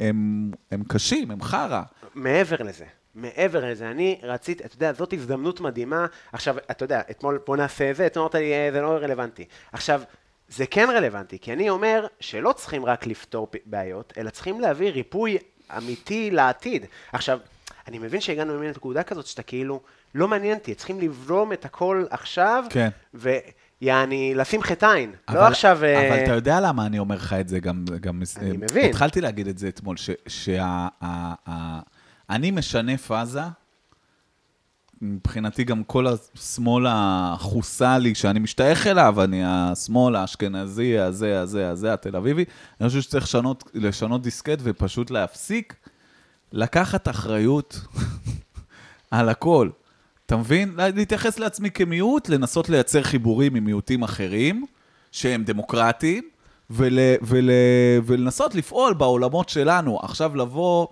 Speaker 3: הם הם קשים, הם חרא.
Speaker 2: מעבר לזה, מעבר לזה, אני רציתי, אתה יודע, זאת הזדמנות מדהימה. עכשיו, אתה יודע, אתמול בוא נעשה זה, אתמול אמרת לי, "אה, זה לא רלוונטי. עכשיו, זה כן רלוונטי, כי אני אומר שלא צריכים רק לפתור פ- בעיות, אלא צריכים להביא ריפוי אמיתי לעתיד. עכשיו, אני מבין שהגענו ממין נקודה כזאת שאתה כאילו, לא מעניין אותי, צריכים לבלום את הכל עכשיו,
Speaker 3: כן.
Speaker 2: ויעני, לשים חטאין,
Speaker 3: אבל-
Speaker 2: לא עכשיו... אה,
Speaker 3: אבל אתה יודע למה אני אומר לך את זה גם... גם
Speaker 2: אני
Speaker 3: אה,
Speaker 2: מבין.
Speaker 3: התחלתי להגיד את זה אתמול, ש- שה... ה- ה- אני משנה פאזה, מבחינתי גם כל השמאל החוסלי שאני משתייך אליו, אני השמאל האשכנזי, הזה, הזה, הזה, התל אביבי, אני חושב שצריך לשנות, לשנות דיסקט ופשוט להפסיק לקחת אחריות *laughs* על הכל. אתה מבין? לה- להתייחס לעצמי כמיעוט, לנסות לייצר חיבורים עם מיעוטים אחרים, שהם דמוקרטיים, ול, ול, ולנסות לפעול בעולמות שלנו. עכשיו לבוא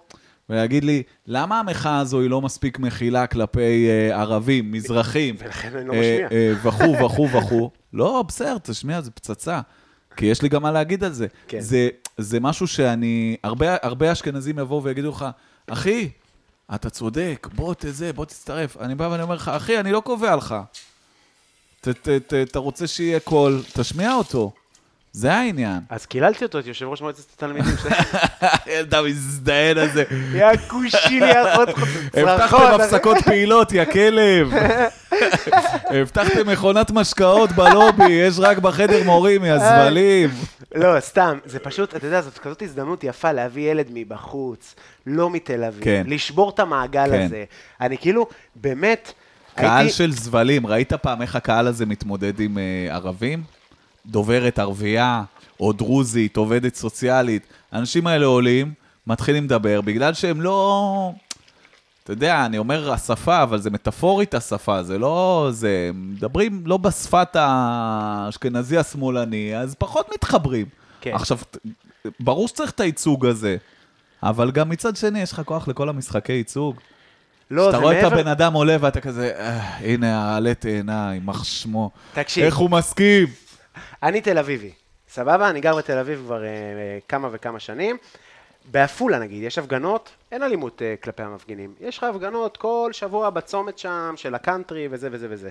Speaker 3: ולהגיד לי, למה המחאה הזו היא לא מספיק מכילה כלפי אה, ערבים, מזרחים,
Speaker 2: ולכן אני לא
Speaker 3: אה,
Speaker 2: משמיע.
Speaker 3: אה, וכו' וכו' וכו'. לא, בסדר, תשמיע, זה פצצה. כי יש לי גם מה להגיד על זה.
Speaker 2: כן.
Speaker 3: זה, זה משהו שאני... הרבה, הרבה אשכנזים יבואו ויגידו לך, אחי, אתה צודק, בוא תזה, בוא תצטרף. אני בא ואני אומר לך, אחי, אני לא קובע לך. ת- ת- ת- אתה רוצה שיהיה קול, תשמיע אותו. זה העניין.
Speaker 2: אז קיללתי אותו, את יושב ראש מועצת התלמידים, *laughs*
Speaker 3: הילד המזדיין הזה.
Speaker 2: יא כושי לי אחות נכון,
Speaker 3: הבטחתם הפסקות פעילות, יא כלב. הבטחתם מכונת משקאות בלובי, יש רק בחדר מורים, יא זבלים.
Speaker 2: לא, סתם, זה פשוט, אתה יודע, זאת כזאת הזדמנות יפה להביא ילד מבחוץ, לא מתל אביב,
Speaker 3: כן.
Speaker 2: לשבור את המעגל
Speaker 3: כן.
Speaker 2: הזה. אני כאילו, באמת,
Speaker 3: קהל
Speaker 2: הייתי-
Speaker 3: של זבלים, ראית פעם איך הקהל הזה מתמודד עם אה, ערבים? דוברת ערבייה, או דרוזית, עובדת סוציאלית. האנשים האלה עולים, מתחילים לדבר, בגלל שהם לא... אתה יודע, אני אומר השפה, אבל זה מטאפורית השפה, זה לא... זה... הם מדברים לא בשפת האשכנזי השמאלני, אז פחות מתחברים.
Speaker 2: כן.
Speaker 3: עכשיו, ת- ברור שצריך את הייצוג הזה, אבל גם מצד שני, יש לך כוח לכל המשחקי ייצוג.
Speaker 2: לא,
Speaker 3: אתה
Speaker 2: זה
Speaker 3: רואה את
Speaker 2: מעבר-
Speaker 3: הבן אדם עולה ואתה כזה, "אה, הנה העלה תאנה, יימח שמו.
Speaker 2: תקשיב.
Speaker 3: איך הוא מסכים?
Speaker 2: אני תל אביבי, סבבה? אני גר בתל אביב כבר אה, אה, כמה וכמה שנים. בעפולה נגיד, יש הפגנות, אין אלימות אה, כלפי המפגינים. יש לך הפגנות כל שבוע בצומת שם, של הקאנטרי וזה וזה וזה.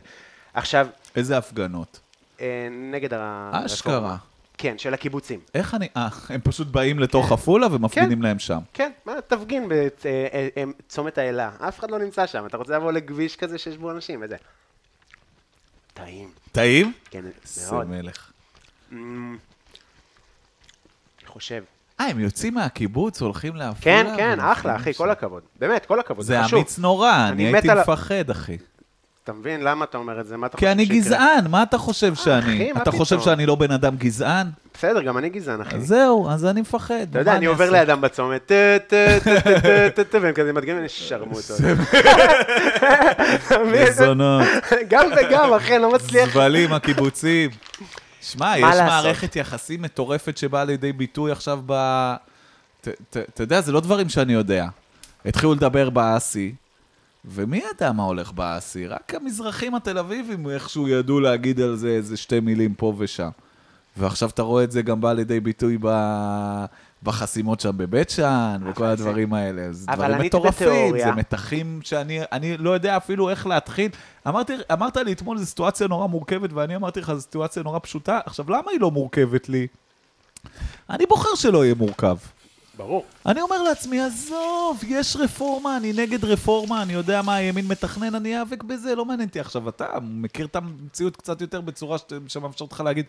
Speaker 2: עכשיו,
Speaker 3: איזה הפגנות.
Speaker 2: אה, נגד הרפורמה.
Speaker 3: אשכרה.
Speaker 2: כן, של הקיבוצים.
Speaker 3: איך אני... אה, הם פשוט באים לתוך עפולה ומפגינים להם שם.
Speaker 2: כן, מה, תפגין אה, בצומת האלה. אף אחד לא נמצא שם, אתה רוצה לבוא לכביש כזה שיש בו אנשים וזה. טעים.
Speaker 3: טעים?
Speaker 2: כן,
Speaker 3: איזה
Speaker 2: מאוד.
Speaker 3: מלך.
Speaker 2: אני חושב.
Speaker 3: אה, הם יוצאים מהקיבוץ, הולכים לעפולה?
Speaker 2: כן, כן,
Speaker 3: ומפגינים
Speaker 2: אחלה, אחי,
Speaker 3: שם.
Speaker 2: כל הכבוד. באמת, כל הכבוד, זה
Speaker 3: זה
Speaker 2: חשוב.
Speaker 3: אמיץ נורא, אני
Speaker 2: אני מת
Speaker 3: הייתי
Speaker 2: על ה-
Speaker 3: מפחד, אחי.
Speaker 2: אתה מבין למה אתה אומר את זה? מה אתה
Speaker 3: כי
Speaker 2: חושב
Speaker 3: אני
Speaker 2: שיקרה?
Speaker 3: גזען, מה אתה חושב שאני?
Speaker 2: אה, אחי, מה
Speaker 3: אתה חושב
Speaker 2: פתאום?
Speaker 3: שאני לא בן אדם גזען?
Speaker 2: בסדר, גם אני גזען, אחי.
Speaker 3: אז זהו, אז אני מפחד.
Speaker 2: אתה יודע, אני עובר לידם בצומת, טה, טה, טה, טה, טה, טה, טה, והם כזה מדגים, שרמו אותו. *laughs* אתה מבין?
Speaker 3: מזונות.
Speaker 2: גם וגם, אחי, אני לא מצליח.
Speaker 3: זבלים, הקיבוצים. שמע, יש
Speaker 2: לעשות?
Speaker 3: מערכת יחסים מטורפת שבאה לידי ביטוי עכשיו ב... ת- ת- אתה יודע, זה לא דברים שאני יודע. התחילו לדבר באסי, ומי ידע מה הולך באסי? רק המזרחים התל אביבים איכשהו ידעו להגיד על זה איזה שתי מילים פה ושם. ועכשיו אתה רואה את זה גם בא לידי ביטוי ב... בחסימות שם בבית שאן, וכל
Speaker 2: אבל
Speaker 3: הדברים האלה. אז
Speaker 2: אבל
Speaker 3: דברים
Speaker 2: ענית
Speaker 3: מטורפים,
Speaker 2: בתיאוריה.
Speaker 3: זה מתחים שאני אני לא יודע אפילו איך להתחיל. אמרתי, אמרת לי אתמול, זו סיטואציה נורא מורכבת, ואני אמרתי לך, זו סיטואציה נורא פשוטה. עכשיו, למה היא לא מורכבת לי? אני בוחר שלא יהיה מורכב.
Speaker 2: ברור.
Speaker 3: אני אומר לעצמי, עזוב, יש רפורמה, אני נגד רפורמה, אני יודע מה הימין מתכנן, אני איאבק בזה, לא מעניין אותי. עכשיו, אתה מכיר את המציאות קצת יותר בצורה שאת- שמאפשרת לך להגיד,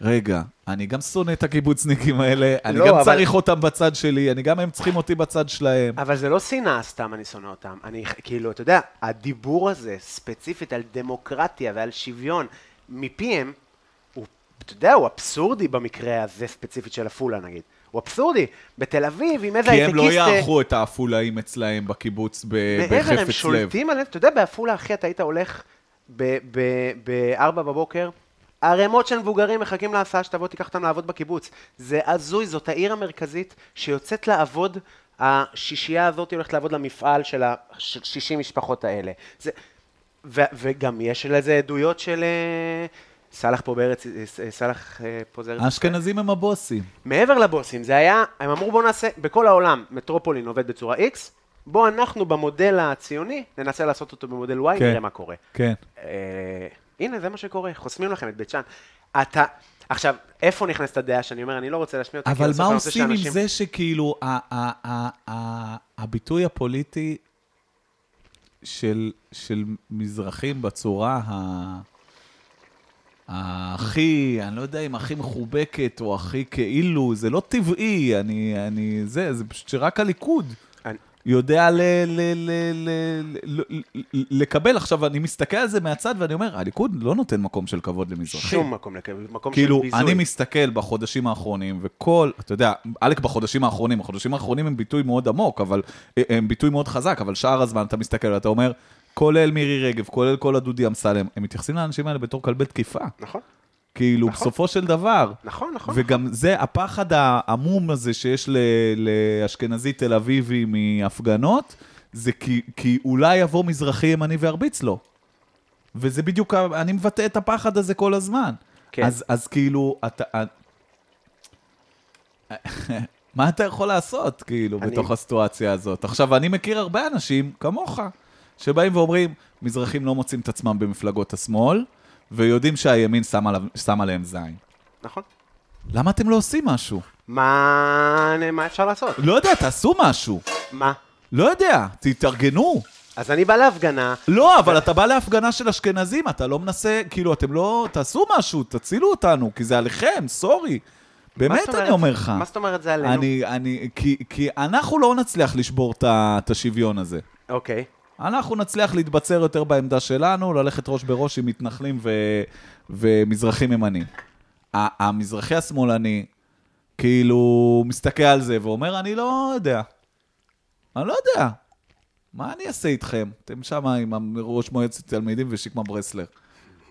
Speaker 3: רגע, אני גם שונא את הקיבוצניקים האלה, אני
Speaker 2: לא,
Speaker 3: גם
Speaker 2: אבל-
Speaker 3: צריך אותם בצד שלי, אני גם הם צריכים אותי בצד שלהם.
Speaker 2: אבל זה לא שנאה סתם אני שונא אותם. אני, כאילו, אתה יודע, הדיבור הזה, ספציפית על דמוקרטיה ועל שוויון, מפיהם, הוא אתה יודע, הוא אבסורדי במקרה הזה ספציפית של עפולה נגיד. הוא אבסורדי. בתל אביב, עם איזה אה,
Speaker 3: כי הם
Speaker 2: הייטקיסט...
Speaker 3: לא יערכו את העפולאים אצלהם בקיבוץ ב-
Speaker 2: מעבר, הם
Speaker 3: בחפץ לב.
Speaker 2: שולטים עליהם. אתה יודע, בעפולה, אחי, אתה היית הולך ב-4 בבוקר, ערימות של מבוגרים מחכים להסעה שתבוא, תיקח אותם לעבוד בקיבוץ. זה הזוי, זאת העיר המרכזית שיוצאת לעבוד, השישייה הזאת הולכת לעבוד למפעל של ה-60 משפחות האלה. זה... ו- וגם יש לזה עדויות של... אה, סאלח פה בארץ, אה, סאלח אה, פה זה ארץ
Speaker 3: האשכנזים הם הבוסים.
Speaker 2: מעבר לבוסים, זה היה, הם אמרו בואו נעשה, בכל העולם מטרופולין עובד בצורה X, בואו אנחנו במודל הציוני ננסה לעשות אותו במודל Y,
Speaker 3: כן.
Speaker 2: נראה מה קורה.
Speaker 3: כן.
Speaker 2: אה, הנה, זה מה שקורה, חוסמים לכם את בית שאן. אתה, עכשיו, איפה נכנסת הדעה שאני אומר, אני לא רוצה להשמיע אותה, כי
Speaker 3: אבל
Speaker 2: בסוף
Speaker 3: מה
Speaker 2: אני רוצה
Speaker 3: עושים עם
Speaker 2: שאנשים-
Speaker 3: זה שכאילו ה- ה- ה- ה- הביטוי הפוליטי של, של מזרחים בצורה ה... הכי, אני לא יודע אם הכי מחובקת או הכי כאילו, זה לא טבעי, אני, אני, זה, זה פשוט שרק הליכוד
Speaker 2: אני-
Speaker 3: יודע ל, ל, ל, ל, ל, ל, לקבל. עכשיו, אני מסתכל על זה מהצד ואני אומר, הליכוד לא נותן מקום של כבוד למזרחים.
Speaker 2: שום מקום, לקבל, מקום של
Speaker 3: כאילו,
Speaker 2: ביזוי.
Speaker 3: אני מסתכל בחודשים האחרונים, וכל, אתה יודע, עלק בחודשים האחרונים, החודשים האחרונים הם ביטוי מאוד עמוק, אבל, אה, הם ביטוי מאוד חזק, אבל שאר הזמן אתה מסתכל ואתה אומר, כולל מירי רגב, כולל כל הדודי אמסלם, הם מתייחסים לאנשים האלה בתור כלבי תקיפה.
Speaker 2: נכון,
Speaker 3: כאילו,
Speaker 2: נכון.
Speaker 3: בסופו של דבר.
Speaker 2: נכון, נכון.
Speaker 3: וגם זה הפחד העמום הזה שיש ל- לאשכנזי תל אביבי מהפגנות, זה כי, כי אולי יבוא מזרחי ימני וירביץ לו. וזה בדיוק, ה- אני מבטא את הפחד הזה כל הזמן.
Speaker 2: כן.
Speaker 3: אז, אז כאילו, אתה... *laughs* מה אתה יכול לעשות, כאילו,
Speaker 2: אני-
Speaker 3: בתוך הסיטואציה הזאת? עכשיו, אני מכיר הרבה אנשים, כמוך, שבאים ואומרים, מזרחים לא מוצאים את עצמם במפלגות השמאל, ויודעים שהימין שם, עליו, שם עליהם זין.
Speaker 2: נכון.
Speaker 3: למה אתם לא עושים משהו?
Speaker 2: מה, מה אפשר לעשות?
Speaker 3: לא יודע, תעשו משהו.
Speaker 2: מה?
Speaker 3: לא יודע, תתארגנו.
Speaker 2: אז אני בא להפגנה,
Speaker 3: לא, אבל אתה בא להפגנה של אשכנזים, אתה לא מנסה, כאילו, אתם לא... תעשו משהו, תצילו אותנו, כי זה עליכם, סורי.
Speaker 2: מה
Speaker 3: באמת
Speaker 2: זאת
Speaker 3: אני
Speaker 2: אומרת?
Speaker 3: אומר לך.
Speaker 2: מה זאת אומרת זה עלינו?
Speaker 3: אני, אני, כי, כי אנחנו לא נצליח לשבור את ה- את השוויון הזה.
Speaker 2: אוקיי.
Speaker 3: אנחנו נצליח להתבצר יותר בעמדה שלנו, ללכת ראש בראש עם מתנחלים ו... ומזרחים ימנים. ה- המזרחי השמאלני, כאילו, מסתכל על זה ואומר, אני לא יודע. אני לא יודע. מה אני אעשה איתכם? אתם שם עם ראש מועצת תלמידים ושקמה ברסלר.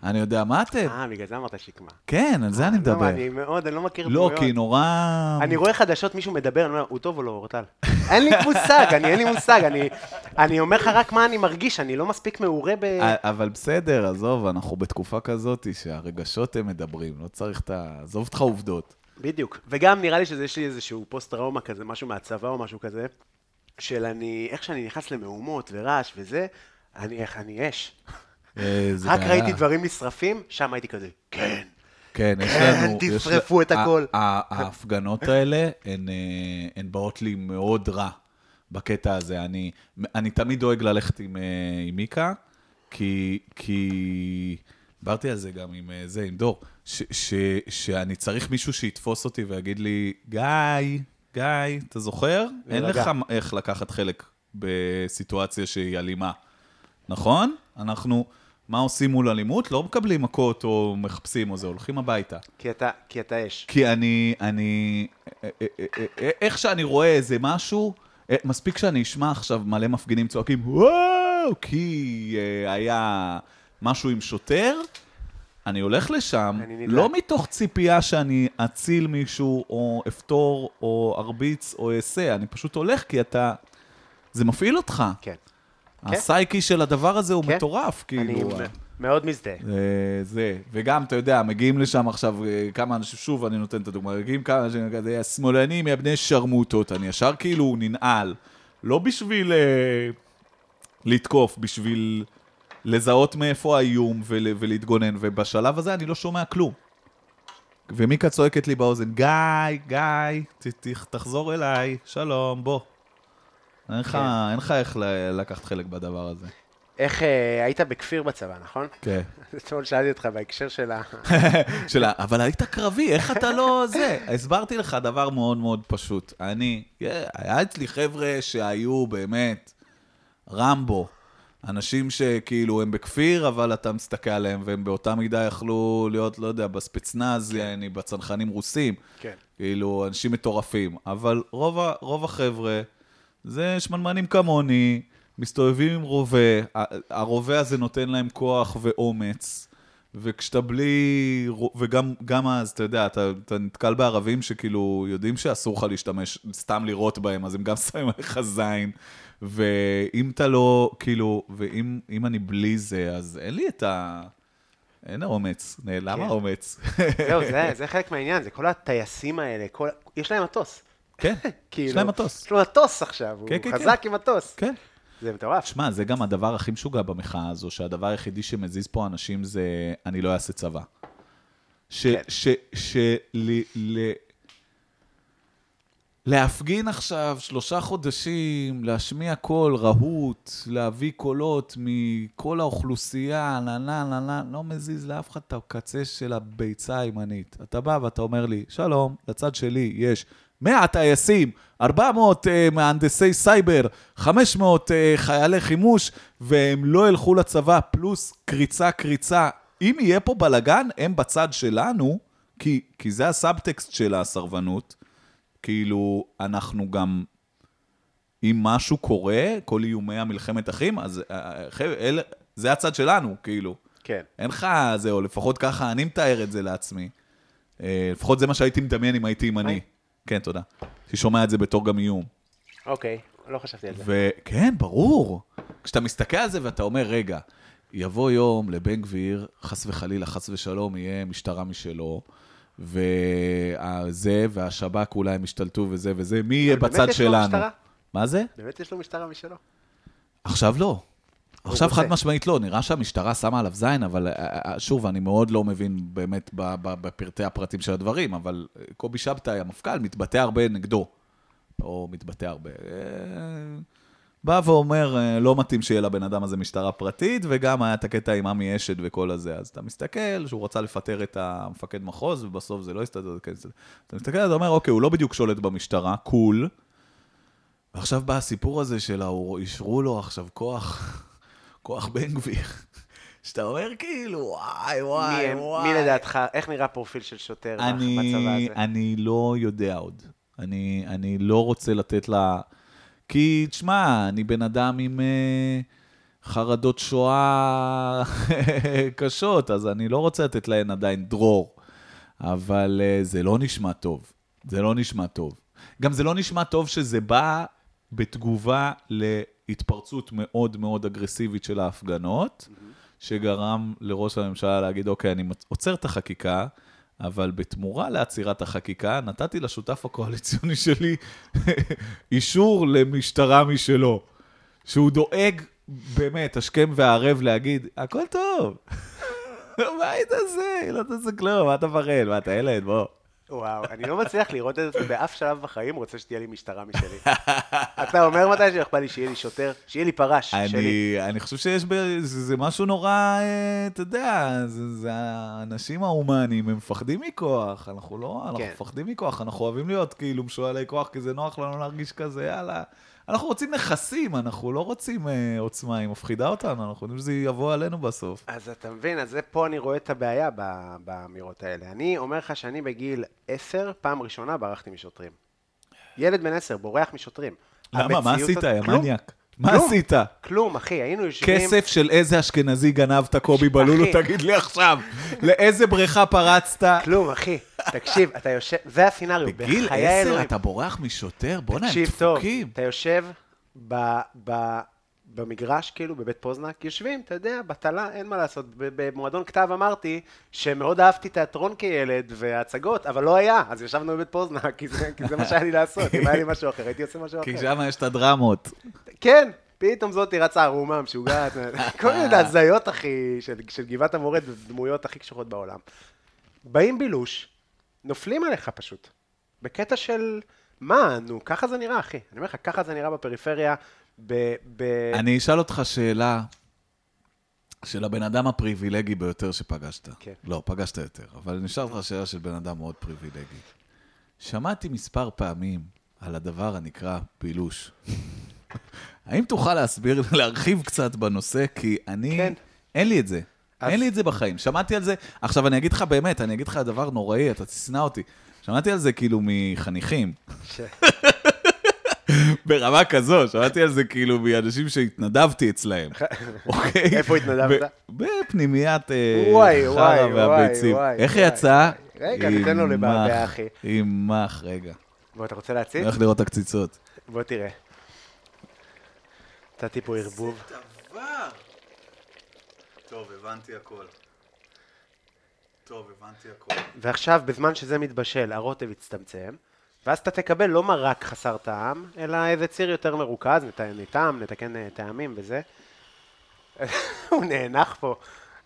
Speaker 3: אני יודע מה אתם?
Speaker 2: אה, בגלל זה אמרת שקמה.
Speaker 3: כן, על זה אני
Speaker 2: לא,
Speaker 3: מדבר.
Speaker 2: אני מאוד, אני לא מכיר
Speaker 3: לא,
Speaker 2: דמויות.
Speaker 3: כי נורא...
Speaker 2: אני רואה חדשות, מישהו מדבר, אני אומר, הוא טוב או לא, אורטל? אין לי מושג, אני אין לי מושג, אני, אני אומר לך רק מה אני מרגיש, אני לא מספיק מעורה ב...
Speaker 3: א- "אה, אבל בסדר, עזוב, אנחנו בתקופה כזאת שהרגשות הם מדברים, לא צריך את ה... עזוב אותך עובדות.
Speaker 2: בדיוק. וגם נראה לי שזה, יש לי איזשהו פוסט-טראומה כזה, משהו מהצבא או משהו כזה, של אני, איך שאני נכנס למהומות ורעש וזה, אני, איך אני אש.
Speaker 3: אה, זה
Speaker 2: רק
Speaker 3: בעיה.
Speaker 2: ראיתי דברים נשרפים, שם הייתי כזה, כן.
Speaker 3: כן, יש
Speaker 2: כן,
Speaker 3: לנו... יש אה,
Speaker 2: תשרפו
Speaker 3: ל-
Speaker 2: את הכל.
Speaker 3: ה- ה- ההפגנות האלה, הן, אה, הן באות לי מאוד רע בקטע הזה. אני, אני תמיד דואג ללכת עם, אה, עם מיקה, כי... כי... דיברתי על זה גם עם אה, זה, עם דור, ש, ש, שאני צריך מישהו שיתפוס אותי ויגיד לי, גיא, גיא, אתה זוכר? אין
Speaker 2: להירגע."
Speaker 3: לך איך לקחת חלק בסיטואציה שהיא אלימה. נכון? אנחנו, מה עושים מול אלימות? לא מקבלים מכות או מחפשים או זה, הולכים הביתה.
Speaker 2: כי אתה, כי אתה אש.
Speaker 3: כי אני, אני, אה, א- א- א- א- איך שאני רואה איזה משהו, אה, מספיק שאני אשמע עכשיו מלא מפגינים צועקים, וואו, כי אה, היה משהו עם שוטר, אני הולך לשם,
Speaker 2: אני נדלק.
Speaker 3: לא מתוך ציפייה שאני אציל מישהו, או אפתור, או ארביץ, או אעשה, אני פשוט הולך כי אתה, זה מפעיל אותך.
Speaker 2: כן.
Speaker 3: הסייקי של הדבר הזה הוא
Speaker 2: כן.
Speaker 3: מטורף,
Speaker 2: אני
Speaker 3: כאילו.
Speaker 2: מ- מאוד מזדהה.
Speaker 3: זה- אה, זה, וגם, אתה יודע, מגיעים לשם עכשיו אה, כמה אנשים, שוב, אני נותן את הדוגמה, מגיעים כמה אנשים כזה, השמאלנים, יא בני שרמוטות, אני ישר כאילו ננעל. לא בשביל אה, לתקוף, בשביל לזהות מאיפה האיום ול, ולהתגונן, ובשלב הזה אני לא שומע כלום. ומיקה צועקת לי באוזן, גיא, גיא, ת, ת, תחזור אליי, שלום, בוא. אין לך- אין לך איך ל- לקחת חלק בדבר הזה.
Speaker 2: איך אה, היית בכפיר בצבא, נכון? *laughs*
Speaker 3: כן.
Speaker 2: אתמול שאלתי אותך בהקשר של ה...
Speaker 3: שלה, אבל היית קרבי, איך אתה לא זה? הסברתי לך דבר מאוד מאוד פשוט. אה, אני, היה אצלי חבר'ה שהיו באמת רמבו, אנשים שכאילו הם בכפיר, אבל אתה מסתכל עליהם, והם באותה מידה יכלו להיות, לא יודע, בספצנז, יעני, בצנחנים רוסים.
Speaker 2: כן.
Speaker 3: כאילו, אנשים מטורפים. אבל רוב, ה- רוב החבר'ה, זה שמנמנים כמוני, מסתובבים עם רובה, ה- הרובה הזה נותן להם כוח ואומץ. וכשאתה בלי, רו- וגם גם אז, אתה יודע, אתה, אתה נתקל בערבים שכאילו יודעים שאסור לך להשתמש, סתם לירות בהם, אז הם גם *laughs* שמים עליך זין. ואם אתה לא, כאילו, ואם אם אני בלי זה, אז אין לי את ה... אין האומץ. נעלם
Speaker 2: כן.
Speaker 3: האומץ.
Speaker 2: זהו, זה- זה חלק מהעניין, זה כל הטייסים האלה, כל- יש להם מטוס.
Speaker 3: *laughs* כן,
Speaker 2: *laughs* כאילו,
Speaker 3: יש להם מטוס.
Speaker 2: יש לו מטוס עכשיו, הוא
Speaker 3: כן, כן,
Speaker 2: חזק עם מטוס.
Speaker 3: כן.
Speaker 2: זה מטורף.
Speaker 3: שמע, זה גם הדבר הכי משוגע במחאה הזו, שהדבר היחידי שמזיז פה אנשים זה, אני לא אעשה צבא. ש...
Speaker 2: כן.
Speaker 3: ש... ש... ל... ל... להפגין עכשיו שלושה חודשים, להשמיע קול רהוט, להביא קולות מכל האוכלוסייה, נה נה נה נה, לא מזיז לאף אחד את הקצה של הביצה הימנית. אתה בא ואתה אומר לי, שלום, לצד שלי יש 100 טייסים, 400 uh, מהנדסי סייבר, 500 uh, חיילי חימוש, והם לא ילכו לצבא, פלוס קריצה קריצה. אם יהיה פה בלגן, הם בצד שלנו, כי, כי זה הסאבטקסט של הסרבנות. כאילו, אנחנו גם... אם משהו קורה, כל איומי המלחמת אחים, אז אה, חבר'ה, אלה- זה הצד שלנו, כאילו.
Speaker 2: כן.
Speaker 3: אין לך זה, או לפחות ככה אני מתאר את זה לעצמי. אה, לפחות זה מה שהייתי מדמיין אם הייתי ימני.
Speaker 2: היי.
Speaker 3: כן, תודה. ששומע את זה בתור גם איום.
Speaker 2: אוקיי, לא חשבתי על זה.
Speaker 3: וכן, ברור. כשאתה מסתכל על זה ואתה אומר, רגע, יבוא יום לבן גביר, חס וחלילה, חס ושלום, יהיה משטרה משלו, וזה, והשב"כ אולי הם ישתלטו וזה וזה, מי יהיה
Speaker 2: באמת
Speaker 3: בצד
Speaker 2: יש לו
Speaker 3: שלנו?
Speaker 2: משטרה?
Speaker 3: מה זה?
Speaker 2: באמת יש לו משטרה משלו.
Speaker 3: עכשיו לא. עכשיו
Speaker 2: רוצה.
Speaker 3: חד משמעית לא, נראה שהמשטרה שמה עליו זין, אבל אה, אה, שוב, אני מאוד לא מבין באמת ב- ב- בפרטי הפרטים של הדברים, אבל אה, קובי שבתאי, המפכ"ל, מתבטא הרבה נגדו. או מתבטא הרבה. אה, בא ואומר, אה, לא מתאים שיהיה לבן אדם הזה משטרה פרטית, וגם היה את הקטע עם עמי אשד וכל הזה. אז אתה מסתכל, שהוא רצה לפטר את המפקד מחוז, ובסוף זה לא הסתדר. זה כן הסתדר. אתה מסתכל, אתה אומר, אוקיי, הוא לא בדיוק שולט במשטרה, קול. ועכשיו בא הסיפור הזה של ההוא, אישרו לו עכשיו כוח, כוח בן גביר. שאתה אומר כאילו, וואי,
Speaker 2: מי
Speaker 3: וואי,
Speaker 2: הם-
Speaker 3: וואי.
Speaker 2: מי לדעתך, איך נראה פרופיל של שוטר בצבא
Speaker 3: אני,
Speaker 2: הזה?
Speaker 3: אני לא יודע עוד. אני, אני לא רוצה לתת לה... כי, תשמע, אני בן אדם עם אה, חרדות שואה *laughs* קשות, אז אני לא רוצה לתת להן עדיין דרור. אבל אה, זה לא נשמע טוב. זה לא נשמע טוב. גם זה לא נשמע טוב שזה בא בתגובה להתפרצות מאוד מאוד אגרסיבית של ההפגנות, שגרם לראש הממשלה להגיד, אוקיי, אני מצ- עוצר את החקיקה, אבל בתמורה לעצירת החקיקה, נתתי לשותף הקואליציוני *laughs* שלי אישור למשטרה משלו, שהוא דואג באמת, השכם והערב להגיד, הכל טוב. *laughs* מה היית עושה? לא תעשה כלום, מה אתה מרעל? מה, אתה ילד? בוא.
Speaker 2: וואו, אני לא מצליח לראות את זה באף שלב בחיים, רוצה שתהיה לי משטרה
Speaker 3: *laughs*
Speaker 2: משלי. אתה אומר מתי שאכפת לי שיהיה לי שוטר, שיהיה לי פרש שלי.
Speaker 3: אני, אני חושב שיש, ב... זה, זה משהו נורא, אה, אתה יודע, זה, זה האנשים ההומניים, הם מפחדים מכוח, אנחנו לא, אנחנו
Speaker 2: כן.
Speaker 3: מפחדים מכוח, אנחנו אוהבים להיות כאילו משועלי כוח, כי זה נוח לנו להרגיש כזה, יאללה. אנחנו רוצים נכסים, אנחנו לא רוצים אה, עוצמה, היא מפחידה אותנו, אנחנו יודעים שזה יבוא עלינו בסוף.
Speaker 2: אז אתה מבין, אז זה פה אני רואה את הבעיה ב- באמירות האלה. אני אומר לך שאני בגיל עשר, פעם ראשונה ברחתי משוטרים. ילד בן עשר, בורח משוטרים.
Speaker 3: למה? מה
Speaker 2: המציאות-
Speaker 3: עשית, יא
Speaker 2: כלום,
Speaker 3: מניאק? מה
Speaker 2: כלום.
Speaker 3: עשית?
Speaker 2: כלום, אחי, היינו יושבים...
Speaker 3: כסף של איזה אשכנזי גנבת קובי בלולו,
Speaker 2: אחי.
Speaker 3: תגיד לי עכשיו. לאיזה בריכה פרצת?
Speaker 2: כלום, אחי. תקשיב, אתה יושב, זה הסצנריו,
Speaker 3: בגיל
Speaker 2: בחיי
Speaker 3: עשר
Speaker 2: האלוהים.
Speaker 3: אתה בורח משוטר? בואנה, הם
Speaker 2: תקשיב טוב,
Speaker 3: דפוקים.
Speaker 2: אתה יושב ב, ב, במגרש, כאילו, בבית פוזנק, יושבים, אתה יודע, בטלה, אין מה לעשות. ב- במועדון כתב אמרתי שמאוד אהבתי תיאטרון כילד והצגות, אבל לא היה, אז ישבנו בבית פוזנק, כי זה, כי זה מה שהיה לי לעשות. אם היה לי משהו אחר, הייתי עושה משהו אחר.
Speaker 3: כי שם יש את הדרמות.
Speaker 2: כן, פתאום זאתי רצה ערומה,
Speaker 3: *laughs*
Speaker 2: משוגעת, כל מיני הזיות, אחי, של, של גבעת המורד, דמויות הכי קשוחות בעולם. באים בילוש, נופלים עליך פשוט. בקטע של, מה, נו, ככה זה נראה, אחי. אני אומר לך, ככה זה נראה בפריפריה, ב... ב...
Speaker 3: אני אשאל אותך שאלה של הבן אדם הפריבילגי ביותר שפגשת.
Speaker 2: כן.
Speaker 3: לא, פגשת יותר, אבל אני אשאל אותך שאלה של בן אדם מאוד פריבילגי. שמעתי מספר פעמים על הדבר הנקרא בילוש. *laughs* האם תוכל להסביר, להרחיב קצת בנושא? כי אני...
Speaker 2: כן.
Speaker 3: אין לי את זה.
Speaker 2: אז-
Speaker 3: אין לי את זה בחיים. שמעתי על זה... עכשיו, אני אגיד לך באמת, אני אגיד לך דבר נוראי, אתה תשנא אותי. שמעתי על זה כאילו מחניכים.
Speaker 2: ש-
Speaker 3: ברמה כזו, שמעתי על זה כאילו מאנשים
Speaker 2: *laughs*
Speaker 3: שהתנדבתי אצלהם, אוקיי?
Speaker 2: איפה התנדבת?
Speaker 3: ב- בפנימיית אה,
Speaker 2: וואי, וואי,
Speaker 3: חלה והביצים.
Speaker 2: וואי, וואי,
Speaker 3: איך
Speaker 2: וואי.
Speaker 3: יצא?
Speaker 2: רגע, ניתן לו
Speaker 3: עם
Speaker 2: לבעבע,
Speaker 3: אח,
Speaker 2: אחי.
Speaker 3: עם
Speaker 2: *laughs*
Speaker 3: אח, רגע.
Speaker 2: בוא, אתה רוצה להציץ?
Speaker 3: אני הולך לראות את הקציצות.
Speaker 2: בוא תראה. נתתי פה ערבוב.
Speaker 3: דבר! טוב, הבנתי הכל. טוב, הבנתי הכל.
Speaker 2: ועכשיו, בזמן שזה מתבשל, הרוטב יצטמצם, ואז אתה תקבל לא מרק חסר טעם, אלא איזה ציר יותר מרוכז, נת- נטעם, נתקן אה, טעמים וזה. *laughs* הוא נאנח פה,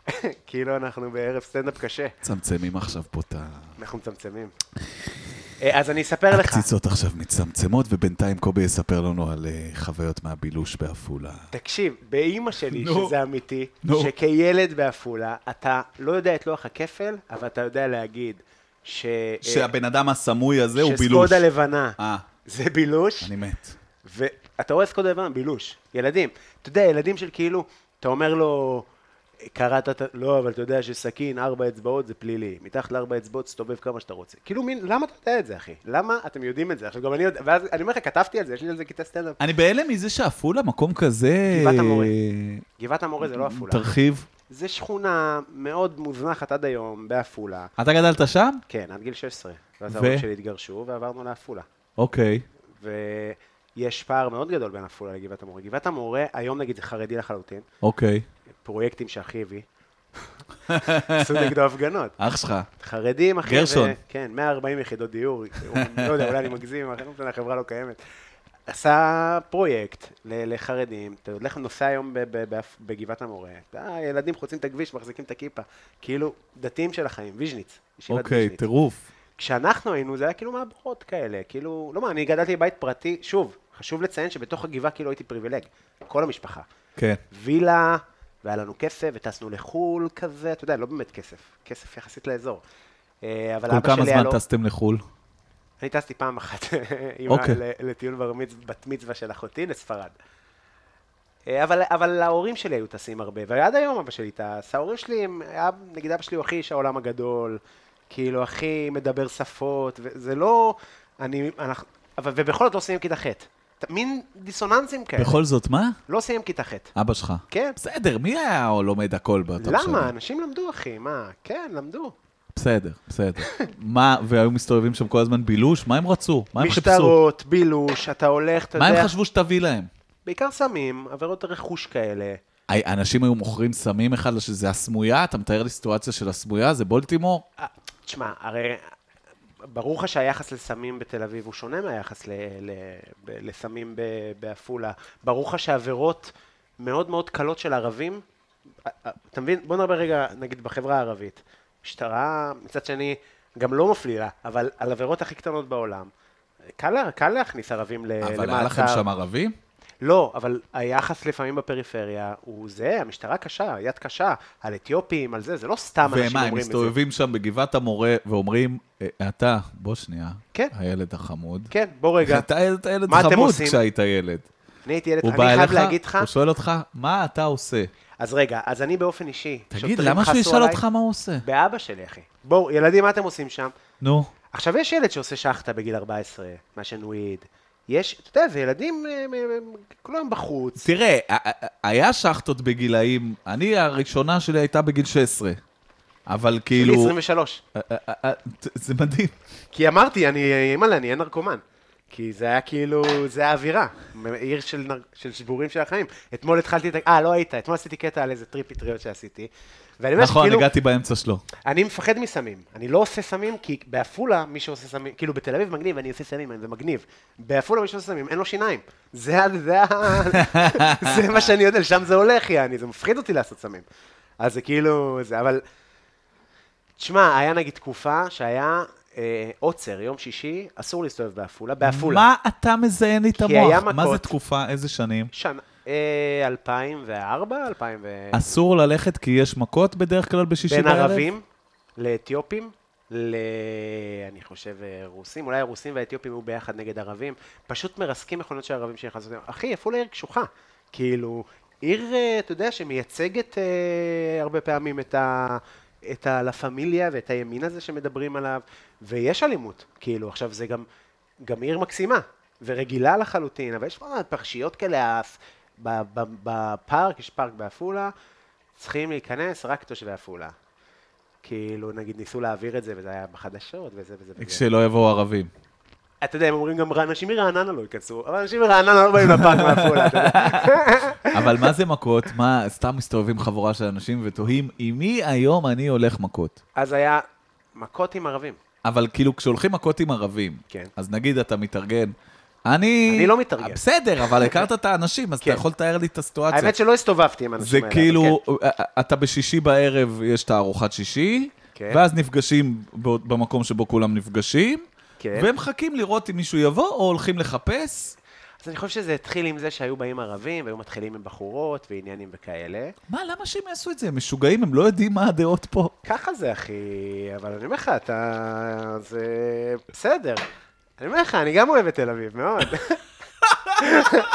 Speaker 2: *laughs* כאילו אנחנו בערב סטנדאפ קשה.
Speaker 3: מצמצמים עכשיו פה את ה...
Speaker 2: אנחנו מצמצמים. אה, אז אני אספר לך.
Speaker 3: הקציצות עכשיו מצמצמות, ובינתיים קובי יספר לנו על אה, חוויות מהבילוש
Speaker 2: אה,
Speaker 3: בעפולה.
Speaker 2: תקשיב, באימא שלי,
Speaker 3: נו.
Speaker 2: שזה אמיתי,
Speaker 3: נו.
Speaker 2: שכילד בעפולה, אתה לא יודע את לוח הכפל, אבל אתה יודע להגיד ש... אה,
Speaker 3: שהבן אדם הסמוי הזה הוא בילוש.
Speaker 2: שסקודה לבנה
Speaker 3: אה,
Speaker 2: זה בילוש,
Speaker 3: אני מת.
Speaker 2: ואתה רואה סקודה לבנה, בילוש. ילדים. אתה יודע, ילדים של כאילו, אתה אומר לו, קראת, את ה- לא, אבל אתה יודע שסכין, ארבע אצבעות זה פלילי. מתחת לארבע אצבעות, תסתובב כמה שאתה רוצה. כאילו, מין, למה אתה יודע את זה, אחי? למה אתם יודעים את זה? עכשיו, גם אני יודע, ואז אני אומר לך, כתבתי על זה, יש לי על זה כיתה סטנדאפ.
Speaker 3: אני בהלם מזה שעפולה מקום כזה... אה,
Speaker 2: גבעת המורה. גבעת המורה זה לא עפולה.
Speaker 3: תרחיב.
Speaker 2: זה שכונה מאוד מוזנחת עד היום בעפולה.
Speaker 3: אתה גדלת שם?
Speaker 2: כן, עד גיל 16. ואז
Speaker 3: ו-
Speaker 2: ההורים שלי התגרשו ועברנו לעפולה.
Speaker 3: אוקיי.
Speaker 2: ויש פער מאוד גדול בין עפולה לגבעת המורה. גבעת המורה, היום נגיד זה חרדי לחלוטין,
Speaker 3: אוקיי.
Speaker 2: פרויקטים שאחי הביא, עשו נגדו הפגנות.
Speaker 3: אח שלך.
Speaker 2: חרדים, אחי,
Speaker 3: גרשון.
Speaker 2: ו- כן, 140 יחידות דיור, הוא- לא יודע, אולי אני מגזים, אחי, לא משנה, החברה לא קיימת. עשה פרויקט ל- לחרדים, אתה הולך נוסע היום ב- ב- באף- בגבעת המורה, אתה- ילדים חוצים את הכביש, מחזיקים את הכיפה, כאילו, דתיים של החיים, ויז'ניץ, ישיבת
Speaker 3: אוקיי,
Speaker 2: ויז'ניץ.
Speaker 3: טירוף.
Speaker 2: כשאנחנו היינו, זה היה כאילו מעברות כאלה, כאילו, לא מה, אני גדלתי בבית פרטי, שוב, חשוב לציין שבתוך הגבעה כאילו הייתי פריבילג, כל המשפחה.
Speaker 3: כן.
Speaker 2: וילה, והיה לנו כסף, וטסנו לחו"ל כזה, אתה יודע, לא באמת כסף, כסף יחסית לאזור. אה, אבל
Speaker 3: כל
Speaker 2: אבא
Speaker 3: כמה
Speaker 2: שלי היה כן.
Speaker 3: זמן
Speaker 2: לו...
Speaker 3: טסתם לחו"ל?
Speaker 2: אני טסתי פעם אחת *laughs* עם ה-
Speaker 3: אוקיי.
Speaker 2: ל- לטיול בר מצווה, בת מצווה של אחותי לספרד. אה, אבל, אבל ההורים שלי היו טסים הרבה, ועד היום אבא שלי טס. ההורים שלי, הם, אב, נגיד אבא שלי הוא הכי איש העולם הגדול, כאילו הכי מדבר שפות, וזה לא... אני... אנחנו, אבל, ובכל זאת לא סיים כיתה ח'. ת- מין דיסוננסים כאלה.
Speaker 3: בכל זאת, מה?
Speaker 2: לא סיים כיתה ח'.
Speaker 3: אבא שלך.
Speaker 2: כן.
Speaker 3: בסדר, מי היה לומד הכל באותם שנים?
Speaker 2: למה? אנשים למדו, אחי, מה? כן, למדו.
Speaker 3: בסדר, בסדר. *laughs* מה, והיו מסתובבים שם כל הזמן בילוש? מה הם רצו? מה הם חיפשו?
Speaker 2: משטרות, בילוש, אתה הולך, אתה
Speaker 3: מה
Speaker 2: יודע...
Speaker 3: הם חשבו שתביא להם?
Speaker 2: בעיקר סמים, עבירות רכוש כאלה.
Speaker 3: היי, אנשים היו מוכרים סמים אחד לשני, זה הסמויה, אתה מתאר לי סיטואציה של הסמויה, זה בולטימור?
Speaker 2: אה, תשמע, הרי ברור לך שהיחס לסמים בתל אביב הוא שונה מהיחס ל, ל, ב, לסמים ב- בעפולה. ברור לך שעבירות מאוד מאוד קלות של ערבים, אה, אה, אתה מבין? בוא נדבר רגע, נגיד, בחברה הערבית. משטרה, מצד שני, גם לא מפלילה, אבל על עבירות הכי קטנות בעולם. קל, קל להכניס ערבים ל- אה, למעצר.
Speaker 3: אבל היה לכם שם ערבים?
Speaker 2: לא, אבל היחס לפעמים בפריפריה הוא זה, המשטרה קשה, יד קשה, על אתיופים, על זה, זה לא סתם אנשים
Speaker 3: ומה, הם
Speaker 2: אומרים את זה.
Speaker 3: מסתובבים שם בגבעת המורה ואומרים, "אה, אתה, בוא שנייה,
Speaker 2: כן.
Speaker 3: הילד החמוד.
Speaker 2: כן, בוא רגע.
Speaker 3: *laughs* אתה ילד- ילד
Speaker 2: מה אתם
Speaker 3: חמוד
Speaker 2: עושים?
Speaker 3: כשהיית ילד.
Speaker 2: אני הייתי ילד,
Speaker 3: הוא
Speaker 2: אני
Speaker 3: בא
Speaker 2: חייב
Speaker 3: אליך,
Speaker 2: להגיד לך,
Speaker 3: הוא שואל אותך, מה אתה עושה?
Speaker 2: אז רגע, אז אני באופן אישי,
Speaker 3: תגיד,
Speaker 2: שוטרים
Speaker 3: למה שהוא
Speaker 2: חסו
Speaker 3: ישאל
Speaker 2: עליי?
Speaker 3: אותך מה הוא עושה?
Speaker 2: באבא שלי, אחי. בואו, ילדים, מה אתם עושים שם?
Speaker 3: נו,
Speaker 2: עכשיו, יש ילד שעושה שחטה בגיל 14, מעשן וויד. יש, אתה יודע, זה ילדים, אה, אה, אה, כולם בחוץ.
Speaker 3: תראה, ה- ה- היה שחטות בגילאים, אני, הראשונה שלי הייתה בגיל 16. אבל
Speaker 2: בגיל
Speaker 3: כאילו...
Speaker 2: 23.
Speaker 3: אה, אה, אה, אה, זה מדהים.
Speaker 2: כי אמרתי, אני, אימא'לה, אני אהיה נרקומן. כי זה היה כאילו, זה היה אווירה. עיר של, נר... של שבורים של החיים. אתמול התחלתי את ה... אה, לא היית. אתמול עשיתי קטע על איזה טריפ פטריות שעשיתי. ואני אומר
Speaker 3: נכון,
Speaker 2: שכאילו,
Speaker 3: הגעתי באמצע שלו.
Speaker 2: אני מפחד מסמים. אני לא עושה סמים, כי בעפולה מי שעושה סמים, כאילו בתל אביב מגניב, אני עושה סמים, זה מגניב. בעפולה מי שעושה סמים, אין לו שיניים. זה, ה- זה, ה- זה מה שאני יודע, לשם זה הולך, יעני, זה מפחיד אותי לעשות סמים. אז זה כאילו, זה, אבל... תשמע, היה נגיד תקופה שהיה אה, עוצר, יום שישי, אסור להסתובב בעפולה, בעפולה.
Speaker 3: מה אתה מזיין לי את
Speaker 2: כי היה
Speaker 3: המוח? מה זה
Speaker 2: מכות.
Speaker 3: תקופה? איזה שנים?
Speaker 2: שנה, אה, 2004, 2000 ו...
Speaker 3: אסור ללכת כי יש מכות בדרך כלל בשישי
Speaker 2: כן. בין
Speaker 3: בערב?
Speaker 2: ערבים לאתיופים ל... אני חושב אה, רוסים, אולי הרוסים והאתיופים היו ביחד נגד ערבים, פשוט מרסקים מכונות של ערבים שנכנסות. אחי, עפולה עיר קשוחה. כאילו, עיר, אה, אתה יודע, שמייצגת אה, הרבה פעמים את ה... את הלה פמיליה ואת הימין הזה שמדברים עליו, ויש אלימות, כאילו, עכשיו זה גם, גם עיר מקסימה, ורגילה לחלוטין, אבל יש פה פרשיות כאלה, הס- ב- ב- בפארק, יש פארק בעפולה, צריכים להיכנס רק תושבי עפולה. כאילו, נגיד ניסו להעביר את זה, וזה היה בחדשות, וזה וזה וזה.
Speaker 3: כשלא יבואו ערבים.
Speaker 2: אתה יודע, הם אומרים גם, אנשים מרעננה לא ייכנסו, אבל אנשים מרעננה לא באים
Speaker 3: *laughs*
Speaker 2: לפארק מעפולה, אתה יודע.
Speaker 3: אבל מה זה מכות? מה, סתם מסתובבים חבורה של אנשים ותוהים, עם מי היום אני הולך מכות?
Speaker 2: אז היה מכות עם ערבים.
Speaker 3: אבל כאילו, כשהולכים מכות עם ערבים,
Speaker 2: כן.
Speaker 3: אז נגיד אתה מתארגן, אני... אה,
Speaker 2: אני לא מתארגן.
Speaker 3: בסדר, אבל הכרת את האנשים, אז אתה
Speaker 2: כן.
Speaker 3: יכול לתאר לי את הסיטואציה.
Speaker 2: האמת שלא הסתובבתי עם
Speaker 3: אוקיי. זה
Speaker 2: האנשים האלה. אבל
Speaker 3: כאילו, אתה בשישי בערב, יש תערוכת שישי,
Speaker 2: כן.
Speaker 3: ואז נפגשים בעוד- במקום שבו כולם נפגשים,
Speaker 2: כן.
Speaker 3: והם מחכים לראות אם מישהו יבוא, או הולכים לחפש.
Speaker 2: אז אני חושב שזה התחיל עם זה שהיו באים ערבים, והיו מתחילים עם בחורות ועניינים וכאלה.
Speaker 3: מה, למה שהם יעשו את זה? הם משוגעים, הם לא יודעים מה הדעות פה.
Speaker 2: ככה זה, אחי, אבל אני אומר לך, אתה... זה... בסדר. אני אומר לך, אני גם אוהב את תל אביב,
Speaker 3: *laughs*
Speaker 2: מאוד.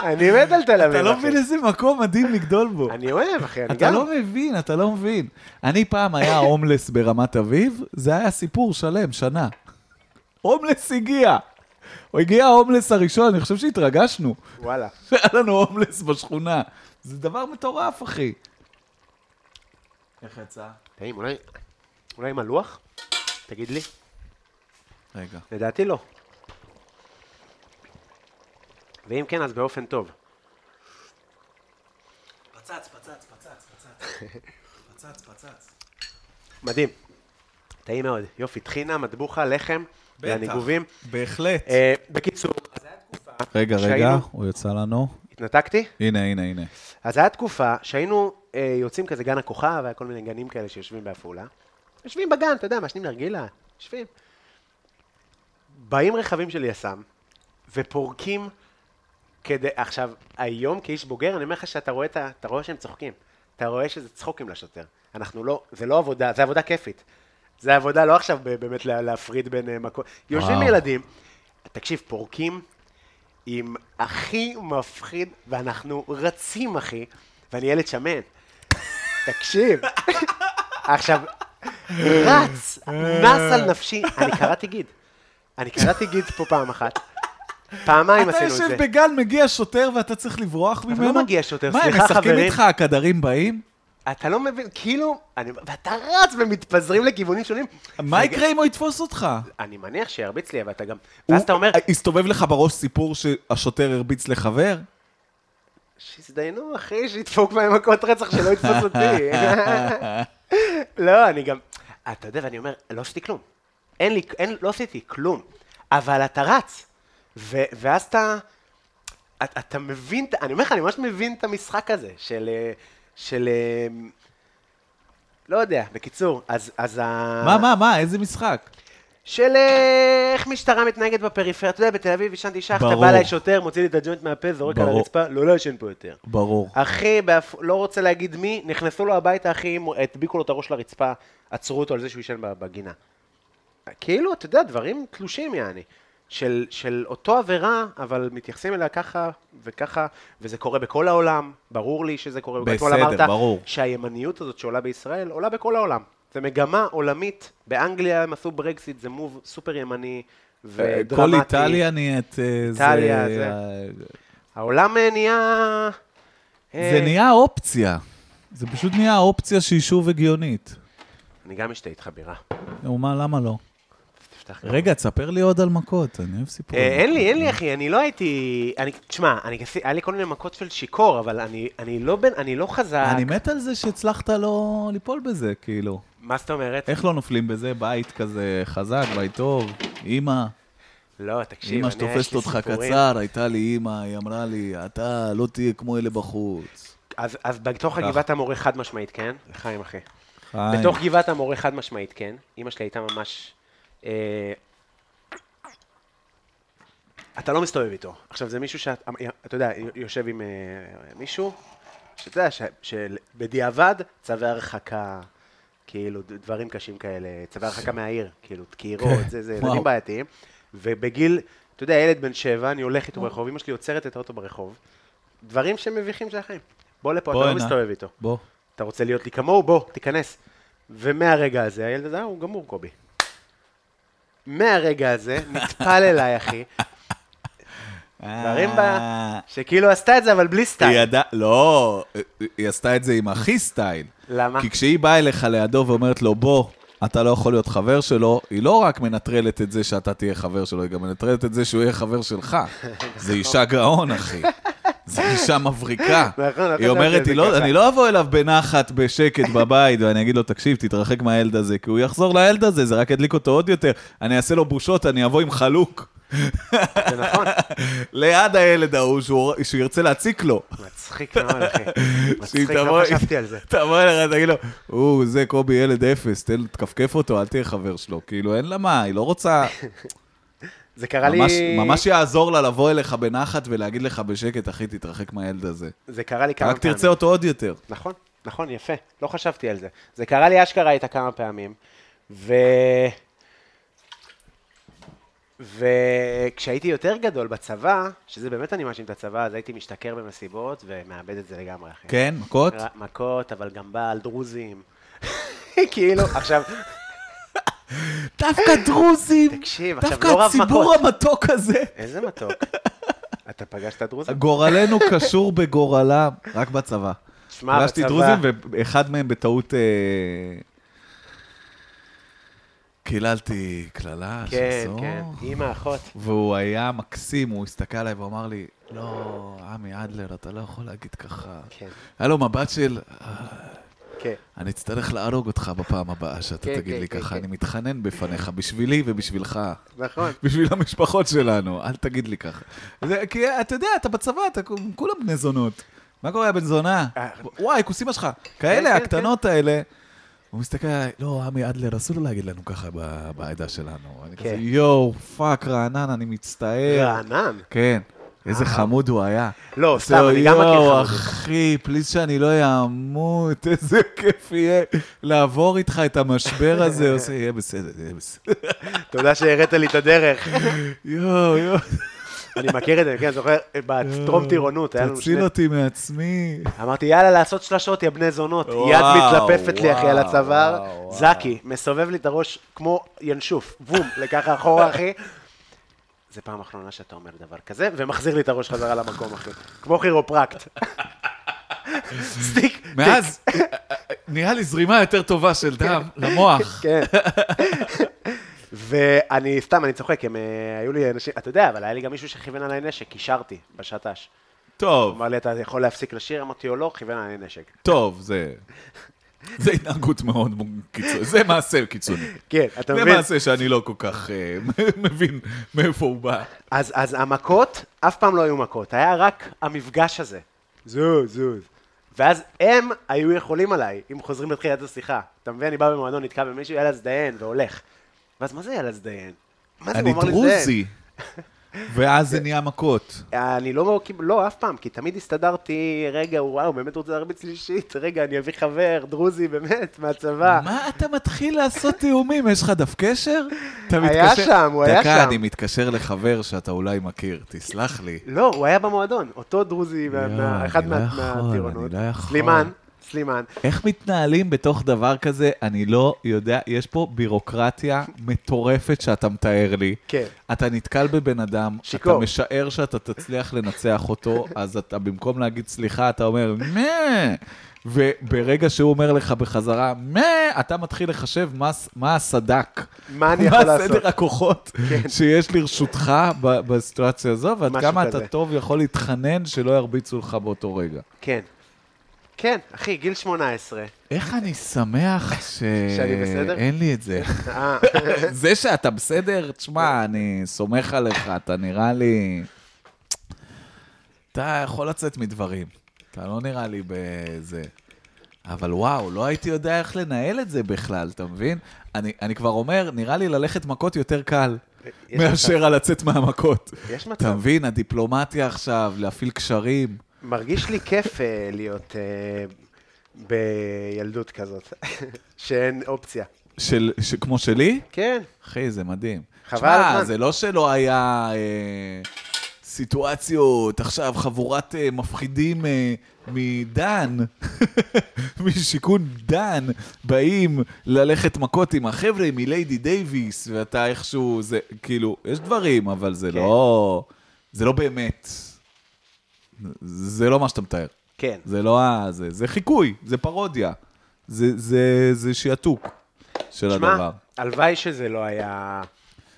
Speaker 2: אני מת על תל אביב, אחי.
Speaker 3: אתה לא מבין איזה מקום מדהים לגדול בו.
Speaker 2: אני אוהב, אחי, אני
Speaker 3: אתה
Speaker 2: גם...
Speaker 3: לא מבין, אתה לא מבין. אני פעם היה הומלס ברמת אביב, זה היה סיפור שלם, שנה. הומלס הגיע. הוא הגיע ההומלס הראשון, אני חושב שהתרגשנו. *laughs*
Speaker 2: וואלה.
Speaker 3: היה לנו הומלס בשכונה. זה דבר מטורף, אחי. איך יצא?
Speaker 2: טעים, אולי... אולי עם הלוח? תגיד לי.
Speaker 3: רגע.
Speaker 2: לדעתי לא. ואם כן, אז באופן טוב.
Speaker 3: פצץ, פצץ, פצץ, פצץ. *laughs* פצץ, פצץ.
Speaker 2: מדהים. טעים מאוד. יופי, טחינה, מטבוחה, לחם, והניגובים.
Speaker 3: בהחלט.
Speaker 2: אה, בקיצור, אז הייתה תקופה...
Speaker 3: רגע, רגע,
Speaker 2: שהיינו-
Speaker 3: הוא יצא לנו.
Speaker 2: התנתקתי?
Speaker 3: הנה, הנה, הנה.
Speaker 2: אז הייתה תקופה שהיינו אה, יוצאים כזה גן הכוכב, היה כל מיני גנים כאלה שיושבים בעפולה. יושבים בגן, אתה יודע, מעשנים נרגילה, יושבים. באים רכבים של יס"מ, ופורקים כדי... עכשיו, היום כאיש בוגר, אני אומר לך שאתה רואה, את ה- אתה רואה שהם צוחקים. אתה רואה שזה צחוקים לשוטר. אנחנו לא... זה לא עבודה, זה עבודה כיפית. זה עבודה לא עכשיו ב- באמת לה- להפריד בין אה, מקום... יושבים
Speaker 3: וואו.
Speaker 2: ילדים, תקשיב, פורקים עם הכי מפחיד, ואנחנו רצים, אחי, ואני ילד שמן. תקשיב. עכשיו, רץ, נס על נפשי, אני קראתי גיד. אני קראתי גיד פה פעם אחת. פעמיים
Speaker 3: אתה
Speaker 2: עשינו את זה.
Speaker 3: יושב בגן, מגיע שוטר ואתה צריך לברוח ממנו?
Speaker 2: לא מגיע שוטר,
Speaker 3: מה, הם
Speaker 2: סליחה,
Speaker 3: משחקים
Speaker 2: חברים.
Speaker 3: איתך, הקדרים באים?
Speaker 2: אתה לא מבין, כאילו, אני, ואתה רץ ומתפזרים לכיוונים שונים.
Speaker 3: מה
Speaker 2: רגע,
Speaker 3: יקרה אם הוא יתפוס אותך?
Speaker 2: אני מניח שירביץ לי, אבל אתה גם... ואז
Speaker 3: הוא- אה,
Speaker 2: אתה אומר,
Speaker 3: הסתובב לך בראש סיפור שהשוטר הרביץ לחבר?
Speaker 2: שיזדיינו, אחי, שידפוק בהם מכות רצח, שלא יתפוס אותי. לא, אני גם... אתה יודע, ואני אומר, לא עשיתי כלום. אין לי, אין, לא עשיתי כלום. אבל אתה רץ. ו, ואז אתה... אתה, אתה מבין, את- אני אומר לך, אני ממש מבין את המשחק הזה של... אה, של... אה, לא יודע, בקיצור, אז... אז ה...
Speaker 3: מה, מה, מה, איזה משחק?
Speaker 2: של אה, איך משטרה מתנהגת בפריפריה. אתה יודע, בתל אביב עישנתי שחטה,
Speaker 3: ברור.
Speaker 2: בא אליי שוטר, מוציא לי את הג'וינט מהפה, זורק על
Speaker 3: ברור.
Speaker 2: הרצפה, לא לעשן פה יותר.
Speaker 3: ברור.
Speaker 2: אחי, באפ... לא רוצה להגיד מי, נכנסו לו הביתה, אחי, הדביקו לו את הראש לרצפה, עצרו אותו על זה שהוא עישן ב- בגינה. כאילו, אתה יודע, דברים תלושים, יעני. של, של אותו עבירה, אבל מתייחסים אליה ככה וככה, וזה קורה בכל העולם, ברור לי שזה קורה. אתמול
Speaker 3: בסדר,
Speaker 2: אמרת
Speaker 3: ברור.
Speaker 2: שהימניות הזאת שעולה בישראל, עולה בכל העולם. זה מגמה עולמית, באנגליה הם עשו ברקסיט, זה מוב סופר ימני ודרמטי.
Speaker 3: אה, כל איטליה נהיית... אה,
Speaker 2: אה, איטליה,
Speaker 3: זה... אה,
Speaker 2: זה. העולם אה, נהיה... אה,
Speaker 3: זה נהיה אופציה. זה פשוט נהיה אופציה שהיא שוב הגיונית.
Speaker 2: אני גם אשתה איתך בירה.
Speaker 3: נו, מה, למה לא?
Speaker 2: תפתח גם.
Speaker 3: רגע, תספר לי עוד על מכות, אני אוהב סיפורים.
Speaker 2: אה, אין לי, אין לי, אחי, אני לא הייתי... אני, תשמע, אני, כסי- היה לי כל מיני מכות של שיכור, אבל אני, אני לא בן, אני לא חזק.
Speaker 3: אני מת על זה שהצלחת לא ליפול בזה, כאילו.
Speaker 2: מה זאת אומרת?
Speaker 3: איך לא נופלים בזה? בית כזה חזק, בית טוב, אימא.
Speaker 2: לא, תקשיב,
Speaker 3: אימא
Speaker 2: אני, יש לי
Speaker 3: שתופסת אותך
Speaker 2: סיפורים.
Speaker 3: קצר, הייתה לי אימא, היא אמרה לי, אתה לא תהיה כמו אלה בחוץ.
Speaker 2: אז, אז בתוך
Speaker 3: ככה.
Speaker 2: הגבעת המורה חד משמעית כן, לחיים אחי.
Speaker 3: חיים.
Speaker 2: בתוך גבעת המורה חד משמעית כן, אימא שלי הייתה ממש... אה, אתה לא מסתובב איתו. עכשיו, זה מישהו שאתה, אתה יודע, יושב עם אה, מישהו, שאתה יודע, ש- שבדיעבד צווי הרחקה, כאילו, ד- דברים קשים כאלה, צווי הרחקה מהעיר, כאילו, דקירות, זה, זה ילדים
Speaker 3: כן. וואו.
Speaker 2: בעייתיים. ובגיל, אתה יודע, ילד בן שבע, אני הולך איתו ברחוב, אמא שלי עוצרת את האוטו ברחוב. דברים שמביכים של החיים. בוא לפה,
Speaker 3: בוא
Speaker 2: אתה לא
Speaker 3: הנה.
Speaker 2: מסתובב איתו.
Speaker 3: בוא.
Speaker 2: אתה רוצה להיות לי כמוהו? בוא, תיכנס. ומהרגע הזה, הילד הזה, "אה, הוא גמור, קובי. מהרגע
Speaker 3: *laughs*
Speaker 2: הזה, נטפל אליי, אחי, דברים בה, שכאילו עשתה את זה, אבל בלי
Speaker 3: אה, היא
Speaker 2: סטייל.
Speaker 3: ידעה, לא, היא עשתה את זה עם הכי סטייל.
Speaker 2: למה?
Speaker 3: כי כשהיא באה אליך לידו ואומרת לו, בוא, אתה לא יכול להיות חבר שלו, היא לא רק מנטרלת את זה שאתה תהיה חבר שלו, היא גם מנטרלת את זה שהוא יהיה חבר
Speaker 2: *laughs*
Speaker 3: שלך. זה אישה גאון, אחי. זו אישה מבריקה.
Speaker 2: נכון, לא חשבתי
Speaker 3: היא
Speaker 2: על
Speaker 3: אומרת,
Speaker 2: זה
Speaker 3: "היא לא-
Speaker 2: ככה."
Speaker 3: אני לא אבוא אליו בנחת, בשקט, בבית, ואני אגיד לו, תקשיב, תתרחק מהילד הזה, כי הוא יחזור לילד הזה, זה רק ידליק אותו עוד יותר. אני אעשה לו בושות, אני אבוא עם חלוק.
Speaker 2: זה נכון.
Speaker 3: ליד הילד ההוא, שהוא שהוא ירצה להציק לו.
Speaker 2: מצחיק מאוד,
Speaker 3: *laughs*
Speaker 2: אחי. מצחיק,
Speaker 3: שהיא
Speaker 2: לא
Speaker 3: תבוא-
Speaker 2: חשבתי על זה.
Speaker 3: תבוא אליך, תגיד לו, הוא, זה קובי ילד אפס, תן, תכפכף אותו, אל תהיה חבר שלו. כאילו, אין לה מה, היא לא רוצה...
Speaker 2: זה קרה לי...
Speaker 3: ממש, ממש יעזור לה לבוא אליך בנחת ולהגיד לך בשקט, אחי, תתרחק מהילד הזה.
Speaker 2: זה קרה לי כמה
Speaker 3: רק
Speaker 2: פעמים.
Speaker 3: תרצה אותו עוד יותר.
Speaker 2: נכון, נכון, יפה. לא חשבתי על זה. זה קרה לי אשכרה איתה כמה פעמים, ו... וכשהייתי יותר גדול בצבא, שזה באמת אני מאשים את הצבא, אז הייתי משתכר במסיבות ומאבד את זה לגמרי, אחי.
Speaker 3: כן, מכות?
Speaker 2: ר- מכות, אבל גם בעל דרוזים. *laughs* כאילו, עכשיו,
Speaker 3: דווקא דרוזים!
Speaker 2: תקשיב, עכשיו
Speaker 3: דווקא
Speaker 2: לא רב
Speaker 3: הציבור
Speaker 2: מכות.
Speaker 3: המתוק הזה.
Speaker 2: איזה מתוק. אתה פגשת דרוזים?
Speaker 3: גורלנו קשור בגורלם, רק בצבא.
Speaker 2: שמע,
Speaker 3: פגשתי
Speaker 2: בצבא-
Speaker 3: דרוזים, ואחד מהם בטעות... אה, קיללתי קללה,
Speaker 2: כן,
Speaker 3: שאסור.
Speaker 2: כן, אימא, אחות.
Speaker 3: והוא היה מקסים, הוא הסתכל עליי ואמר לי, לא, עמי אדלר, אתה לא יכול להגיד ככה.
Speaker 2: כן,
Speaker 3: היה לו מבט של, "אה,
Speaker 2: כן.
Speaker 3: אני אצטרך להרוג אותך בפעם הבאה שאתה
Speaker 2: כן,
Speaker 3: תגיד
Speaker 2: כן,
Speaker 3: לי
Speaker 2: כן,
Speaker 3: ככה,
Speaker 2: כן.
Speaker 3: אני מתחנן בפניך, בשבילי ובשבילך.
Speaker 2: נכון.
Speaker 3: בשביל המשפחות שלנו, אל תגיד לי ככה. זה, כי אתה יודע, אתה בצבא, אתה כ- כולם בני זונות. מה קורה, בן זונה?
Speaker 2: אה.
Speaker 3: וואי, כוסים שלך.
Speaker 2: כן,
Speaker 3: כאלה,
Speaker 2: כן.
Speaker 3: הקטנות האלה. הוא מסתכל עליי, לא, עמי אדלר, אסור לו להגיד לנו ככה ב- בעדה שלנו. אני
Speaker 2: כן.
Speaker 3: כזה, יואו, פאק, רענן, אני מצטער.
Speaker 2: רענן.
Speaker 3: כן, איזה חמוד הוא היה.
Speaker 2: אה. לא,
Speaker 3: עושה
Speaker 2: סתם,
Speaker 3: לו,
Speaker 2: אני גם מכיר
Speaker 3: יואו,
Speaker 2: חמודים.
Speaker 3: אחי, פליז שאני לא אעמוד, איזה כיף יהיה לעבור איתך את המשבר הזה, עושה, יהיה בסדר, יהיה בסדר.
Speaker 2: תודה שהראית לי את הדרך.
Speaker 3: יואו, יואו,
Speaker 2: אני מכיר את זה, כן, זוכר, בטרום טירונות, היה לנו
Speaker 3: אה, תציל
Speaker 2: שני... כן.
Speaker 3: אותי מעצמי.
Speaker 2: אמרתי, יאללה, לעשות שלשות, יא בני זונות.
Speaker 3: וואו,
Speaker 2: יד מתלפפת לי, אחי, על
Speaker 3: וואו,
Speaker 2: הצוואר.
Speaker 3: וואו, וואו.
Speaker 2: זקי, מסובב לי את הראש כמו ינשוף, בום, לככה אחורה, אחי. זה פעם אחרונה שאתה אומר דבר כזה, ומחזיר לי את הראש חזרה למקום, אחי. כמו כירופרקט. סטיק.
Speaker 3: מאז, נראה לי זרימה יותר טובה של דם למוח.
Speaker 2: כן. ואני, סתם, אני צוחק, הם אה, היו לי אנשים, אתה יודע, אבל היה לי גם מישהו שכיוון עליי נשק, קישרתי בשטש.
Speaker 3: טוב,
Speaker 2: אמר לי, אתה יכול להפסיק לשיר? אמרתי לו, לא, כיוון עליי נשק.
Speaker 3: טוב, זה... זה התנהגות מאוד קיצונית, זה מעשה קיצוני.
Speaker 2: כן, אתה
Speaker 3: זה
Speaker 2: מבין?
Speaker 3: מעשה שאני לא כל כך אה, מבין מאיפה הוא בא.
Speaker 2: אז, אז המכות, אף פעם לא היו מכות, היה רק המפגש הזה. זוז, זוז. ואז הם היו יכולים עליי, אם חוזרים לתחילת השיחה. אתה מבין, אני בא במועדון, נתקע במישהו, יאללה, זדיין, והולך. ואז מה זה יאללה, זדיין? מה זה, הוא
Speaker 3: אני
Speaker 2: אמר לי, "זדיין".
Speaker 3: דרוזי. *laughs* ואז זה נהיה מכות.
Speaker 2: אני לא, לא, אף פעם, כי תמיד הסתדרתי, רגע, וואו, באמת רוצה להרביץ לי שיט, רגע, אני אביא חבר, דרוזי, באמת, מהצבא.
Speaker 3: מה אתה מתחיל לעשות תיאומים? יש לך דף קשר? אתה
Speaker 2: היה שם, הוא היה
Speaker 3: דקה,
Speaker 2: שם.
Speaker 3: אני מתקשר לחבר שאתה אולי מכיר, תסלח לי.
Speaker 2: לא, הוא היה במועדון, אותו דרוזי, מה-
Speaker 3: יואו,
Speaker 2: מה- אחד
Speaker 3: אני לא
Speaker 2: מה-
Speaker 3: יכול,
Speaker 2: מהטירונות.
Speaker 3: אני לא יכול.
Speaker 2: סלימן, סלימן.
Speaker 3: איך מתנהלים בתוך דבר כזה? אני לא יודע, יש פה בירוקרטיה מטורפת שאתה מתאר לי.
Speaker 2: כן.
Speaker 3: אתה נתקל בבן אדם,
Speaker 2: שיכור.
Speaker 3: אתה משער שאתה תצליח לנצח אותו, אז אתה במקום להגיד סליחה, אתה אומר, מה? וברגע שהוא אומר לך בחזרה, מה? אתה מתחיל לחשב מה, ס- מה הסד"כ.
Speaker 2: מה אני יכול לעשות? כן.
Speaker 3: מה סדר הכוחות שיש לרשותך ב- בסיטואציה הזו, ועד
Speaker 2: משהו
Speaker 3: כמה
Speaker 2: כזה.
Speaker 3: אתה טוב יכול להתחנן שלא ירביצו לך באותו רגע.
Speaker 2: כן. כן, אחי, גיל 18.
Speaker 3: *laughs* איך אני שמח ש...
Speaker 2: *laughs* שאני בסדר?
Speaker 3: אין לי את
Speaker 2: *laughs*
Speaker 3: זה.
Speaker 2: אה,
Speaker 3: זה שאתה בסדר,
Speaker 2: לא.
Speaker 3: תשמע, אני סומך עליך, אתה נראה לי... אתה יכול לצאת מדברים, אתה לא נראה לי בזה. אבל וואו, לא הייתי יודע איך לנהל את זה בכלל, אתה מבין? אני, אני כבר אומר, נראה לי ללכת מכות יותר קל
Speaker 2: יש
Speaker 3: מאשר על לצאת מהמכות.
Speaker 2: יש מצב.
Speaker 3: אתה מבין, הדיפלומטיה עכשיו, להפעיל קשרים.
Speaker 2: מרגיש לי כיף אה, להיות אה, בילדות כזאת, *laughs* שאין אופציה.
Speaker 3: של, ש, כמו שלי?
Speaker 2: כן,
Speaker 3: אחי, זה מדהים.
Speaker 2: חבל
Speaker 3: שמע,
Speaker 2: הזמן.
Speaker 3: זה לא שלא היה אה, סיטואציות, עכשיו חבורת אה, מפחידים אה, מדן, *laughs* משיכון דן, באים ללכת מכות עם החבר'ה מליידי דייוויס, ואתה איכשהו, זה, כאילו, יש דברים, אבל זה
Speaker 2: כן.
Speaker 3: לא, זה לא באמת. זה לא מה שאתה מתאר.
Speaker 2: כן.
Speaker 3: זה לא ה... זה, זה חיקוי, זה פרודיה. זה, זה, זה שעתוק של
Speaker 2: שמע,
Speaker 3: לא הדבר.
Speaker 2: הלוואי שזה לא היה...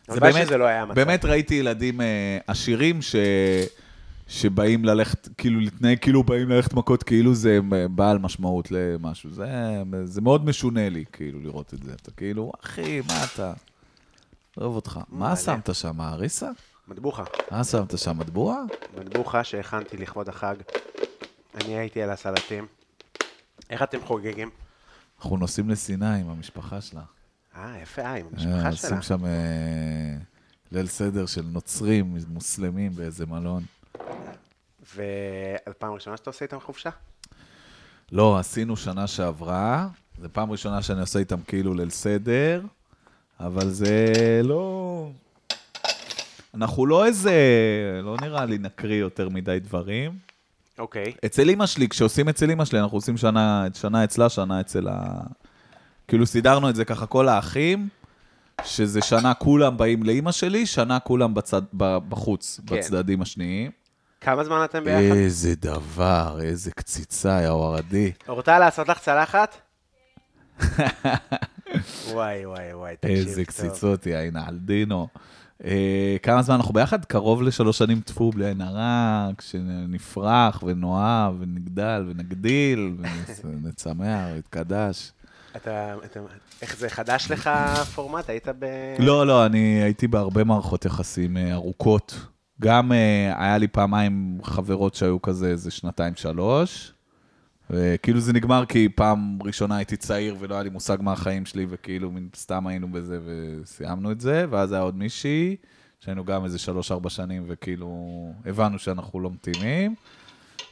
Speaker 3: זה
Speaker 2: הלוואי שזה לא היה המצב.
Speaker 3: באמת ראיתי ילדים אה, עשירים ש... שבאים ללכת, כאילו להתנהג, כאילו באים ללכת מכות, כאילו זה בעל משמעות למשהו. זה, זה מאוד משונה לי, כאילו, לראות את זה. אתה כאילו, אחי, מה אתה? לא אוהב אותך. מה שמת שם, אריסה?
Speaker 2: מטבוחה.
Speaker 3: מה שמת שם, מטבועה?
Speaker 2: מטבוחה שהכנתי לכבוד החג. אני הייתי על הסלטים. איך אתם חוגגים?
Speaker 3: אנחנו נוסעים לסיני עם המשפחה שלה.
Speaker 2: אה, יפה, אה, עם
Speaker 3: אה,
Speaker 2: המשפחה שלה.
Speaker 3: עושים שם אה, ליל סדר של נוצרים, מוסלמים באיזה מלון.
Speaker 2: ופעם ראשונה שאתה עושה איתם חופשה?
Speaker 3: לא, עשינו שנה שעברה, זו פעם ראשונה שאני עושה איתם כאילו ליל סדר, אבל זה לא... אנחנו לא איזה... לא נראה לי נקריא יותר מדי דברים.
Speaker 2: אוקיי.
Speaker 3: אצל אמא שלי, כשעושים אצל אמא שלי, אנחנו עושים שנה, שנה אצלה, שנה אצל ה... כאילו סידרנו את זה ככה, כל האחים, שזה שנה כולם באים לאימא שלי, שנה כולם בצד, ב- בחוץ,
Speaker 2: כן.
Speaker 3: כן. בצדדים השניים.
Speaker 2: כמה זמן אתם ביחד?
Speaker 3: איזה דבר, איזה קציצה, יא וורדי.
Speaker 2: רוצה לעשות לך
Speaker 3: *laughs*
Speaker 2: צלחת? וואי, וואי, וואי, תקשיב טוב.
Speaker 3: איזה קציצות, יא עין על דינו. אה, כמה זמן אנחנו ביחד? קרוב לשלוש שנים טפו בלי עין הרע, כשנפרח ונאהב ונגדל ונגדיל *laughs* ונצמח ונתקדש.
Speaker 2: אתה, אתה, איך זה חדש לך הפורמט? היית ב...
Speaker 3: לא, לא, אני הייתי בהרבה מערכות יחסים אה, ארוכות. גם אה, היה לי פעמיים חברות שהיו כזה איזה שנתיים-שלוש. וכאילו זה נגמר כי פעם ראשונה הייתי צעיר ולא היה לי מושג מה החיים שלי, וכאילו מין סתם היינו בזה וסיימנו את זה, ואז היה עוד מישהי, שהיינו גם איזה שלוש-ארבע שנים, וכאילו הבנו שאנחנו לא מתאימים.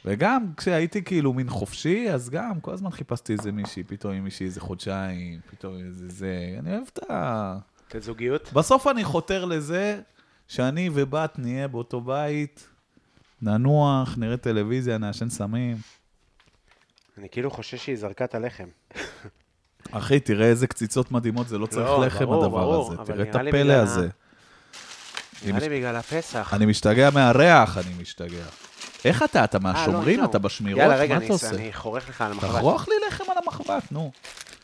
Speaker 3: וגם כשהייתי כאילו מין חופשי, אז גם כל הזמן חיפשתי איזה מישהי, פתאום עם מישהי איזה חודשיים, פתאום איזה זה, אני אוהב את ה...
Speaker 2: את הזוגיות?
Speaker 3: בסוף אני חותר לזה שאני ובת נהיה באותו בית, ננוח, נראה טלוויזיה, נעשן סמים.
Speaker 2: אני כאילו חושש שהיא זרקה את הלחם.
Speaker 3: אחי, תראה איזה קציצות מדהימות, זה לא צריך
Speaker 2: ברור,
Speaker 3: לחם
Speaker 2: ברור,
Speaker 3: הדבר
Speaker 2: ברור,
Speaker 3: הזה.
Speaker 2: אבל
Speaker 3: תראה את
Speaker 2: נראה לי
Speaker 3: הפלא
Speaker 2: בגלל ה-
Speaker 3: הזה.
Speaker 2: נראה לי בגלל הפסח.
Speaker 3: אני משתגע מהריח, אני משתגע. איך אתה? אתה
Speaker 2: אה, לא,
Speaker 3: מהשומרים?
Speaker 2: זהו.
Speaker 3: אתה בשמירות?
Speaker 2: יאללה, רגע,
Speaker 3: מה
Speaker 2: אני-
Speaker 3: אתה עושה?
Speaker 2: אני חורך לך על המחבת.
Speaker 3: תחרוך לי לחם על המחבת, נו.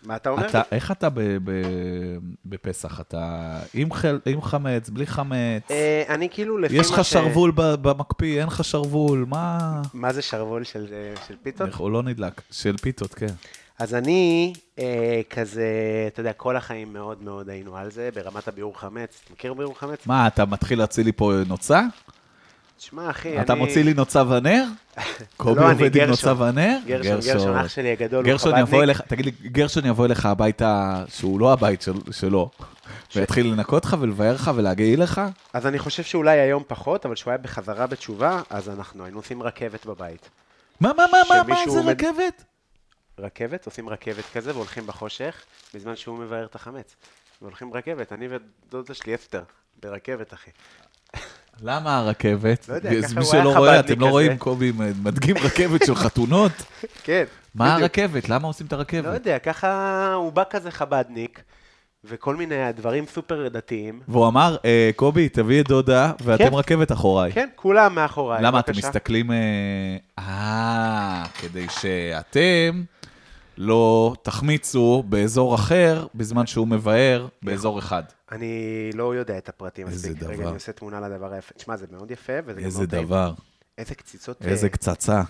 Speaker 2: מה אתה אומר?
Speaker 3: אתה- איך אתה ב- ב- בפסח? אתה עם חל- עם חמץ, בלי חמץ?
Speaker 2: אה, אני כאילו לפי מה
Speaker 3: יש
Speaker 2: ש...
Speaker 3: לך שרוול ב- במקפיא, אין לך שרוול, מה...
Speaker 2: מה זה שרוול של אה, של פיתות?
Speaker 3: הוא לא נדלק, של פיתות, כן.
Speaker 2: אז אני אה, כזה, אתה יודע, כל החיים מאוד מאוד היינו על זה, ברמת הביעור חמץ. אתה מכיר ביעור חמץ?
Speaker 3: מה, אתה מתחיל להוציא לי פה נוצה?
Speaker 2: תשמע, אחי, אני... לא,
Speaker 3: אתה מוציא לי נוצה
Speaker 2: *laughs*
Speaker 3: ונר? קובי
Speaker 2: אני
Speaker 3: עובד עם
Speaker 2: גרשון.
Speaker 3: נוצה ונר?
Speaker 2: גרשון, גרשון, אח שלי הגדול, הוא
Speaker 3: גרשון
Speaker 2: חב"דניק.
Speaker 3: יבוא אליך, תגיד לי, גרשון יבוא אליך הביתה שהוא לא הבית של- שלו, ויתחיל לנקות לך ולבאר לך ולהגעיל לך?
Speaker 2: אז אני חושב שאולי היום פחות, אבל כשהוא היה בחזרה בתשובה, אז אנחנו היינו עושים רכבת בבית.
Speaker 3: מה, מה, מה, מה, מה,
Speaker 2: שמישהו
Speaker 3: זה
Speaker 2: עומד-
Speaker 3: רכבת?
Speaker 2: רכבת, עושים רכבת כזה והולכים בחושך, בזמן שהוא מבער את החמץ. והולכים רכבת, אני ודודה שלי אסתר, ברכבת, אחי.
Speaker 3: למה הרכבת?
Speaker 2: לא יודע,
Speaker 3: זה
Speaker 2: ככה
Speaker 3: מי
Speaker 2: הוא היה
Speaker 3: שלא רואה,
Speaker 2: חב"דניק
Speaker 3: אתם לא רואים,
Speaker 2: כזה.
Speaker 3: קובי מדגים רכבת של חתונות?
Speaker 2: כן.
Speaker 3: מה
Speaker 2: בדיוק.
Speaker 3: הרכבת? למה עושים את
Speaker 2: לא
Speaker 3: הרכבת?
Speaker 2: יודע, ככה הוא בא כזה חבדניק, וכל מיני דברים סופר דתיים.
Speaker 3: והוא אמר, "אה, קובי, תביא את דודה,
Speaker 2: כן.
Speaker 3: ואתם רכבת אחוריי.
Speaker 2: כן, כולם מאחוריי.
Speaker 3: אוקיי. למה אתם
Speaker 2: בבקשה.
Speaker 3: מסתכלים... אה, אה, כדי שאתם לא תחמיצו באזור אחר בזמן שהוא מבאר באזור אחד.
Speaker 2: אני לא יודע את הפרטים
Speaker 3: איזה
Speaker 2: מספיק. רגע,
Speaker 3: דבר.
Speaker 2: אני עושה תמונה לדבר היפה. תשמע, זה מאוד יפה, וזה גם
Speaker 3: איזה
Speaker 2: מאוד טעים.
Speaker 3: דבר,
Speaker 2: איזה קציצות...
Speaker 3: איזה
Speaker 2: אה,
Speaker 3: קצצה,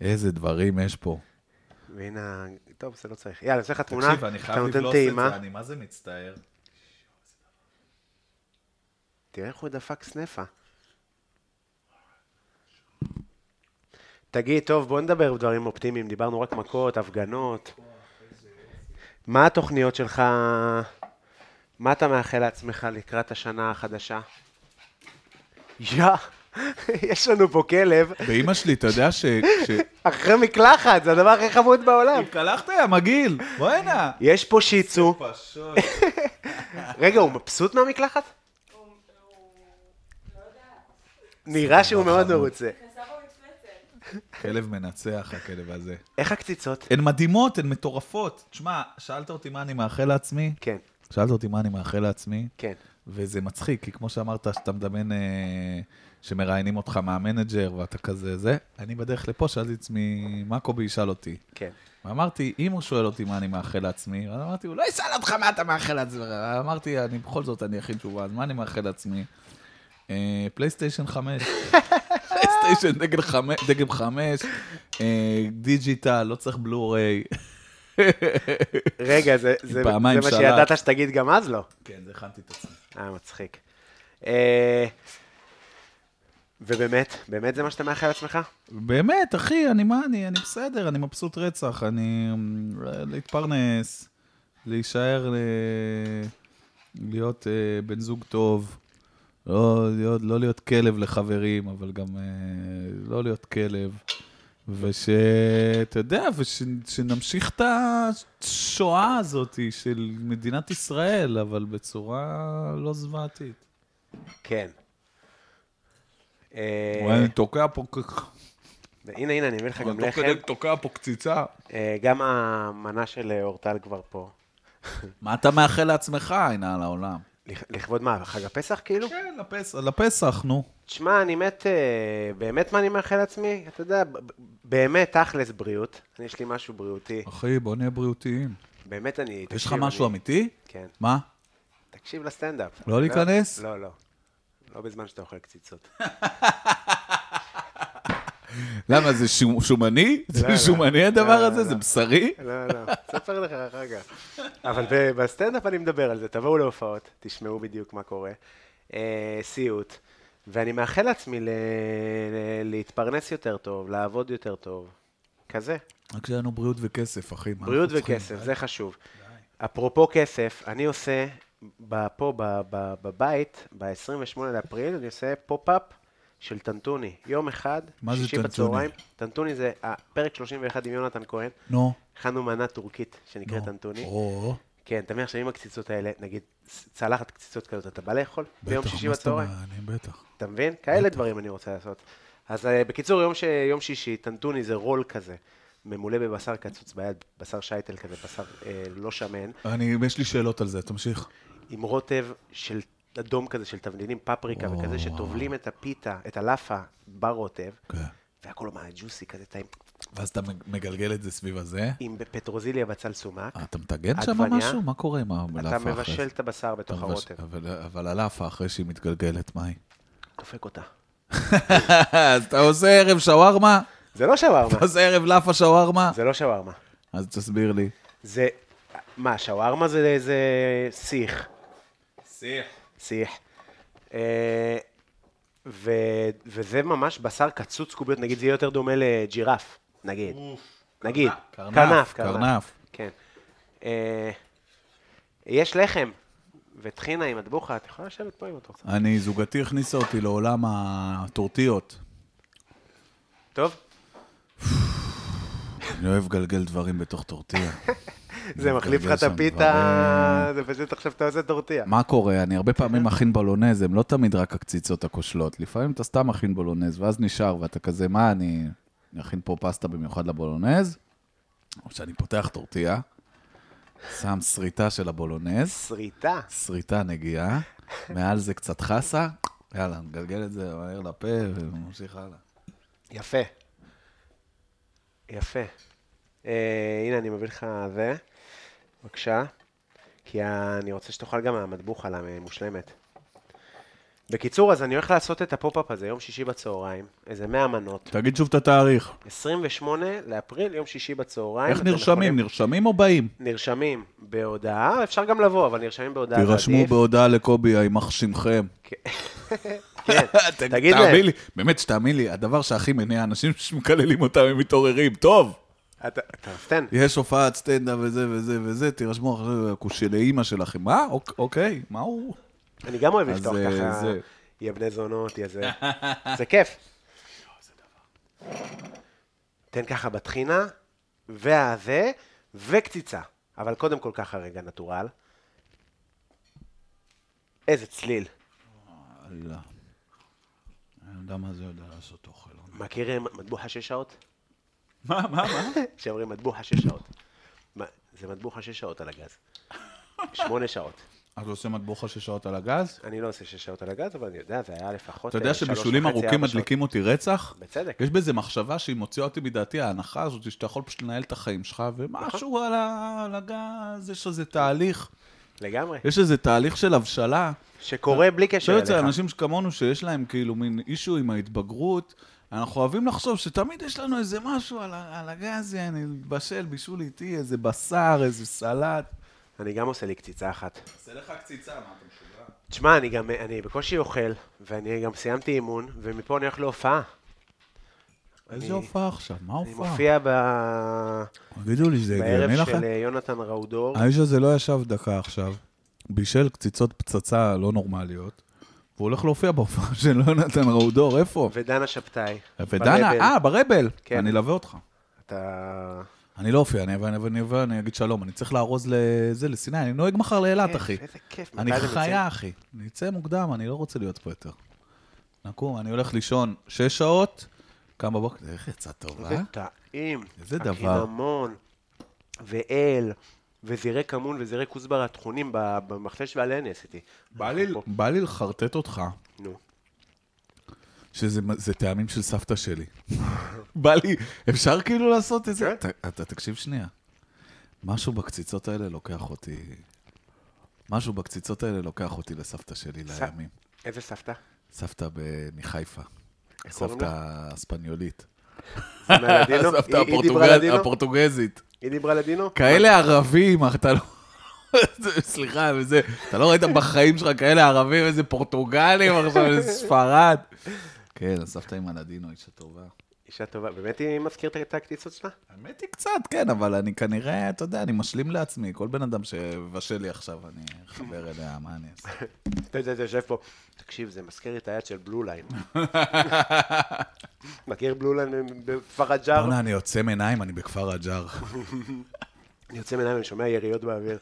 Speaker 3: איזה דברים יש פה.
Speaker 2: והנה, ה- טוב, זה לא צריך. יאללה, אני עושה לך תמונה,
Speaker 3: תקשיב, אני חייב
Speaker 2: אתה
Speaker 3: לבלוס
Speaker 2: נותן
Speaker 3: את
Speaker 2: טעימה.
Speaker 3: זה, אני מה זה מצטער.
Speaker 2: תראה איך הוא דפק סנפה. תגיד, טוב, בוא נדבר דברים אופטימיים. דיברנו רק מכות, הפגנות. מה התוכניות שלך? מה אתה מאחל לעצמך לקראת השנה החדשה? יא! *laughs* יש לנו פה כלב,
Speaker 3: ואימא שלי, אתה יודע ש... כש-
Speaker 2: אחרי מקלחת, זה הדבר הכי חמוד בעולם.
Speaker 3: התקלחת יא מגעיל, בואנה.
Speaker 2: יש פה שיצו.
Speaker 3: פשוט.
Speaker 2: רגע, הוא מבסוט מהמקלחת? נראה שהוא מאוד מרוצה.
Speaker 3: כלב מנצח, הכלב הזה.
Speaker 2: איך הקציצות?
Speaker 3: הן מדהימות, הן מטורפות. תשמע, שאלת אותי מה אני מאחל לעצמי?
Speaker 2: כן,
Speaker 3: שאלת אותי מה אני מאחל לעצמי?
Speaker 2: כן.
Speaker 3: וזה מצחיק, כי כמו שאמרת, שאתה מדמיין אה, שמראיינים אותך מהמנג'ר ואתה כזה זה, אני בדרך לפה שאלתי את עצמי, מה קובי ישאל אותי?
Speaker 2: כן.
Speaker 3: ואמרתי, אם הוא שואל אותי מה אני מאחל לעצמי, אז אמרתי, הוא לא ישאל אותך מה אתה מאחל לעצמך. אמרתי, אני בכל זאת, אני הכי תשובה, אז מה אני מאחל לעצמי? אה, פלייסטיישן 5. פלייסטיישן דגל 5, דגם 5, אה, דיג'יטל, לא צריך בלו-ריי.
Speaker 2: רגע, זה, זה, זה
Speaker 3: פעמיים
Speaker 2: מה
Speaker 3: שלט.
Speaker 2: שידעת שתגיד גם אז לא.
Speaker 3: כן, זה הכנתי את עצמי.
Speaker 2: אה, מצחיק. אה, ובאמת, באמת זה מה שאתה מאחל לעצמך?
Speaker 3: באמת, אחי, אני מה, אני, אני בסדר, אני מבסוט רצח, אני... אה, להתפרנס, להישאר, אה, להיות אה, בן זוג טוב, לא להיות, לא להיות כלב לחברים, אבל גם אה, לא להיות כלב. וש... אתה יודע, ושנמשיך את השואה הזאת של מדינת ישראל, אבל בצורה לא זוועתית.
Speaker 2: כן. אה,
Speaker 3: וואי, אני תוקע פה ככה,
Speaker 2: הנה, הנה, אני אביא לך גם לא
Speaker 3: תוך
Speaker 2: לחם.
Speaker 3: כדי תוקע פה קציצה.
Speaker 2: אה, גם המנה של אה, אורטל כבר פה.
Speaker 3: מה אתה מאחל לעצמך, הנה על העולם?
Speaker 2: לכ- לכבוד מה, חג הפסח כאילו?
Speaker 3: כן, לפסח, לפסח, נו.
Speaker 2: תשמע, אני מת, אה, באמת מה אני מאחל לעצמי? אתה יודע, ב- ב- באמת, תכלס בריאות. אני, יש לי משהו בריאותי.
Speaker 3: אחי, בוא נהיה בריאותיים.
Speaker 2: באמת אני...
Speaker 3: אוקיי. יש לך
Speaker 2: תקשיב,
Speaker 3: משהו
Speaker 2: אני-
Speaker 3: אמיתי?
Speaker 2: כן.
Speaker 3: מה?
Speaker 2: תקשיב לסטנדאפ.
Speaker 3: לא להיכנס?
Speaker 2: לא, לא. לא בזמן שאתה אוכל קציצות.
Speaker 3: למה, זה שום- שומני?
Speaker 2: לא,
Speaker 3: זה שומני
Speaker 2: לא,
Speaker 3: הדבר הזה?
Speaker 2: לא.
Speaker 3: זה בשרי?
Speaker 2: *laughs* לא, לא, אספר לך אחר כך. אבל ב- בסטנדאפ אני מדבר על זה, תבואו להופעות, תשמעו בדיוק מה קורה. אה, סיוט. ואני מאחל לעצמי ל- ל- להתפרנס יותר טוב, לעבוד יותר טוב. כזה.
Speaker 3: רק שיהיה לנו בריאות וכסף, אחי. מה
Speaker 2: בריאות
Speaker 3: אנחנו צריכים?
Speaker 2: וכסף, זה חשוב. אפרופו כסף, אני עושה ב- פה ב- ב- בבית, ב-28 לאפריל, אני עושה פופ-אפ של טנטוני. יום אחד,
Speaker 3: מה זה
Speaker 2: שישי
Speaker 3: טנטוני?
Speaker 2: בצהריים. טנטוני זה הפרק 31 עם יונתן כהן.
Speaker 3: נו.
Speaker 2: הכנו מנה טורקית שנקראת
Speaker 3: נו.
Speaker 2: טנטוני.
Speaker 3: או,
Speaker 2: כן, תמיד עכשיו עם הקציצות האלה, נגיד צלחת קציצות כזאת, אתה בא לאכול ביום
Speaker 3: בטח,
Speaker 2: שישי
Speaker 3: מה זאת
Speaker 2: בצהריים?
Speaker 3: אומרת? אני בטח.
Speaker 2: אתה מבין? כאלה דברים אני רוצה לעשות. אז אה, בקיצור, יום, ש... יום שישי, טנטוני זה רול כזה, ממולא בבשר קצוץ ביד, בשר שייטל כזה, בשר אה, לא שמן,
Speaker 3: אני, יש לי שאלות על זה, תמשיך.
Speaker 2: עם רוטב של אדום כזה, של תבלינים, פפריקה
Speaker 3: וואו,
Speaker 2: וכזה,
Speaker 3: וואו.
Speaker 2: שטובלים את הפיתה, את הלאפה ברוטב,
Speaker 3: כן.
Speaker 2: והכל מה ג'וסי כזה טעים,
Speaker 3: ואז אתה מגלגל את זה סביב הזה?
Speaker 2: עם פטרוזיליה בצל סומק,
Speaker 3: אה, אתה מטגן שם
Speaker 2: עגבניה?
Speaker 3: משהו? מה קורה עם הלאפה
Speaker 2: אתה
Speaker 3: אחרי
Speaker 2: מבשל
Speaker 3: זה?
Speaker 2: את הבשר
Speaker 3: אתה
Speaker 2: בתוך
Speaker 3: מבש- אה.
Speaker 2: הרוטב,
Speaker 3: אבל- אבל הלאפה אחרי שהיא מתגלגלת, מה היא?
Speaker 2: דופק אותה.
Speaker 3: *laughs* אז אתה עושה ערב שווארמה?
Speaker 2: זה לא שווארמה,
Speaker 3: *laughs* אתה עושה ערב לאפה שווארמה?
Speaker 2: זה לא שווארמה.
Speaker 3: אז תסביר לי.
Speaker 2: זה, מה, שווארמה זה, זה שיח,
Speaker 3: שיח.
Speaker 2: שיח. אה, ו, וזה ממש בשר קצוץ קוביות, נגיד זה יהיה יותר דומה לג'ירף, נגיד. נגיד.
Speaker 3: קרנף,
Speaker 2: קרנף,
Speaker 3: קרנף.
Speaker 2: כן. אה, יש לחם וטחינה עם מטבוחה, את יכולה לשבת פה אם את רוצה.
Speaker 3: אני, זוגתי הכניסה אותי לעולם הטורטיות.
Speaker 2: טוב?
Speaker 3: אני אוהב לגלגל דברים בתוך טורטיה.
Speaker 2: *laughs* זה מחליף לך את
Speaker 3: אוקיי, שם
Speaker 2: הפיתה, זה פשוט עכשיו אתה עושה טורטיה.
Speaker 3: מה קורה? אני הרבה פעמים מכין בולונז, הם לא תמיד רק הקציצות הכושלות. לפעמים אתה סתם מכין בולונז, ואז נשאר, ואתה כזה, מה, אני אני אכין פה פסטה במיוחד לבולונז? או שאני פותח טורטיה, שם שריטה של הבולונז,
Speaker 2: שריטה.
Speaker 3: שריטה נגיעה, מעל זה קצת חסה, יאללה, נגלגל את זה מהר לפה וממשיך הלאה.
Speaker 2: יפה. יפה. אה, הנה, אני מביא לך זה. בבקשה. כי ה- אני רוצה שתאכל גם מהמטבוחה המושלמת. בקיצור, אז אני הולך לעשות את הפופ-אפ הזה, יום שישי בצהריים, איזה 100 מנות.
Speaker 3: תגיד שוב את התאריך.
Speaker 2: 28 לאפריל, יום שישי בצהריים.
Speaker 3: איך
Speaker 2: אתם
Speaker 3: נרשמים?
Speaker 2: יכולים-
Speaker 3: נרשמים או באים?
Speaker 2: נרשמים בהודעה, אפשר גם לבוא, אבל נרשמים בהודעה. זה
Speaker 3: תירשמו
Speaker 2: עדיף.
Speaker 3: בהודעה לקובי, יימח שמכם. *laughs*
Speaker 2: כן, תגיד
Speaker 3: תאמין
Speaker 2: להם.
Speaker 3: לי, באמת שתאמין לי, הדבר שהכי מניע אנשים *laughs* שמקללים אותם, הם מתעוררים. טוב,
Speaker 2: אתה- אתה נותן.
Speaker 3: יש הופעת סטנדאפ וזה וזה וזה, תירשמו אחרי זה, כושי לאימא שלכם. מה? אוק- אוקיי, מה הוא?
Speaker 2: אני גם אוהב
Speaker 3: אז,
Speaker 2: לפתוח
Speaker 3: אה,
Speaker 2: ככה.
Speaker 3: זה.
Speaker 2: יהיה בני זונות, יהיה זה. זה כיף. תן ככה בטחינה, והזה, וקציצה. אבל קודם כל ככה רגע נטורל. איזה צליל.
Speaker 3: אללה. אני יודע מה זה יודע לעשות אוכל.
Speaker 2: מכירים מטבוחה שש שעות? *laughs*
Speaker 3: מה, מה, מה?
Speaker 2: שאומרים מטבוחה שש שעות. מה, זה מטבוחה שש שעות על הגז. שמונה שעות.
Speaker 3: אתה עושה מטבוחה שש שעות על הגז?
Speaker 2: אני לא עושה שש שעות על הגז, אבל אני יודע, זה היה לפחות...
Speaker 3: אתה יודע
Speaker 2: אה, שלוש
Speaker 3: שבישולים
Speaker 2: וחצי,
Speaker 3: ארוכים
Speaker 2: ארבע שעות.
Speaker 3: מדליקים אותי רצח? *laughs*
Speaker 2: בצדק.
Speaker 3: יש בזה מחשבה שהיא מוציאה אותי מדעתי, ההנחה הזאת שאתה יכול פשוט לנהל את החיים שלך,
Speaker 2: נכון.
Speaker 3: ומשהו על ה- על הגז, יש איזה תהליך,
Speaker 2: לגמרי.
Speaker 3: יש איזה תהליך של הבשלה.
Speaker 2: שקורה בלי קשר
Speaker 3: עכשיו
Speaker 2: אליך.
Speaker 3: אצל לא אנשים שכמונו, שיש להם כאילו מין אישו עם ההתבגרות, אנחנו אוהבים לחשוב שתמיד יש לנו איזה משהו על ה- על הגז, יעני, לבשל, בישול איטי, איזה בשר, איזה סלט.
Speaker 2: אני גם עושה לי קציצה אחת.
Speaker 3: עושה לך קציצה, מה אתה משוגע?
Speaker 2: תשמע, אני גם, אני בקושי אוכל, ואני גם סיימתי אימון, ומפה אני הולך להופעה. אני-
Speaker 3: איזה הופעה עכשיו? מה
Speaker 2: אני
Speaker 3: הופעה?
Speaker 2: מופיע ב...
Speaker 3: תגידו לי שזה
Speaker 2: בערב
Speaker 3: הגיוני לכם?
Speaker 2: של אה, יונתן ראודור.
Speaker 3: האיש הזה לא ישב דקה עכשיו, בישל קציצות פצצה לא נורמליות, והוא הולך להופיע בהופעה של יונתן ראודור, איפה?
Speaker 2: ודנה שבתאי.
Speaker 3: ודנה,
Speaker 2: ברבל.
Speaker 3: אה, ברבל.
Speaker 2: כן.
Speaker 3: אני אלווה אותך.
Speaker 2: אתה...
Speaker 3: אני לא אופיע, אני אבוא, אני אבוא, אני אבוא, אני אגיד שלום, אני צריך לארוז לזה, לסיני, אני נוהג מחר לאילת,
Speaker 2: כיף,
Speaker 3: אחי.
Speaker 2: איזה כיף, מתי
Speaker 3: אני
Speaker 2: זה
Speaker 3: חיה, אחי. אני אצא מוקדם, אני לא רוצה להיות פה יותר. נקום, אני הולך לישון שש שעות, קם בבוקר, איך יצא טוב, אה?
Speaker 2: איזה טעים.
Speaker 3: איזה דבר.
Speaker 2: הקינמון, ואל, וזירי כמון וזירי כוסבר הטחונים ב- במכתש ועליהן עשיתי.
Speaker 3: בא לי- בא לי לחרטט אותך,
Speaker 2: נו.
Speaker 3: שזה זה טעמים של סבתא שלי. *laughs* בא לי, אפשר כאילו לעשות את זה?
Speaker 2: כן.
Speaker 3: ת- אתה תקשיב שנייה. משהו בקציצות האלה לוקח אותי... משהו בקציצות האלה לוקח אותי לסבתא שלי
Speaker 2: ס-
Speaker 3: לימים.
Speaker 2: איזה סבתא? *laughs*
Speaker 3: סבתא ב- מחיפה.
Speaker 2: איך קוראים
Speaker 3: סבתא הספניולית.
Speaker 2: זה
Speaker 3: *laughs*
Speaker 2: מהלדינו?
Speaker 3: הסבתא
Speaker 2: היא- היא דיברה
Speaker 3: הפורטוגז-
Speaker 2: לדינו?
Speaker 3: הפורטוגזית.
Speaker 2: היא דיברה לדינו?
Speaker 3: כאלה ערבים, *laughs* אתה לא... זה- סליחה, וזה, אתה לא ראית בחיים שלך כאלה ערבים, איזה פורטוגלים עכשיו,
Speaker 2: *laughs*
Speaker 3: איזה ספרד. כן, הסבתא עם הלדינו, אישה טובה.
Speaker 2: אישה טובה. באמת היא מזכירת את הקטיסות שלה?
Speaker 3: האמת היא קצת, כן, אבל אני כנראה, אתה יודע, אני משלים לעצמי. כל בן אדם שמבשל לי עכשיו, אני אחבר אליה, מה אני אעשה?
Speaker 2: אתה יודע, אתה יושב פה. תקשיב, זה מזכיר לי את היד של בלו ליין. *laughs* מכיר בלו ליין בפחד ג'אר?
Speaker 3: בוא'נה, אני עוצם עיניים, אני בכפר רג'ר.
Speaker 2: אני יוצא מעיניים, אני שומע יריות באוויר.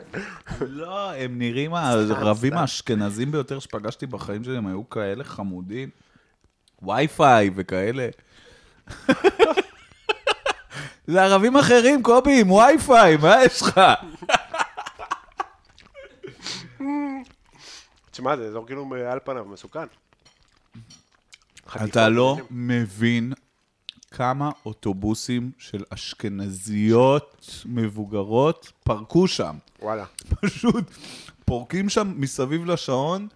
Speaker 2: *laughs*
Speaker 3: לא, הם נראים הערבים האשכנזים ביותר שפגשתי בחיים שלי, הם היו כאלה חמודים. וי-פיי וכאלה. *laughs* זה ערבים אחרים, קובי, עם ווי-פיי, מה יש לך?
Speaker 2: תשמע, זה אזור כאילו על פניו מסוכן. חטיפות,
Speaker 3: אתה לא
Speaker 2: אנשים.
Speaker 3: מבין כמה אוטובוסים של אשכנזיות מבוגרות פרקו שם. *laughs*
Speaker 2: וואלה.
Speaker 3: פשוט פורקים שם מסביב לשעון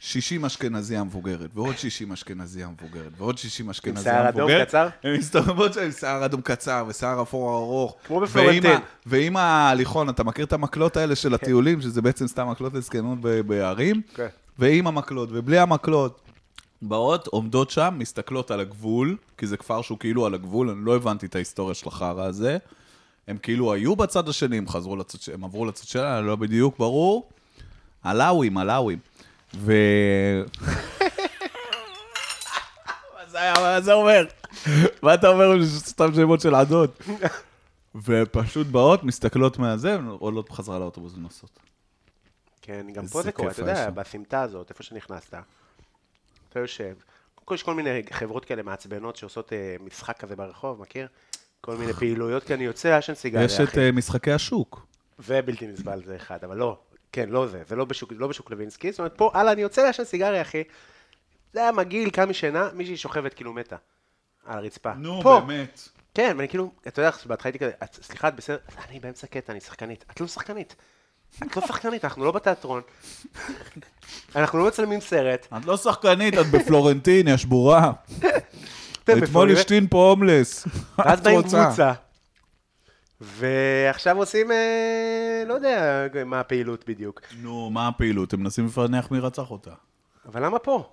Speaker 3: 60 אשכנזיה מבוגרת, ועוד 60 אשכנזיה מבוגרת, ועוד 60
Speaker 2: שיער
Speaker 3: אשכנזיה
Speaker 2: אדום
Speaker 3: מבוגרת.
Speaker 2: קצר?
Speaker 3: הן מסתובבות שם עם שיער אדום קצר ושיער אפור ארוך.
Speaker 2: כמו
Speaker 3: ועם
Speaker 2: בפלורנטין.
Speaker 3: ה- ועם ההליכון, אתה מכיר את המקלות האלה של הטיולים, שזה בעצם סתם מקלות לזקנות ב- בערים?
Speaker 2: כן.
Speaker 3: ועם המקלות ובלי המקלות. באות, עומדות שם, מסתכלות על הגבול, כי זה כפר שהוא כאילו על הגבול, אני לא הבנתי את ההיסטוריה של החרא הזה. הם כאילו היו בצד השני, הם חזרו לצד, ש- הם עברו לצד שלנו, לא בדיוק ברור. הלאווים, הלאווים. ו... *laughs* מה זה היה, מה זה אומר? מה אתה אומר שזה סתם שמות של עדות? ופשוט באות, מסתכלות מהזה, עולות בחזרה לאוטובוס ונוסעות.
Speaker 2: כן, גם
Speaker 3: איזה
Speaker 2: פה זה קורה, אתה
Speaker 3: כיף היה
Speaker 2: יודע,
Speaker 3: שם.
Speaker 2: בסמטה הזאת, איפה שנכנסת, אתה יושב. קודם כל יש כל מיני חברות כאלה מעצבנות שעושות אה, משחק כזה ברחוב, מכיר? כל מיני פעילויות, כי אני יוצא, עשן סיגריה,
Speaker 3: אה. יש
Speaker 2: אחי.
Speaker 3: את אה, משחקי השוק.
Speaker 2: זה בלתי נסבל, זה אחד, אבל לא, כן, לא זה, זה לא בשוק, לא בשוק לוינסקי, זאת אומרת, פה, הלאה, אני יוצא לעשן סיגריה, אחי. זה היה מגעיל, קם משינה, מישהי שוכבת כאילו מתה. על הרצפה. פה,
Speaker 3: באמת.
Speaker 2: כן, ואני כאילו, אתה יודע, בהתחלה הייתי כזה, "את- סליחה, את בסדר, אני באמצע קטע, אני שחקנית. את לא שחקנית. את לא שחקנית, אנחנו לא בתיאטרון. *laughs* אנחנו לא מצלמים סרט.
Speaker 3: את לא שחקנית, את בפלורנטין, יא שבורה.
Speaker 2: אתם
Speaker 3: אתמול
Speaker 2: בפלורנטין,
Speaker 3: השתין פה הומלס.
Speaker 2: *laughs* ואז
Speaker 3: את
Speaker 2: באים
Speaker 3: רוצה?
Speaker 2: קבוצה. ועכשיו עושים, אה, לא יודע מה הפעילות בדיוק.
Speaker 3: נו, מה הפעילות? הם מנסים לפענח מי רצח אותה.
Speaker 2: אבל למה פה?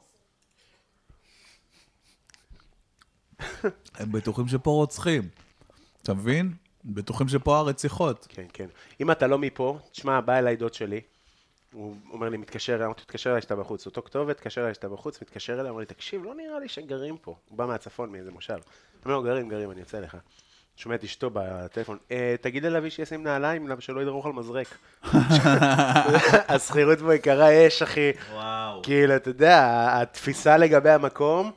Speaker 3: הם בטוחים שפה רוצחים. אתה מבין? בטוחים שפה הרציחות.
Speaker 2: כן, כן. אם אתה לא מפה, תשמע, באה אליי דוד שלי, הוא אומר לי, מתקשר אליי, אמרתי, תתקשר אליי שאתה בחוץ. אותו כתובת, תתקשר אליי שאתה בחוץ, מתקשר אליי, אומר לי, תקשיב, לא נראה לי שגרים פה. הוא בא מהצפון, מאיזה מושב. אומר לו, גרים, גרים, אני יוצא לך. שומע את אשתו בטלפון, "אה, תגיד ללוי שישים נעליים, למה שלא ידרוך על
Speaker 3: *laughs*
Speaker 2: מזרק. השכירות בו יקרה אש, אחי.
Speaker 3: וואו.
Speaker 2: כאילו, אתה יודע, התפיסה לגבי המקום,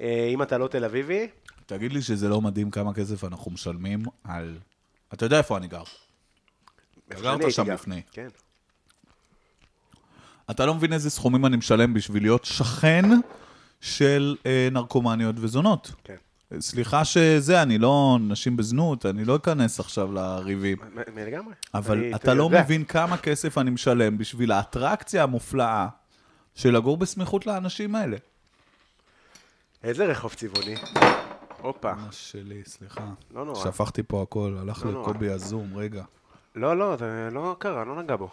Speaker 2: אה, אם אתה לא תל אביבי,
Speaker 3: תגיד לי שזה לא מדהים כמה כסף אנחנו משלמים על... אתה יודע איפה אני גר.
Speaker 2: איפה
Speaker 3: גרת
Speaker 2: שאני הייתי
Speaker 3: שם
Speaker 2: גר.
Speaker 3: לפני.
Speaker 2: כן.
Speaker 3: אתה לא מבין איזה סכומים אני משלם בשביל להיות שכן של אה, נרקומניות וזונות.
Speaker 2: כן.
Speaker 3: אה, סליחה שזה, אני לא נשים בזנות, אני לא אכנס עכשיו לריבים.
Speaker 2: מ- מ- לגמרי.
Speaker 3: אבל
Speaker 2: אני-
Speaker 3: אתה לא
Speaker 2: יודע.
Speaker 3: מבין כמה כסף אני משלם בשביל האטרקציה המופלאה של לגור בסמיכות לאנשים האלה.
Speaker 2: איזה רחוב צבעוני. הופה.
Speaker 3: אמא שלי, סליחה.
Speaker 2: לא נורא.
Speaker 3: שפכתי פה הכל, הלך
Speaker 2: לא נורא.
Speaker 3: לקובי הזום, רגע.
Speaker 2: לא, לא, זה לא קרה, לא נגע בו.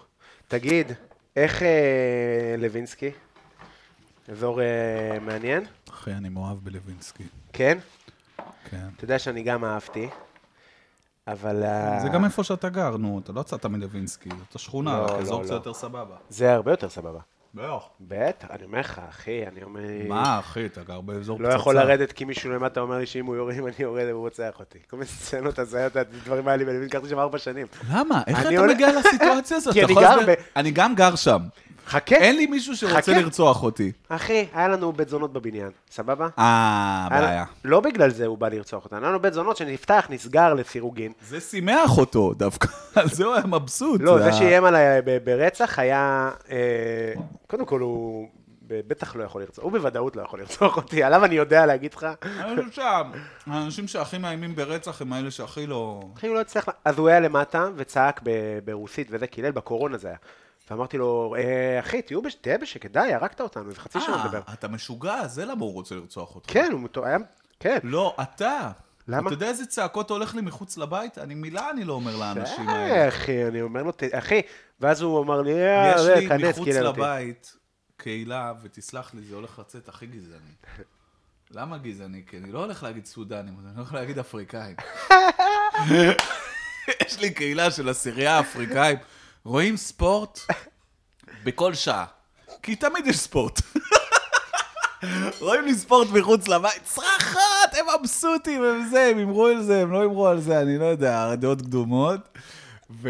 Speaker 2: תגיד, איך אה, לוינסקי? אזור אה, מעניין?
Speaker 3: אחי, אני מאוהב בלווינסקי,
Speaker 2: כן?
Speaker 3: כן.
Speaker 2: אתה יודע שאני גם אהבתי, אבל... אה,
Speaker 3: זה גם איפה שאתה גר, נו, אתה לא יצאת מלווינסקי, זאת השכונה,
Speaker 2: לא,
Speaker 3: רק
Speaker 2: לא,
Speaker 3: אזור
Speaker 2: לא.
Speaker 3: קצת יותר סבבה.
Speaker 2: זה הרבה יותר סבבה.
Speaker 3: בטח.
Speaker 2: בטח, אני אומר לך, אחי, אני אומר...
Speaker 3: מה, אחי, אתה גר באזור
Speaker 2: לא
Speaker 3: פצצה.
Speaker 2: יכול לרדת כי מישהו למטה אומר לי שאם הוא יורד, אם אני יורד, הוא רוצח אותי. כל מיני סצנות הזיות, הדברים האלה, ואני לקחתי שם ארבע שנים.
Speaker 3: למה? איך
Speaker 2: אני
Speaker 3: אתה
Speaker 2: עולה-
Speaker 3: מגיע
Speaker 2: *laughs*
Speaker 3: לסיטואציה הזאת?
Speaker 2: כי אני
Speaker 3: אתה יכול
Speaker 2: גר
Speaker 3: להסביר-
Speaker 2: ב-
Speaker 3: אני גם גר שם.
Speaker 2: חכה.
Speaker 3: אין לי מישהו שרוצה
Speaker 2: כן. חכה.
Speaker 3: לרצוח אותי.
Speaker 2: אחי, היה לנו בית זונות בבניין, סבבה?
Speaker 3: אה,
Speaker 2: היה-
Speaker 3: בעיה.
Speaker 2: לא בגלל זה הוא בא לרצוח אותנו, היה לנו בית זונות שנפתח, נסגר לסירוגין.
Speaker 3: זה שימח אותו דווקא, *laughs* על זה הוא היה מבסוט.
Speaker 2: לא, זה
Speaker 3: ה-
Speaker 2: שאיים עליי ב- ברצח היה... אה, קודם כל, הוא ב- בטח לא יכול לרצוח, הוא בוודאות לא יכול לרצוח אותי, *laughs* עליו אני יודע להגיד לך.
Speaker 3: אני חושב שהאנשים שהכי מאיימים ברצח הם האלה שהכי לא...
Speaker 2: אחי, הוא לא הצליח... לה- אז הוא היה למטה וצעק ב- ברוסית וזה, קילל, בקורונה זה היה. ואמרתי לו, "אה, אחי, תהיו בש- תהיה בשקט, די, הרגת אותנו, איזה חצי שנה נדבר.
Speaker 3: אה, אתה משוגע, זה למה הוא רוצה לרצוח אותך.
Speaker 2: כן, הוא מטו- היה... כן.
Speaker 3: לא, אתה.
Speaker 2: למה?
Speaker 3: אתה יודע איזה צעקות הולך לי מחוץ לבית? אני מילה אני לא אומר לאנשים
Speaker 2: אה,
Speaker 3: האלה.
Speaker 2: אחי, אני אומר לו, "ת- אחי, ואז הוא אמר לי, "אה,
Speaker 3: יש
Speaker 2: אה,
Speaker 3: לי
Speaker 2: כנס,
Speaker 3: מחוץ
Speaker 2: קילל אותי."
Speaker 3: לבית קהילה, ותסלח לי, זה הולך לצאת הכי גזעני. למה גזעני? כי אני לא הולך להגיד סודנים, אני הולך להגיד אפריקאים. יש לי קהילה של אסירי האפריקאים. רואים ספורט בכל שעה, כי תמיד יש ספורט. *laughs* רואים לי ספורט מחוץ לבית, צרחות, הם מבסוטים, הם זה, הם אמרו על זה, הם לא אמרו על זה, אני לא יודע, דעות קדומות. ו...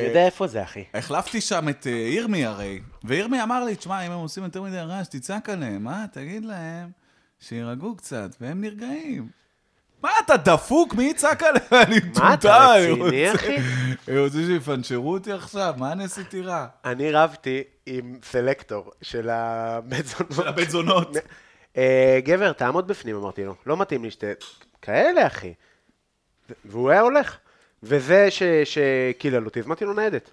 Speaker 2: אני יודע איפה זה, אחי.
Speaker 3: החלפתי שם את אה, ירמי הרי, וירמי אמר לי, תשמע, אם הם עושים יותר מדי רעש, תצעק עליהם, אה? תגיד להם שיירגעו קצת, והם נרגעים. מה, אתה דפוק? מי יצעק עליהם? *laughs* אני מטומטם.
Speaker 2: מה, אתה רציני,
Speaker 3: רוצה-
Speaker 2: אחי?
Speaker 3: הם רוצים שיפנצ'רו אותי עכשיו? מה אני עשיתי רע?
Speaker 2: אני רבתי עם סלקטור של הבית זונות.
Speaker 3: של הבית זונות.
Speaker 2: *laughs* אה, גבר, תעמוד בפנים, אמרתי לו. לא מתאים לי שת... כאלה, אחי. והוא היה הולך. וזה ש- שקילל אותי, הזמנתי לו ניידת.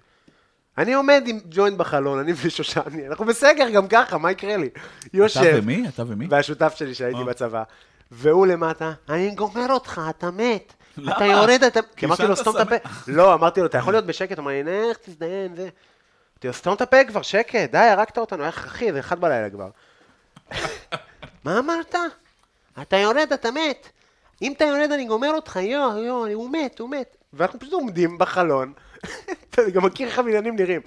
Speaker 2: אני עומד עם ג'וינט בחלון, אני ושושני, אנחנו בסגר גם ככה, מה יקרה לי?
Speaker 3: אתה
Speaker 2: יושב,
Speaker 3: ומי? אתה ומי?
Speaker 2: והשותף שלי שהייתי
Speaker 3: אה.
Speaker 2: בצבא, והוא למטה, אני גומר אותך, אתה מת.
Speaker 3: למה?
Speaker 2: אתה יורד, אתה...
Speaker 3: כי
Speaker 2: כי אמרתי לו,
Speaker 3: שם
Speaker 2: סתום את
Speaker 3: אתה
Speaker 2: הפה. לא, אמרתי לו, אתה יכול להיות בשקט? הוא אמר לי, "נה, איך תזדיין, זה... אמרתי לו, סתום את הפה כבר, שקט, די, הרגת אותנו, איך, אחי, זה אחד בלילה כבר. *laughs* מה אמרת? אתה יורד, אתה מת. אם אתה יורד, אני גומר אותך, יואו, יואו, הוא מת, הוא מת. ואנחנו פשוט עומדים בחלון. *laughs* אתה גם מכיר איך הבניינים נראים.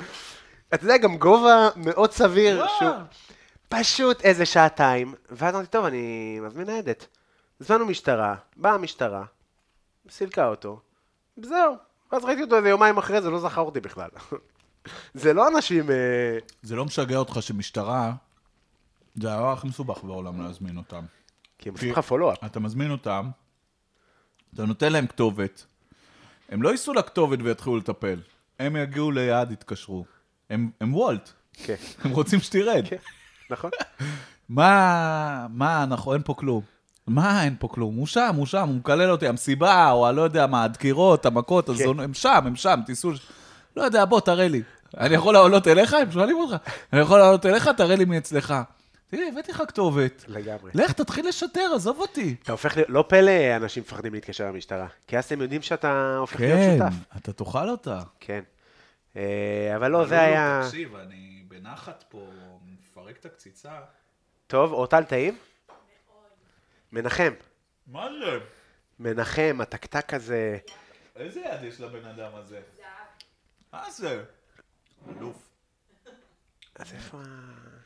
Speaker 2: אתה יודע, גם גובה מאוד סביר.
Speaker 3: וואו.
Speaker 2: שהוא... פשוט איזה שעתיים, ואז אמרתי, טוב, אני מזמין ניידת. הזמנו משטרה, באה המשטרה, סילקה אותו, זהו. ואז ראיתי אותו איזה יומיים אחרי זה, לא זכר אותי בכלל. *laughs* זה לא אנשים... אה,
Speaker 3: זה לא משגע אותך שמשטרה, זה הדבר הכי מסובך בעולם להזמין אותם.
Speaker 2: כי הם עושים לך פולו-אפ.
Speaker 3: אתה מזמין אותם, אתה נותן להם כתובת, הם לא ייסעו לכתובת ויתחילו לטפל, הם יגיעו ליעד, יתקשרו. הם, הם וולט, *laughs*
Speaker 2: כן,
Speaker 3: הם רוצים שתרד.
Speaker 2: כן, נכון? *laughs*
Speaker 3: מה, מה, אנחנו, אין פה כלום. מה, אין פה כלום? הוא שם, הוא שם, הוא מקלל אותי, המסיבה, או הלא יודע מה, הדקירות,
Speaker 2: כן.
Speaker 3: המכות, הזונות, הם שם, הם שם, תיסעו. ש- לא יודע, בוא, תראה לי. אני יכול לעלות אליך? הם שואלים אותך. אני יכול לעלות אליך? תראה לי מי אצלך. תראה, הבאתי לך כתובת.
Speaker 2: לגמרי.
Speaker 3: לך, תתחיל לשטר, עזוב אותי.
Speaker 2: אתה הופך להיות... לא פלא אנשים מפחדים להתקשר למשטרה, כי אז הם יודעים שאתה הופך
Speaker 3: כן.
Speaker 2: להיות שותף.
Speaker 3: אתה תאכל אותה.
Speaker 2: כן. אה, אבל לא, זה היה...
Speaker 3: תקשיב, אני בנחת פה, מפרק את הקציצה.
Speaker 2: טוב, אורטל טעים? מנחם.
Speaker 3: מה זה?
Speaker 2: מנחם, הטקטק הזה.
Speaker 3: איזה יד יש לבן אדם הזה? מה זה? אלוף.
Speaker 2: אז איפה... ה-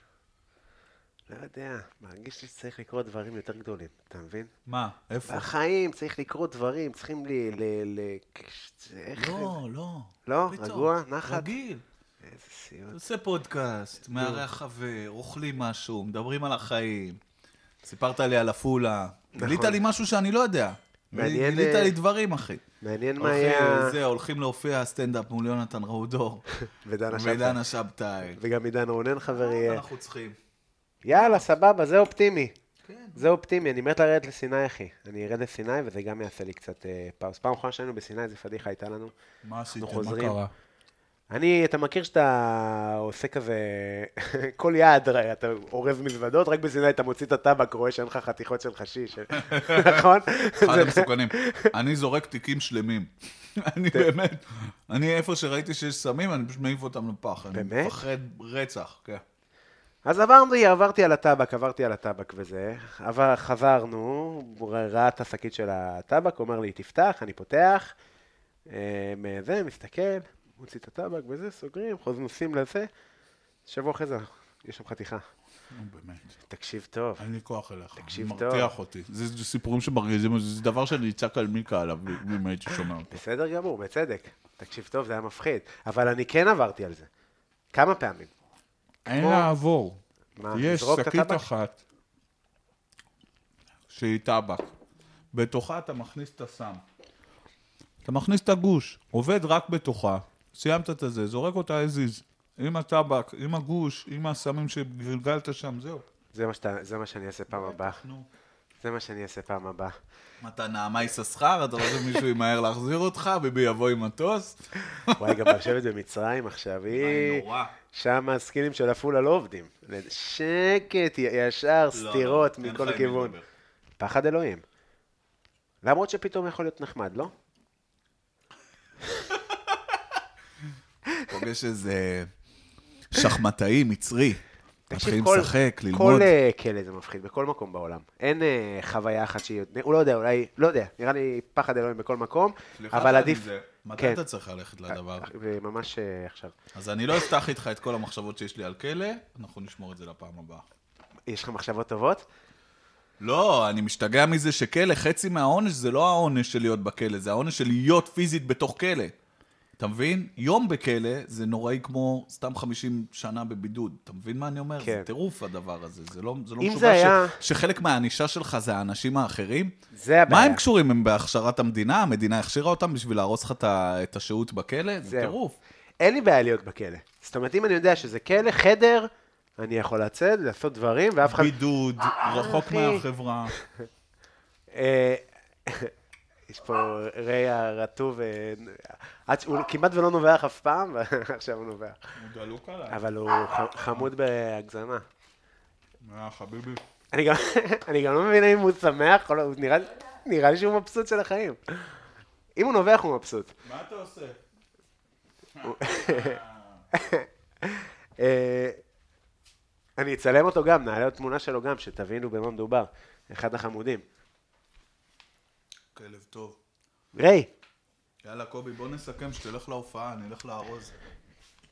Speaker 2: לא יודע, מרגיש לי שצריך לקרות דברים יותר גדולים, אתה מבין?
Speaker 3: מה? איפה?
Speaker 2: בחיים צריך לקרות דברים, צריכים ל... ל... ל... כש- איך...
Speaker 3: לא, לא.
Speaker 2: לא?
Speaker 3: פתאום.
Speaker 2: רגוע? נחת?
Speaker 3: רגיל.
Speaker 2: איזה סיוט.
Speaker 3: עושה פודקאסט, מארח חבר, אוכלים משהו, מדברים על החיים. סיפרת לי על עפולה. גילית לי משהו שאני לא יודע.
Speaker 2: נכון. מעניין,
Speaker 3: גילית
Speaker 2: אה,
Speaker 3: לי דברים, אחי.
Speaker 2: מעניין מה
Speaker 3: הולכים-
Speaker 2: היה...
Speaker 3: זה, הולכים להופיע סטנדאפ מול יונתן
Speaker 2: *laughs*
Speaker 3: ראודור.
Speaker 2: ודנה
Speaker 3: ודנה
Speaker 2: שבתאי.
Speaker 3: שבתאי.
Speaker 2: וגם עידן רונן
Speaker 3: לא,
Speaker 2: חברי. אה,
Speaker 3: אנחנו צריכים.
Speaker 2: יאללה, סבבה, זה אופטימי.
Speaker 3: כן.
Speaker 2: זה אופטימי, אני מת לרדת לסיני, אחי. אני ארד לסיני וזה גם יעשה לי קצת אה, פאוס. פעם אחרונה שהיינו בסיני, איזה פדיחה הייתה לנו.
Speaker 3: מה עשיתם?
Speaker 2: אנחנו
Speaker 3: מה
Speaker 2: חוזרים.
Speaker 3: קרה?
Speaker 2: *laughs* אני, אתה מכיר שאתה עושה כזה, *laughs* כל יעד, הרי אתה אורז מזוודות, רק בסיני אתה מוציא את הטבק, רואה שאין לך חתיכות של חשיש, *laughs* נכון?
Speaker 3: אחד
Speaker 2: זה-
Speaker 3: המסוכנים. אני זורק תיקים שלמים.
Speaker 2: *laughs*
Speaker 3: אני באמת, אני איפה שראיתי שיש סמים, אני פשוט מעיף אותם לפח. אני
Speaker 2: באמת?
Speaker 3: מפחד רצח, כן.
Speaker 2: אז עברתי, עברתי על הטבק, עברתי על הטבק וזה, עבר, חזרנו, הוא ראה- ראה את השקית של הטבק, אומר לי, תפתח, אני פותח, אה, זה, מסתכל, מוציא את הטבק וזה, סוגרים, חוזרים, נוסעים לזה, שבוע אחרי זה, יש שם חתיכה.
Speaker 3: נו, באמת.
Speaker 2: תקשיב טוב.
Speaker 3: אין לי כוח אליך.
Speaker 2: תקשיב
Speaker 3: זה
Speaker 2: טוב.
Speaker 3: מרתיח אותי. זה זה סיפורים שמרגיזים, זה דבר שאני אצעק על מיקה עליו, אם הייתי שומע אותו.
Speaker 2: בסדר גמור, בצדק. תקשיב טוב, זה היה מפחיד. אבל אני כן עברתי על זה. כמה פעמים.
Speaker 4: אין
Speaker 2: כמו-
Speaker 4: לעבור.
Speaker 2: מה,
Speaker 4: יש
Speaker 2: אה, לזרוק את
Speaker 4: שקית
Speaker 2: הטבק?
Speaker 4: אחת
Speaker 3: שהיא טבק. בתוכה אתה מכניס את הסם. אתה מכניס את הגוש, עובד רק בתוכה, סיימת את הזה, זורק אותה הזיז. עם הטבק, עם הגוש, עם הסמים שגלגלת שם, זהו.
Speaker 2: זה מה, שאתה, זה מה שאני אעשה פעם הבאה.
Speaker 3: נו.
Speaker 2: זה מה שאני אעשה פעם הבאה.
Speaker 3: מה, אתה נעמה יששכר? אתה רוצה מישהו ימהר להחזיר אותך? ביבי יבוא עם מטוס?
Speaker 2: אה, וואי, גם לשבת במצרים עכשיו, היא...
Speaker 3: נורא.
Speaker 2: שם הסקינים של עפולה לא עובדים. שקט, י- ישר סתירות
Speaker 3: לא, אין לך
Speaker 2: מכל
Speaker 3: עם מי
Speaker 2: כיוון.
Speaker 3: לדבר.
Speaker 2: פחד אלוהים. למרות שפתאום יכול להיות נחמד, לא?
Speaker 3: פוגש איזה שחמטאי מצרי. מתחילים
Speaker 2: כל-
Speaker 3: לשחק,
Speaker 2: כל
Speaker 3: ללמוד.
Speaker 2: אה, כלא זה מפחיד, בכל מקום בעולם. אין אה, חוויה אחת שהיא... הוא לא יודע, אולי... לא יודע, נראה לי פחד אלוהים בכל מקום,
Speaker 3: סליחה
Speaker 2: אבל
Speaker 3: שאני
Speaker 2: עדיף...
Speaker 3: זה. מתי
Speaker 2: כן.
Speaker 3: אתה צריך ללכת לדבר?
Speaker 2: אה, ממש אה, עכשיו.
Speaker 3: אז אני לא אפתח איתך את כל המחשבות שיש לי על כלא, אנחנו נשמור את זה לפעם הבאה.
Speaker 2: יש לך מחשבות טובות?
Speaker 3: לא, אני משתגע מזה שכלא, חצי מהעונש זה לא העונש של להיות בכלא, זה העונש של להיות פיזית בתוך כלא. אתה מבין? יום בכלא זה נוראי כמו סתם 50 שנה בבידוד. אתה מבין מה אני אומר?
Speaker 2: כן.
Speaker 3: זה טירוף הדבר הזה. זה לא, זה לא
Speaker 2: אם
Speaker 3: משוגע
Speaker 2: זה היה-
Speaker 3: ש, שחלק מהענישה שלך זה האנשים האחרים.
Speaker 2: זה
Speaker 3: מה
Speaker 2: הבעיה.
Speaker 3: הם קשורים? הם בהכשרת המדינה? המדינה הכשירה אותם בשביל להרוס לך את ה- את השהות בכלא? זה
Speaker 2: זהו.
Speaker 3: טירוף.
Speaker 2: אין לי בעיה להיות בכלא. זאת אומרת, אם אני יודע שזה כלא, חדר, אני יכול לצאת, לעשות דברים, ואף אחד... אה,
Speaker 3: בידוד, רחוק
Speaker 2: אחי.
Speaker 3: מהחברה.
Speaker 2: אה, *laughs* יש פה ריי הרטוב, אה, עד ש- הוא כמעט ולא נובח אף פעם, *laughs* ועכשיו הוא נובח.
Speaker 3: הוא דלוק עליי.
Speaker 2: אבל הוא ח- חמוד בהגזמה.
Speaker 3: אה, חביבי.
Speaker 2: אני גם, *laughs* אני גם לא מבין אם הוא שמח, או לא, הוא נראה, נראה לי שהוא מבסוט של החיים. אם הוא נובח הוא מבסוט.
Speaker 3: מה אתה עושה?
Speaker 2: אה, אני אצלם אותו גם, נעלה עוד תמונה שלו גם, שתבינו במה מדובר. אחד החמודים.
Speaker 3: כלב טוב.
Speaker 2: ריי.
Speaker 3: יאללה, קובי, בוא נסכם שתלך להופעה, אני אלך לארוז.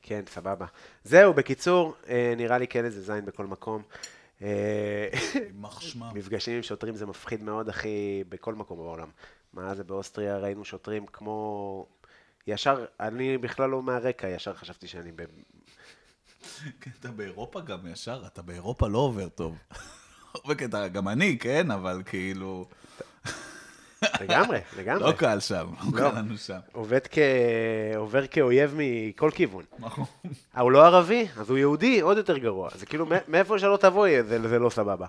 Speaker 2: כן, סבבה. זהו, בקיצור, אה, נראה לי כן איזה זין בכל מקום. אה, *laughs*
Speaker 3: יימח שמם.
Speaker 2: מפגשים עם שוטרים זה מפחיד מאוד, אחי, בכל מקום בעולם. מה זה באוסטריה, ראינו שוטרים כמו... ישר, אני בכלל לא מהרקע, ישר חשבתי שאני ב...
Speaker 3: כן, אתה באירופה גם ישר, אתה באירופה לא עובר טוב. *laughs* בקטע, גם אני, כן, אבל כאילו, *laughs*
Speaker 2: לגמרי, לגמרי.
Speaker 3: לא קל שם, לא קל לנו שם.
Speaker 2: עובד כ... עובר כאויב מכל כיוון.
Speaker 3: אנחנו-
Speaker 2: אה, הוא לא ערבי, אז הוא יהודי, עוד יותר גרוע. זה כאילו, מא- מאיפה שלא תבואי, זה, זה לא סבבה.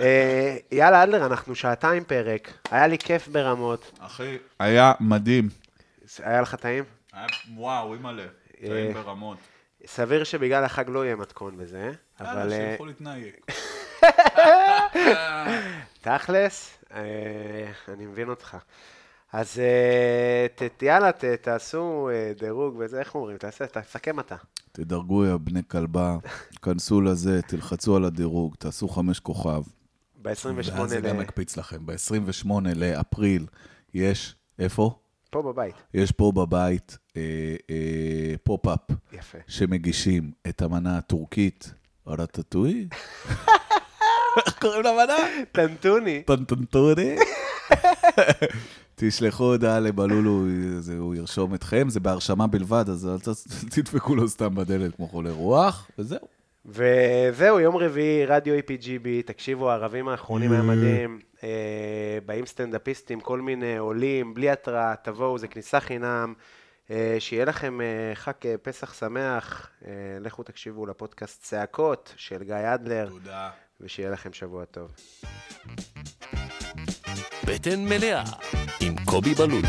Speaker 2: אה, יאללה, אדלר, אנחנו שעתיים פרק, היה לי כיף ברמות.
Speaker 3: אחי, היה מדהים.
Speaker 2: היה לך טעים?
Speaker 3: היה- וואו, אימא'לה,
Speaker 2: אה,
Speaker 3: טעים ברמות.
Speaker 2: סביר שבגלל החג לא יהיה מתכון בזה,
Speaker 3: יאללה,
Speaker 2: אבל אה,
Speaker 3: שילכו להתנייק.
Speaker 2: תכלס, אה, אני מבין אותך. אז אה, ת- ת- יאללה, ת- תעשו אה, דירוג וזה, איך אומרים? תעשה, תסכם אתה.
Speaker 3: תדרגו, יא בני כלבה, כנסו לזה, תלחצו על הדירוג, תעשו חמש כוכב.
Speaker 2: ב-28
Speaker 3: ואז אה, זה
Speaker 2: ל...
Speaker 3: גם הקפיץ לכם. ב-28 לאפריל יש, איפה?
Speaker 2: פה בבית.
Speaker 3: יש פה בבית אה, אה, פופ-אפ
Speaker 2: יפה. *laughs*
Speaker 3: שמגישים את המנה הטורקית, רטטוי. איך קוראים למנה?
Speaker 2: טנטוני.
Speaker 3: טנטנטוני. תשלחו הודעה לבלולו, זה- הוא ירשום אתכם, זה בהרשמה בלבד, אז אל ת- תדפקו לו סתם בדלת כמו חולה רוח, וזהו.
Speaker 2: וזהו, יום רביעי, רדיו EPGB, תקשיבו, הערבים האחרונים היה מדהים. אה, באים סטנדאפיסטים, כל מיני עולים, בלי התראה, תבואו, זה כניסה חינם. אה, שיהיה לכם אה, חג אה, פסח שמח. אה, לכו תקשיבו לפודקאסט צעקות של גיא אדלר,
Speaker 3: תודה.
Speaker 2: ושיהיה לכם שבוע טוב.
Speaker 1: בטן מלאה עם קובי בלולו.